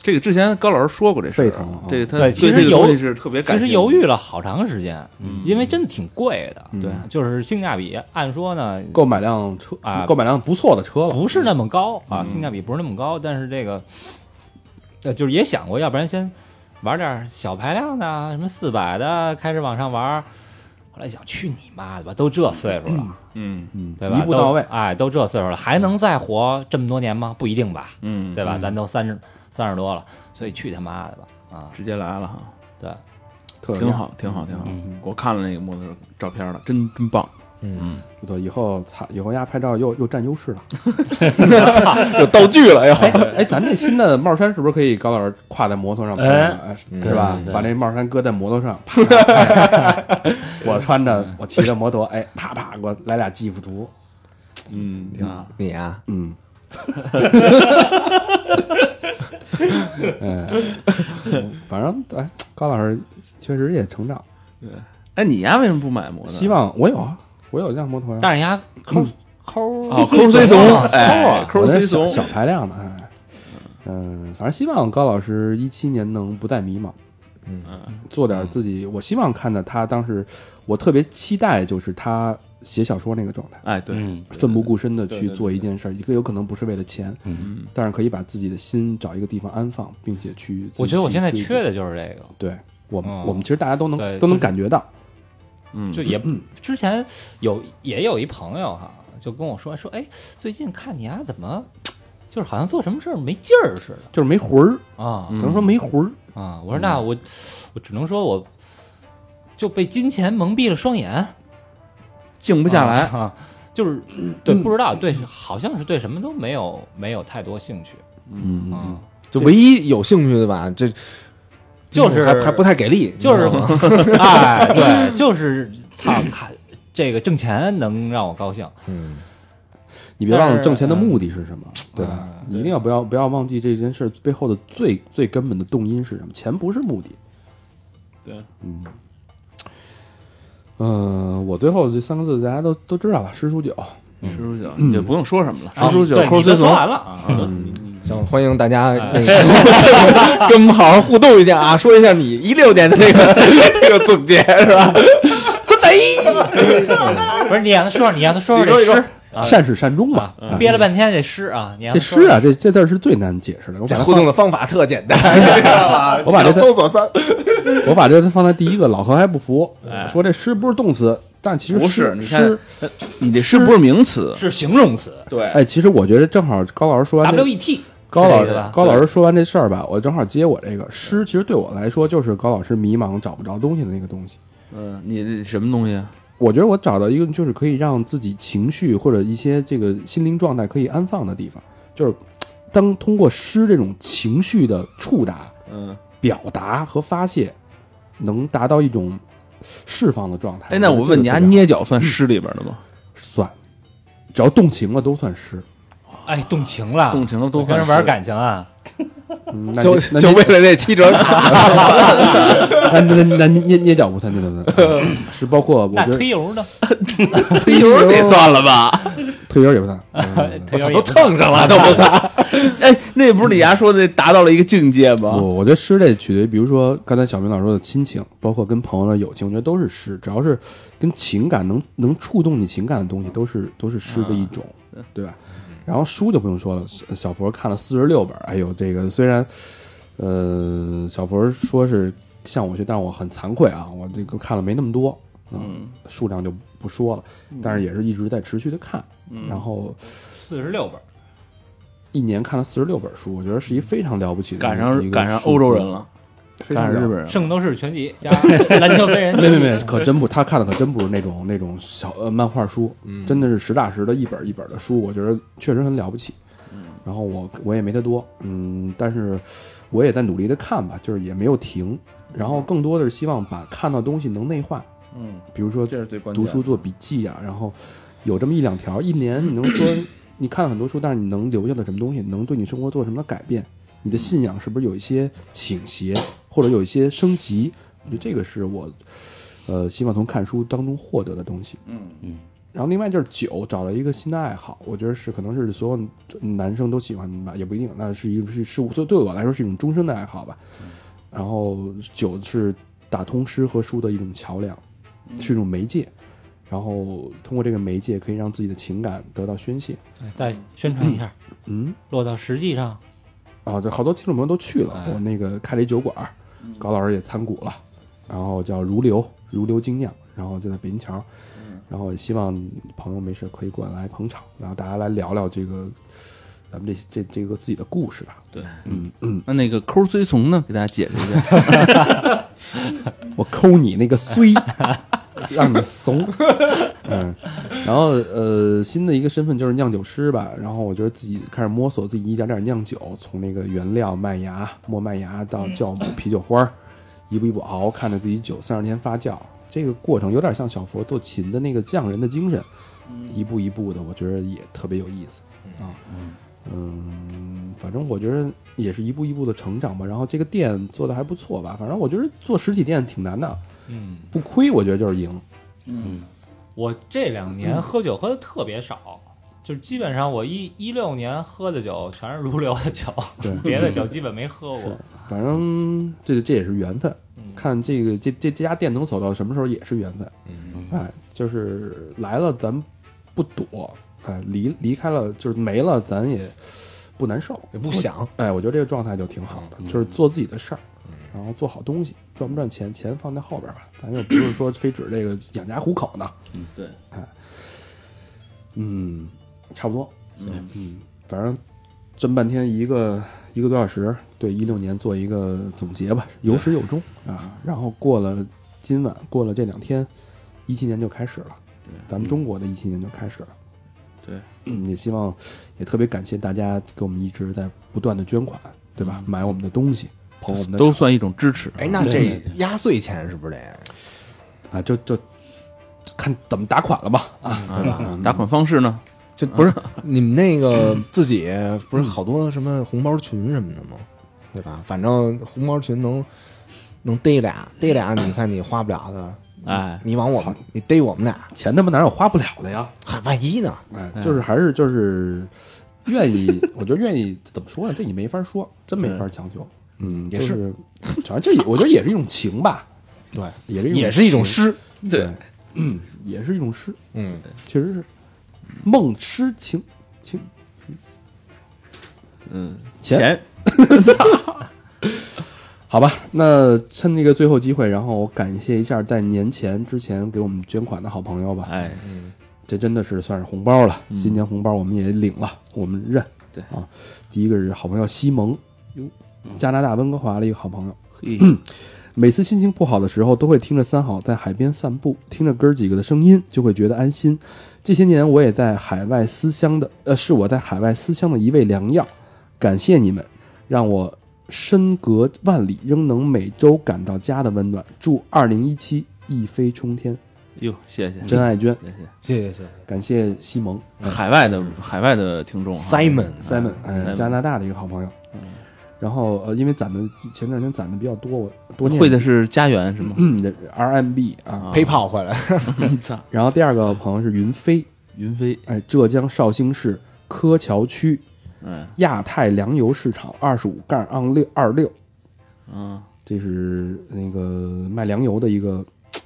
[SPEAKER 4] 这个之前高老师说过这事儿啊，
[SPEAKER 2] 沸腾啊
[SPEAKER 4] 这个他
[SPEAKER 5] 对其实
[SPEAKER 4] 这个
[SPEAKER 5] 犹
[SPEAKER 4] 东西是特别感嗯
[SPEAKER 5] 其
[SPEAKER 4] 兴
[SPEAKER 5] 实
[SPEAKER 4] 趣
[SPEAKER 5] 犹豫了好长时间，因为真的挺贵的，
[SPEAKER 2] 对
[SPEAKER 5] 就是性价比，按说呢
[SPEAKER 2] 嗯购买辆车
[SPEAKER 5] 啊
[SPEAKER 2] 购买辆不错的车了，
[SPEAKER 5] 不是那么高
[SPEAKER 4] 嗯
[SPEAKER 5] 啊，性价比不是那么高，但是这个，呃，就是也想过，要不然先玩点小排量的，什么四百的，开始往上玩。后来想，去你妈的吧，都这岁数了，
[SPEAKER 4] 嗯
[SPEAKER 2] 嗯，
[SPEAKER 5] 对吧？
[SPEAKER 2] 一步到位
[SPEAKER 5] 都，哎，都这岁数了，还能再活这么多年吗？不一定吧，
[SPEAKER 4] 嗯，
[SPEAKER 5] 对吧？咱都三十三十多了，所以去他妈的吧，啊，
[SPEAKER 4] 直接来了哈，
[SPEAKER 5] 对，
[SPEAKER 2] 特别
[SPEAKER 4] 挺，好，挺好，挺好。我看了那个摩托车照片了，真真棒。
[SPEAKER 2] 不错以后操，以后丫拍照又又占优势了。
[SPEAKER 3] 有道具了又。
[SPEAKER 2] 哎，咱这新的帽衫是不是可以高老师挎在摩托上拍呢？哎是吧
[SPEAKER 6] 嗯？对
[SPEAKER 2] 把那帽衫搁在摩托上，啪 我穿着我骑着摩托，哎，啪啪，给我来俩 GIF 图，
[SPEAKER 4] 嗯，挺好。
[SPEAKER 3] 你啊，
[SPEAKER 2] 嗯，哎，反正哎，高老师确实也成长，
[SPEAKER 4] 哎，你呀为什么不买摩托？
[SPEAKER 2] 希望我有啊，我有一辆摩托呀。
[SPEAKER 5] 但是人家抠抠
[SPEAKER 4] 哦，抠儿虽怂，哎，抠
[SPEAKER 2] 我
[SPEAKER 4] 儿
[SPEAKER 2] 那
[SPEAKER 4] 虽
[SPEAKER 2] 小
[SPEAKER 4] 怂，
[SPEAKER 2] 小排量的，哎，嗯、反正希望高老师一七年能不再迷茫，
[SPEAKER 3] 嗯，
[SPEAKER 2] 做点自己，我希望看到他当时，我特别期待就是他写小说那个状态，
[SPEAKER 4] 哎，对，
[SPEAKER 6] 嗯
[SPEAKER 2] 奋不顾身的去
[SPEAKER 4] 对对
[SPEAKER 2] 做一件事儿，一个有可能不是为了钱，
[SPEAKER 6] 嗯
[SPEAKER 2] 但是可以把自己的心找一个地方安放，并且去，
[SPEAKER 5] 我觉得我现在
[SPEAKER 2] 自己
[SPEAKER 5] 缺的就是这个，
[SPEAKER 2] 对，我们、
[SPEAKER 5] 嗯
[SPEAKER 2] 我们其实大家都能
[SPEAKER 5] 对
[SPEAKER 2] 都能
[SPEAKER 5] 就是
[SPEAKER 2] 感觉到，
[SPEAKER 4] 嗯，
[SPEAKER 5] 就也不之前有也有一朋友哈，就跟我说说，哎，最近看你啊，怎么就是好像做什么事儿没劲儿似
[SPEAKER 2] 就是没魂儿，
[SPEAKER 5] 的啊
[SPEAKER 2] 只能说没魂儿。
[SPEAKER 5] 啊！我说那我我只能说我就被金钱蒙蔽了双眼，
[SPEAKER 4] 静不下来。
[SPEAKER 5] 啊，就是对不知道对，好像是对什么都没有没有太多兴趣
[SPEAKER 2] 嗯，
[SPEAKER 5] 啊，
[SPEAKER 3] 就唯一有兴趣的吧，这
[SPEAKER 5] 就是
[SPEAKER 3] 还还不太给力，
[SPEAKER 5] 就是
[SPEAKER 3] 你知道吗
[SPEAKER 5] 哎对，就是操看这个挣钱能让我高兴，
[SPEAKER 3] 嗯，
[SPEAKER 2] 你别忘
[SPEAKER 5] 但
[SPEAKER 2] 了
[SPEAKER 5] 是
[SPEAKER 2] 挣钱的目的是什么，对吧？
[SPEAKER 5] 啊
[SPEAKER 2] 你一定要不要不要忘记这件事背后的最最根本的动因是什么？钱不是目的。
[SPEAKER 4] 对，
[SPEAKER 2] 嗯，呃，我最后这三个字大家都都知道了，诗书酒。
[SPEAKER 4] 石书九也不用说什么了，石书九
[SPEAKER 5] 嗯对，
[SPEAKER 4] 抠
[SPEAKER 5] 你
[SPEAKER 4] 随
[SPEAKER 5] 都
[SPEAKER 4] 从
[SPEAKER 5] 说，完了啊，
[SPEAKER 4] 嗯
[SPEAKER 2] 嗯
[SPEAKER 3] 行，欢迎大家
[SPEAKER 5] 哎
[SPEAKER 3] 那个 跟我们好好互动一下啊，说一下你一六年的这个这个总结是吧？
[SPEAKER 5] 不是你让他说说，你让他说说这诗啊，
[SPEAKER 2] 善始善终吧。啊
[SPEAKER 5] 憋了半天这诗啊，你让
[SPEAKER 2] 这
[SPEAKER 5] 他
[SPEAKER 2] 诗啊，这这字儿是最难解释的。我把
[SPEAKER 3] 这
[SPEAKER 2] 它
[SPEAKER 3] 互
[SPEAKER 2] 放
[SPEAKER 3] 动的方法特简单，知道吧？
[SPEAKER 2] 我把这
[SPEAKER 3] 只要搜索三，
[SPEAKER 2] 我把这放在第一个，老何还不服，说这诗不是动词，但其实
[SPEAKER 4] 哎不
[SPEAKER 2] 诗
[SPEAKER 4] 是，你看
[SPEAKER 2] 诗，
[SPEAKER 4] 你这诗不是名词，
[SPEAKER 5] 是形容词
[SPEAKER 4] 对，
[SPEAKER 2] 哎，其实我觉得正好高老师说完这
[SPEAKER 5] ，W E T
[SPEAKER 2] 高老
[SPEAKER 5] 是这个
[SPEAKER 2] 师
[SPEAKER 5] 吧
[SPEAKER 2] 高老师说完这事儿吧，我正好接我这个诗，其实对我来说就是高老师迷茫找不着东西的那个东西。
[SPEAKER 4] 嗯，你这什么东西啊？
[SPEAKER 2] 我觉得我找到一个就是可以让自己情绪或者一些这个心灵状态可以安放的地方，就是当通过诗这种情绪的触达，
[SPEAKER 4] 嗯，
[SPEAKER 2] 表达和发泄，能达到一种释放的状态。
[SPEAKER 4] 哎，那我
[SPEAKER 2] 觉得
[SPEAKER 4] 问你，
[SPEAKER 2] 这
[SPEAKER 4] 啊，
[SPEAKER 2] 个非常
[SPEAKER 4] 捏脚算诗里边的吗？
[SPEAKER 2] 算，只要动情了都算 诗。
[SPEAKER 5] 哎，动情了，
[SPEAKER 4] 动情了都
[SPEAKER 5] 跟人玩感情啊，
[SPEAKER 2] 嗯那
[SPEAKER 3] 就
[SPEAKER 2] 那
[SPEAKER 3] 就为了这七折卡，
[SPEAKER 2] 那那那捏捏捏脚不算，捏脚不 算，是包括我
[SPEAKER 5] 那
[SPEAKER 2] 觉得
[SPEAKER 5] 哎推油呢？
[SPEAKER 2] 推油
[SPEAKER 4] 得算了吧？
[SPEAKER 2] 推油也不 算。嗯
[SPEAKER 5] 哎推油也
[SPEAKER 3] 都
[SPEAKER 5] 不
[SPEAKER 3] 蹭上了，都不算。
[SPEAKER 4] 哎，那不是李涯说的达到了一个境界
[SPEAKER 2] 我
[SPEAKER 4] 吗？
[SPEAKER 2] 我觉得诗这取决于，比如说刚才小明老师说的亲情，包括跟朋友的友情，我觉得都是诗，只要是跟情感能能触动你情感的东西，都是都是诗的一种，
[SPEAKER 4] 嗯
[SPEAKER 2] 对吧？然后书就不用说了，小小佛看了四十六本，哎呦，这个虽然，呃，小佛说是向我学，但我很惭愧啊，我这个看了没那么多，嗯，数量就不说了，
[SPEAKER 4] 嗯
[SPEAKER 2] 但是也是一直在持续的看，然后
[SPEAKER 5] 四十六本，
[SPEAKER 2] 一年看了四十六本书，我觉得是一非常了不起的
[SPEAKER 4] 赶
[SPEAKER 2] 一
[SPEAKER 4] 上
[SPEAKER 2] 个
[SPEAKER 4] 赶上
[SPEAKER 2] 数字
[SPEAKER 4] 欧洲人，了，
[SPEAKER 2] 非常
[SPEAKER 4] 赶
[SPEAKER 2] 了
[SPEAKER 4] 上
[SPEAKER 2] 不起
[SPEAKER 4] 日本人
[SPEAKER 5] 《
[SPEAKER 4] 了，
[SPEAKER 5] 圣斗士全 集》加篮球飞人，
[SPEAKER 2] 没没没，可真不，他看的可真不是那种那种小呃漫画书，
[SPEAKER 4] 嗯
[SPEAKER 2] 真的是实打实的一本一本的书，我觉得确实很了不起。
[SPEAKER 4] 嗯
[SPEAKER 2] 然后我我也没他多，嗯，但是我也在努力的看吧，就是也没有停。然后更多的是希望把看到的东西能内化，
[SPEAKER 4] 嗯，
[SPEAKER 2] 比如说
[SPEAKER 4] 这是最关键
[SPEAKER 2] 读
[SPEAKER 4] 的。
[SPEAKER 2] 书做笔记啊，然后有这么一两条，一年你能说你看了很多书，但是你能留下的什么东西，能对你生活做什么的改变？你的信仰是不是有一些倾斜，或者有一些升级？我觉得这个是我，呃，希望从看书当中获得的东西。
[SPEAKER 4] 嗯
[SPEAKER 6] 嗯。
[SPEAKER 2] 然后另外就是酒，找到一个新的爱好，我觉得是可能是所有男生都喜欢吧，也不一定，那是一个是是对对我来说是一种终身的爱好吧。然后酒是打通诗和书的一种桥梁，是一种媒介。然后通过这个媒介，可以让自己的情感得到宣泄。
[SPEAKER 5] 哎再宣传一下，
[SPEAKER 2] 嗯，
[SPEAKER 5] 落到实际上，
[SPEAKER 2] 啊，对，好多听众朋友都去了。
[SPEAKER 5] 哎
[SPEAKER 2] 我那个开了一酒馆儿，高老师也参股了，然后叫如流，如流精酿，然后就在北京桥。然后也希望朋友没事可以过来捧场，然后大家来聊聊这个咱们这这这个自己的故事吧。
[SPEAKER 4] 嗯那那个抠随从呢？给大家解释一下。
[SPEAKER 2] 我抠你那个衰， 让你怂。 嗯，然后呃，新的一个身份就是酿酒师吧。然后我觉得自己开始摸索自己一点点酿酒，从那个原料麦芽、磨麦芽到酵母、啤酒花儿，一步一步熬，看着自己酒三十天发酵，这个过程有点像小佛做琴的那个匠人的精神，一步一步的，我觉得也特别有意思啊。嗯，反正我觉得也是一步一步的成长吧。然后这个店做的还不错吧，反正我觉得做实体店挺难的，
[SPEAKER 5] 嗯，
[SPEAKER 2] 不亏，我觉得就是赢。
[SPEAKER 6] 嗯
[SPEAKER 5] 我这两年喝酒喝的特别少，就是基本上我一一六年喝的酒全是如流的酒，
[SPEAKER 2] 对
[SPEAKER 5] 别的酒基本没喝过。
[SPEAKER 2] 反正这这也是缘分，
[SPEAKER 3] 嗯
[SPEAKER 2] 看这个这这这家店能走到什么时候也是缘分。嗯，哎，就是来了咱不躲，哎，离离开了就是没了咱也不难受，
[SPEAKER 3] 也不想，嗯
[SPEAKER 2] 哎，我觉得这个状态就挺好的，就是做自己的事儿。然后做好东西，赚不赚钱，钱放在后边吧，咱又不是说非指这个养家糊口呢。嗯，
[SPEAKER 4] 对，
[SPEAKER 2] 哎，嗯，差不多，嗯嗯，反正这么半天一个一个多小时，对一六年做一个总结吧，有始有终
[SPEAKER 4] 嗯
[SPEAKER 2] 啊。然后过了今晚，过了这两天，一七年就开始了，咱们中国的一七年就开始了。
[SPEAKER 4] 对
[SPEAKER 2] 嗯，也希望，也特别感谢大家给我们一直在不断的捐款，对吧？买我们的东西，捧我们的
[SPEAKER 4] 嗯都
[SPEAKER 2] 场
[SPEAKER 4] 算一种支持。
[SPEAKER 3] 哎，那这压岁钱是不是得？
[SPEAKER 2] 啊，就就看怎么打款了吧啊，对吧？嗯
[SPEAKER 4] 打款方式呢？
[SPEAKER 3] 就不是 你们那个自己不是好多什么红包群什么的吗？对吧？反正红包群能能逮俩，逮俩你看你花不了的，
[SPEAKER 4] 哎，
[SPEAKER 3] 你往我们你逮我们俩，
[SPEAKER 2] 钱他妈哪有花不了的呀？
[SPEAKER 3] 嗨，万一呢？
[SPEAKER 2] 哎，就是还是就是愿意，我觉得愿意怎么说呢？这你没法说，真没法强求。嗯，
[SPEAKER 3] 也
[SPEAKER 2] 就是是，反正就我觉得也是一种情吧，
[SPEAKER 3] 对，
[SPEAKER 2] 也是一种
[SPEAKER 3] 也是一种
[SPEAKER 2] 情，
[SPEAKER 3] 诗。
[SPEAKER 2] 对，嗯，也是一种诗，
[SPEAKER 3] 嗯，
[SPEAKER 2] 确实是梦诗情情
[SPEAKER 4] 嗯，
[SPEAKER 2] 钱
[SPEAKER 4] 钱
[SPEAKER 2] 好吧，那趁那个最后机会，然后我感谢一下在年前之前给我们捐款的好朋友吧。
[SPEAKER 4] 哎，
[SPEAKER 2] 这真的是算是红包了，新年红包我们也领了，我们认。
[SPEAKER 4] 嗯对
[SPEAKER 2] 啊，第一个是好朋友西蒙，加拿大温哥华的一个好朋友。
[SPEAKER 4] 嘿，
[SPEAKER 2] 每次心情不好的时候，都会听着三好在海边散步，听着哥儿几个的声音，就会觉得安心。这些年，我也在海外思乡的，呃，是我在海外思乡的一味良药。感谢你们，让我身隔万里仍能每周感到家的温暖。祝二零一七一飞冲天！
[SPEAKER 4] 哟，谢谢，
[SPEAKER 2] 真爱娟，
[SPEAKER 4] 谢谢
[SPEAKER 3] 谢谢谢谢
[SPEAKER 2] 感谢西蒙
[SPEAKER 4] 海外的海外的听众啊
[SPEAKER 3] Simon，
[SPEAKER 2] Simon，哎，
[SPEAKER 4] Simon 嗯
[SPEAKER 2] 加拿大的一个好朋友。然后呃，因为攒的前段时间攒的比较多，我多念
[SPEAKER 4] 会的是家园是吗？
[SPEAKER 2] 嗯 RMB 啊。
[SPEAKER 4] 啊
[SPEAKER 3] 陪跑回来，
[SPEAKER 4] 操，
[SPEAKER 2] 然后第二个朋友是云飞，
[SPEAKER 4] 云飞，
[SPEAKER 2] 哎，浙江绍兴市柯桥区
[SPEAKER 4] 嗯
[SPEAKER 2] 亚太粮油市场二十五杠二六二六，
[SPEAKER 4] 嗯，
[SPEAKER 2] 这是那个卖粮油的一个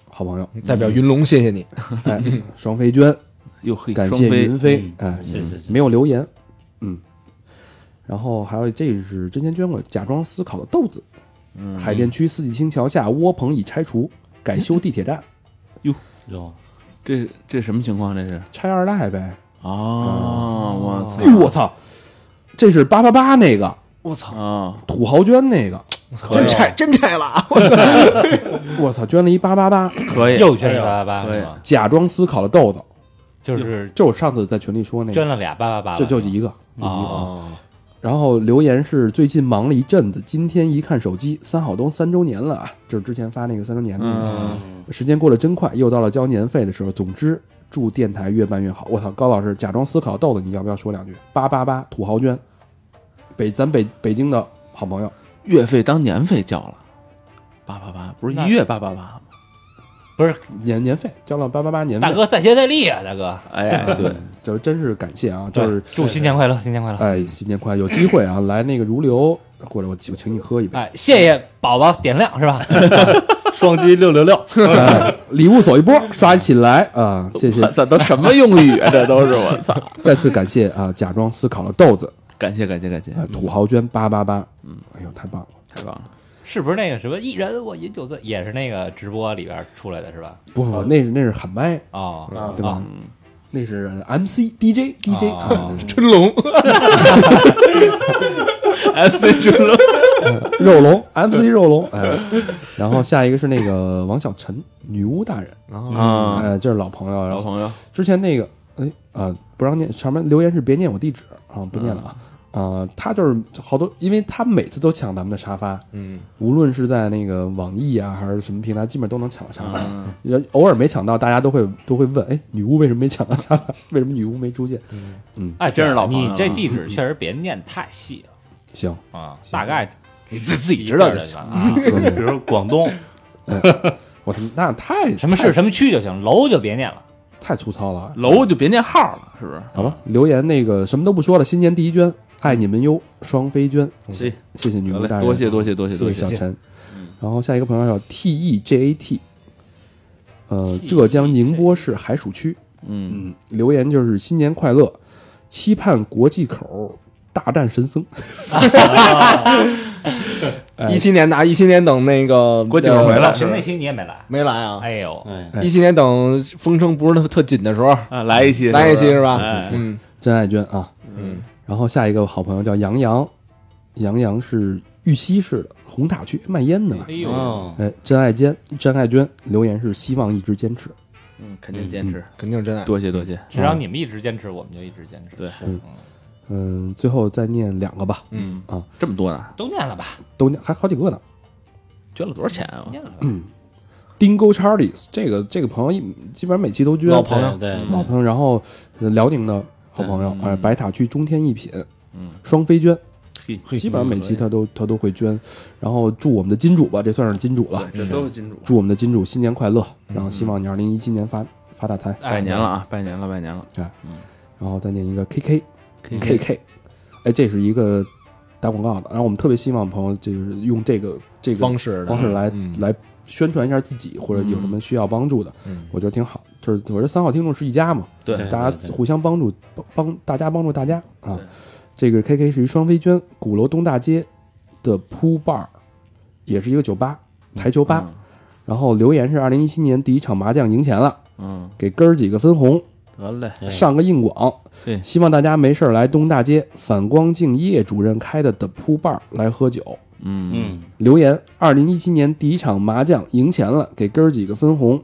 [SPEAKER 2] 好朋友，
[SPEAKER 3] 代
[SPEAKER 4] 嗯
[SPEAKER 3] 表云龙谢谢你，
[SPEAKER 2] 哎，双飞娟，
[SPEAKER 4] 哟嘿，
[SPEAKER 2] 感
[SPEAKER 4] 双
[SPEAKER 2] 谢
[SPEAKER 4] 飞
[SPEAKER 2] 云飞
[SPEAKER 6] 嗯，
[SPEAKER 2] 哎，
[SPEAKER 6] 谢谢谢谢
[SPEAKER 2] 没有留言，嗯。然后还有，这是之前捐过假装思考的豆子，海淀区四季青桥下窝棚已拆除，改修地铁站，
[SPEAKER 6] 有
[SPEAKER 4] 这这什么情况？这是啊
[SPEAKER 2] 拆二代呗。
[SPEAKER 4] 哦，我
[SPEAKER 2] 哎呦我操，这是八八八那个
[SPEAKER 4] 操啊！
[SPEAKER 2] 土豪捐那个，
[SPEAKER 3] 真拆真拆了啊！
[SPEAKER 2] 我操，捐了一八八八，
[SPEAKER 4] 可以，
[SPEAKER 5] 又捐八八八
[SPEAKER 4] 可以
[SPEAKER 5] 是吗？
[SPEAKER 2] 假装思考的豆豆，
[SPEAKER 5] 就是
[SPEAKER 2] 就我上次在群里说那
[SPEAKER 5] 捐
[SPEAKER 2] 个，
[SPEAKER 5] 了俩八八八，
[SPEAKER 2] 就就一个。
[SPEAKER 5] 哦，
[SPEAKER 2] 然后留言是最近忙了一阵子，今天一看手机，三好东三周年了啊，就是之前发那个三周年的那个。
[SPEAKER 4] 嗯，
[SPEAKER 2] 时间过得真快，又到了交年费的时候。总之，祝电台越办越好。我操，高老师假装思考豆豆，你要不要说两句？八八八土豪捐，北咱北北京的好朋友，
[SPEAKER 4] 月费当年费交了，八八八，不是
[SPEAKER 5] 那
[SPEAKER 4] 一月八八八吗？
[SPEAKER 5] 不是
[SPEAKER 2] 年年费交了八八八年费。
[SPEAKER 5] 大，哥再接再厉啊，大哥，
[SPEAKER 4] 哎，对，
[SPEAKER 2] 就真是感谢啊，就是
[SPEAKER 5] 对啊祝新年快乐，新年快乐，
[SPEAKER 2] 哎，新年快乐！有机会啊，来那个如流，或者我我请你喝一杯。
[SPEAKER 5] 哎，谢谢宝宝点亮是吧？
[SPEAKER 6] 双击六 六六，
[SPEAKER 2] 哎礼物走一波，刷起来啊！谢谢
[SPEAKER 4] 我，操，都什么用语啊？这都是 我操！
[SPEAKER 2] 再次感谢啊！假装思考的豆子，
[SPEAKER 4] 感谢感谢感谢，
[SPEAKER 2] 啊，土豪捐八八八，嗯，哎呦，太棒了！
[SPEAKER 4] 太棒了！
[SPEAKER 5] 是不是那个什么一人我饮酒醉，也是那个直播里边出来的是吧？
[SPEAKER 2] 不不，那是那是喊麦，
[SPEAKER 5] 哦，
[SPEAKER 2] 对吧
[SPEAKER 5] 哦？
[SPEAKER 2] 那是 MC DJ DJ 啊
[SPEAKER 5] 哦，
[SPEAKER 3] 春龙，
[SPEAKER 2] 肉龙 MC 肉龙，哎，然后下一个是那个王小晨，女巫大人，
[SPEAKER 4] 啊，
[SPEAKER 2] 哎，这是老朋友，然
[SPEAKER 4] 老
[SPEAKER 2] 后
[SPEAKER 4] 朋友，
[SPEAKER 2] 之前那个，哎啊，不让念，上面留言是别念我地址啊，不念了啊。啊，他就是好多，因为他每次都抢咱们的沙发，
[SPEAKER 3] 嗯，
[SPEAKER 2] 无论是在那个网易啊还是什么平台，基本都能抢到沙发。然后偶尔没抢到，大家都会都会问，哎，女巫为什么没抢到沙发？ 为什么女巫没出现？
[SPEAKER 5] 哎，
[SPEAKER 4] 真是老朋友
[SPEAKER 5] 你
[SPEAKER 4] 啊
[SPEAKER 5] 这地址确实别念太细了
[SPEAKER 2] 行，
[SPEAKER 5] 啊，大概
[SPEAKER 3] 你自自己知道就行。
[SPEAKER 5] 啊。
[SPEAKER 6] 比如广东，
[SPEAKER 2] 我他妈那太
[SPEAKER 5] 什么市什么区就行，楼就别念了。
[SPEAKER 2] 太粗糙了啊，
[SPEAKER 4] 楼就别念号了，是不是？
[SPEAKER 2] 好吧，留言那个什么都不说了，新年第一
[SPEAKER 4] 嗯
[SPEAKER 2] 捐，爱你们哟，双飞捐，
[SPEAKER 4] 行，
[SPEAKER 2] 谢谢女
[SPEAKER 4] 得
[SPEAKER 2] 巫
[SPEAKER 4] 嗯嘞
[SPEAKER 2] 大人，
[SPEAKER 4] 多谢多谢多啊谢
[SPEAKER 2] 谢
[SPEAKER 4] 多
[SPEAKER 2] 谢
[SPEAKER 4] 谢嗯
[SPEAKER 2] 小，陈。然后下一个朋友叫 T E J A T，呃，
[SPEAKER 4] E
[SPEAKER 2] 浙江宁波市海曙区，
[SPEAKER 4] 嗯，
[SPEAKER 2] 嗯，留言就是新年快乐，
[SPEAKER 4] 啊
[SPEAKER 2] 期盼国际口大战神僧。 哎
[SPEAKER 3] 一七年的啊，一七年等那个呃
[SPEAKER 1] 郭靖回来
[SPEAKER 5] 老
[SPEAKER 1] 了
[SPEAKER 5] 邢那期你也没来，
[SPEAKER 3] 没来啊？
[SPEAKER 5] 哎呦，
[SPEAKER 6] 哎，
[SPEAKER 2] 哎
[SPEAKER 3] 一七年等风声不是特特紧的时候，
[SPEAKER 4] 啊，来一期，
[SPEAKER 3] 来一期是吧？
[SPEAKER 4] 哎
[SPEAKER 3] 嗯
[SPEAKER 2] 真爱娟啊，
[SPEAKER 3] 嗯，
[SPEAKER 2] 然后下一个好朋友叫杨洋，杨洋是玉溪市的红塔区卖烟的吧
[SPEAKER 5] 哎？呦，
[SPEAKER 6] 哦，
[SPEAKER 2] 哎，真爱娟，真爱娟留言是希望一直坚持，啊
[SPEAKER 4] 嗯，肯定坚持，
[SPEAKER 3] 肯定是真爱。
[SPEAKER 4] 多谢多谢，
[SPEAKER 5] 只要你们一直坚持，我们就一直坚持。
[SPEAKER 4] 对
[SPEAKER 5] 嗯，
[SPEAKER 2] 嗯，最后再念两个吧，
[SPEAKER 3] 嗯，
[SPEAKER 4] 这么多呢，
[SPEAKER 5] 都念了吧，
[SPEAKER 2] 都念还好几个呢。
[SPEAKER 4] 捐了多少钱啊？
[SPEAKER 5] 念了吧。
[SPEAKER 2] Dingo Charles 这个这个朋友一基本上每期都捐，
[SPEAKER 3] 老朋友
[SPEAKER 6] 对，对
[SPEAKER 2] 老朋友，嗯然后呃辽宁的好朋友，哎，白塔区中天一品，
[SPEAKER 4] 嗯，
[SPEAKER 2] 双飞捐，
[SPEAKER 4] 嘿，
[SPEAKER 2] 基本上每期他都他都会捐，然后祝我们的金主吧，这算是金主了，
[SPEAKER 4] 这都是金主，嗯
[SPEAKER 2] 祝我们的金主新年快乐，然后希望你二零一七年发发大财，
[SPEAKER 4] 拜年了啊，拜年了，拜年了，
[SPEAKER 2] 然后再念一个 K K K K，哎，这是一个打广告的，然后我们特别希望朋友就是用这个这个
[SPEAKER 3] 方式
[SPEAKER 2] 方式来、
[SPEAKER 3] 嗯
[SPEAKER 2] 来宣传一下自己，或者有什么需要帮助的，
[SPEAKER 3] 嗯
[SPEAKER 2] 我觉得挺好。就是我觉得三好听众是一家嘛，
[SPEAKER 4] 对
[SPEAKER 6] 对
[SPEAKER 2] 大家
[SPEAKER 6] 对对
[SPEAKER 2] 互相帮助，帮帮大家帮助大家啊。这个 K K 是一双飞娟，鼓楼东大街的铺 bar，也是一个酒吧，台球
[SPEAKER 3] 嗯
[SPEAKER 2] 吧。然后留言是二零一七年第一场麻将赢钱了，
[SPEAKER 4] 嗯，
[SPEAKER 2] 给哥儿几个分红，
[SPEAKER 4] 得嘞，
[SPEAKER 6] 对
[SPEAKER 2] 上个硬广。
[SPEAKER 4] 对
[SPEAKER 2] 希望大家没事儿来东大街反光镜叶主任开的的铺 bar 来喝酒。
[SPEAKER 4] 嗯
[SPEAKER 6] 嗯，
[SPEAKER 2] 留言：二零一七年第一场麻将赢钱了，给哥儿几个分红，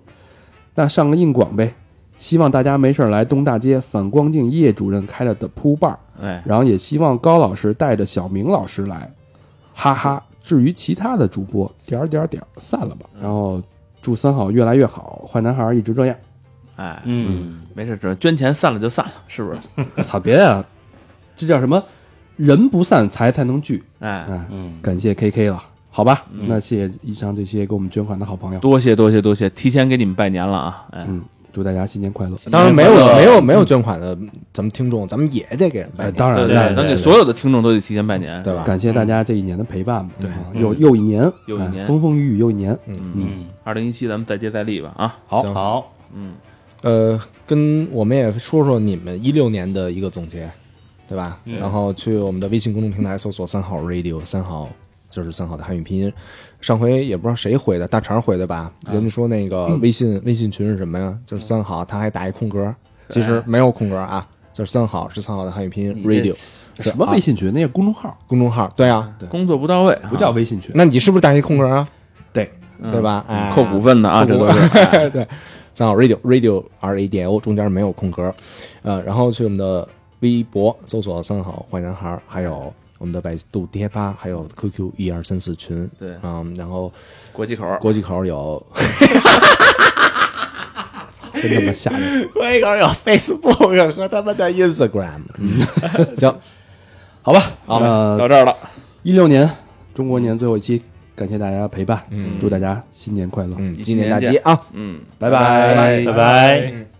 [SPEAKER 2] 那上个硬广呗。希望大家没事儿来东大街反光镜叶主任开了的铺伴儿，
[SPEAKER 4] 哎，
[SPEAKER 2] 然后也希望高老师带着小明老师来，哈哈。至于其他的主播，点儿点儿点儿，散了吧。然后祝三好越来越好，坏男孩儿一直这样。
[SPEAKER 4] 哎，
[SPEAKER 6] 嗯，
[SPEAKER 4] 没事，只要捐钱散了就散了，是不是？
[SPEAKER 2] 我操，别啊，这叫什么？人不散财才能聚。嗯
[SPEAKER 4] 哎，
[SPEAKER 2] 哎，
[SPEAKER 6] 嗯，
[SPEAKER 2] 感谢 KK 了，好吧？那谢谢以上这些给我们捐款的好朋友，
[SPEAKER 4] 多谢多谢多谢，提前给你们拜年了啊，哎，
[SPEAKER 2] 嗯，祝大家新年快乐。
[SPEAKER 3] 当然没有没有没有捐款的，咱们听众，咱们也得给人拜
[SPEAKER 2] 哎，
[SPEAKER 3] 年，
[SPEAKER 2] 当然
[SPEAKER 4] 对
[SPEAKER 2] 了，
[SPEAKER 4] 咱给啊所有的听众都得提前拜年，
[SPEAKER 3] 对吧？
[SPEAKER 2] 感谢大家这一年的陪伴吧。
[SPEAKER 4] 对
[SPEAKER 2] 啊，又又一年，
[SPEAKER 4] 又一年
[SPEAKER 2] 哎风风雨雨又一年。
[SPEAKER 6] 嗯，
[SPEAKER 4] 二零一七咱们再接再厉吧啊！
[SPEAKER 3] 好行
[SPEAKER 6] 好，
[SPEAKER 3] 呃，跟我们也说说你们一六年的一个总结，对吧？然后去我们的微信公众平台搜索“三好 radio”，三好就是三好的汉语拼音。上回也不知道谁回的，大肠回的吧？人家说那个微信、 微信群是什么呀？就是三好，他还打一空格，其实没有空格啊，就是三好是三好的汉语拼音 radio
[SPEAKER 2] 什么微信群？那是公众号，
[SPEAKER 3] 公众号，对啊。
[SPEAKER 4] 工作不到位，
[SPEAKER 2] 不叫微信群。
[SPEAKER 3] 那你是不是打一空格啊？
[SPEAKER 2] 对，
[SPEAKER 3] 对吧？哎，
[SPEAKER 4] 扣股份的啊，这都是。
[SPEAKER 3] 对，三好 radio radio r a d i o 中间没有空格，呃，然后去我们的微博搜索“三好坏男孩”，还有我们的百度贴吧，还有 QQ 一二三四群，
[SPEAKER 4] 对
[SPEAKER 3] 嗯，然后
[SPEAKER 4] 国际口，
[SPEAKER 3] 国际口有
[SPEAKER 2] 真他妈吓人！
[SPEAKER 3] 国际口有 Facebook 和他们的 Instagram，行，嗯好吧， 好，
[SPEAKER 2] 呃，
[SPEAKER 4] 到这儿了，
[SPEAKER 2] 一六年中国年最后一期，感谢大家陪伴，祝大家新年快乐，
[SPEAKER 3] 嗯，
[SPEAKER 4] 一
[SPEAKER 3] 今
[SPEAKER 4] 七年
[SPEAKER 3] 年大
[SPEAKER 4] 见
[SPEAKER 3] 吉啊！
[SPEAKER 4] 嗯。
[SPEAKER 2] 拜拜
[SPEAKER 6] 拜拜。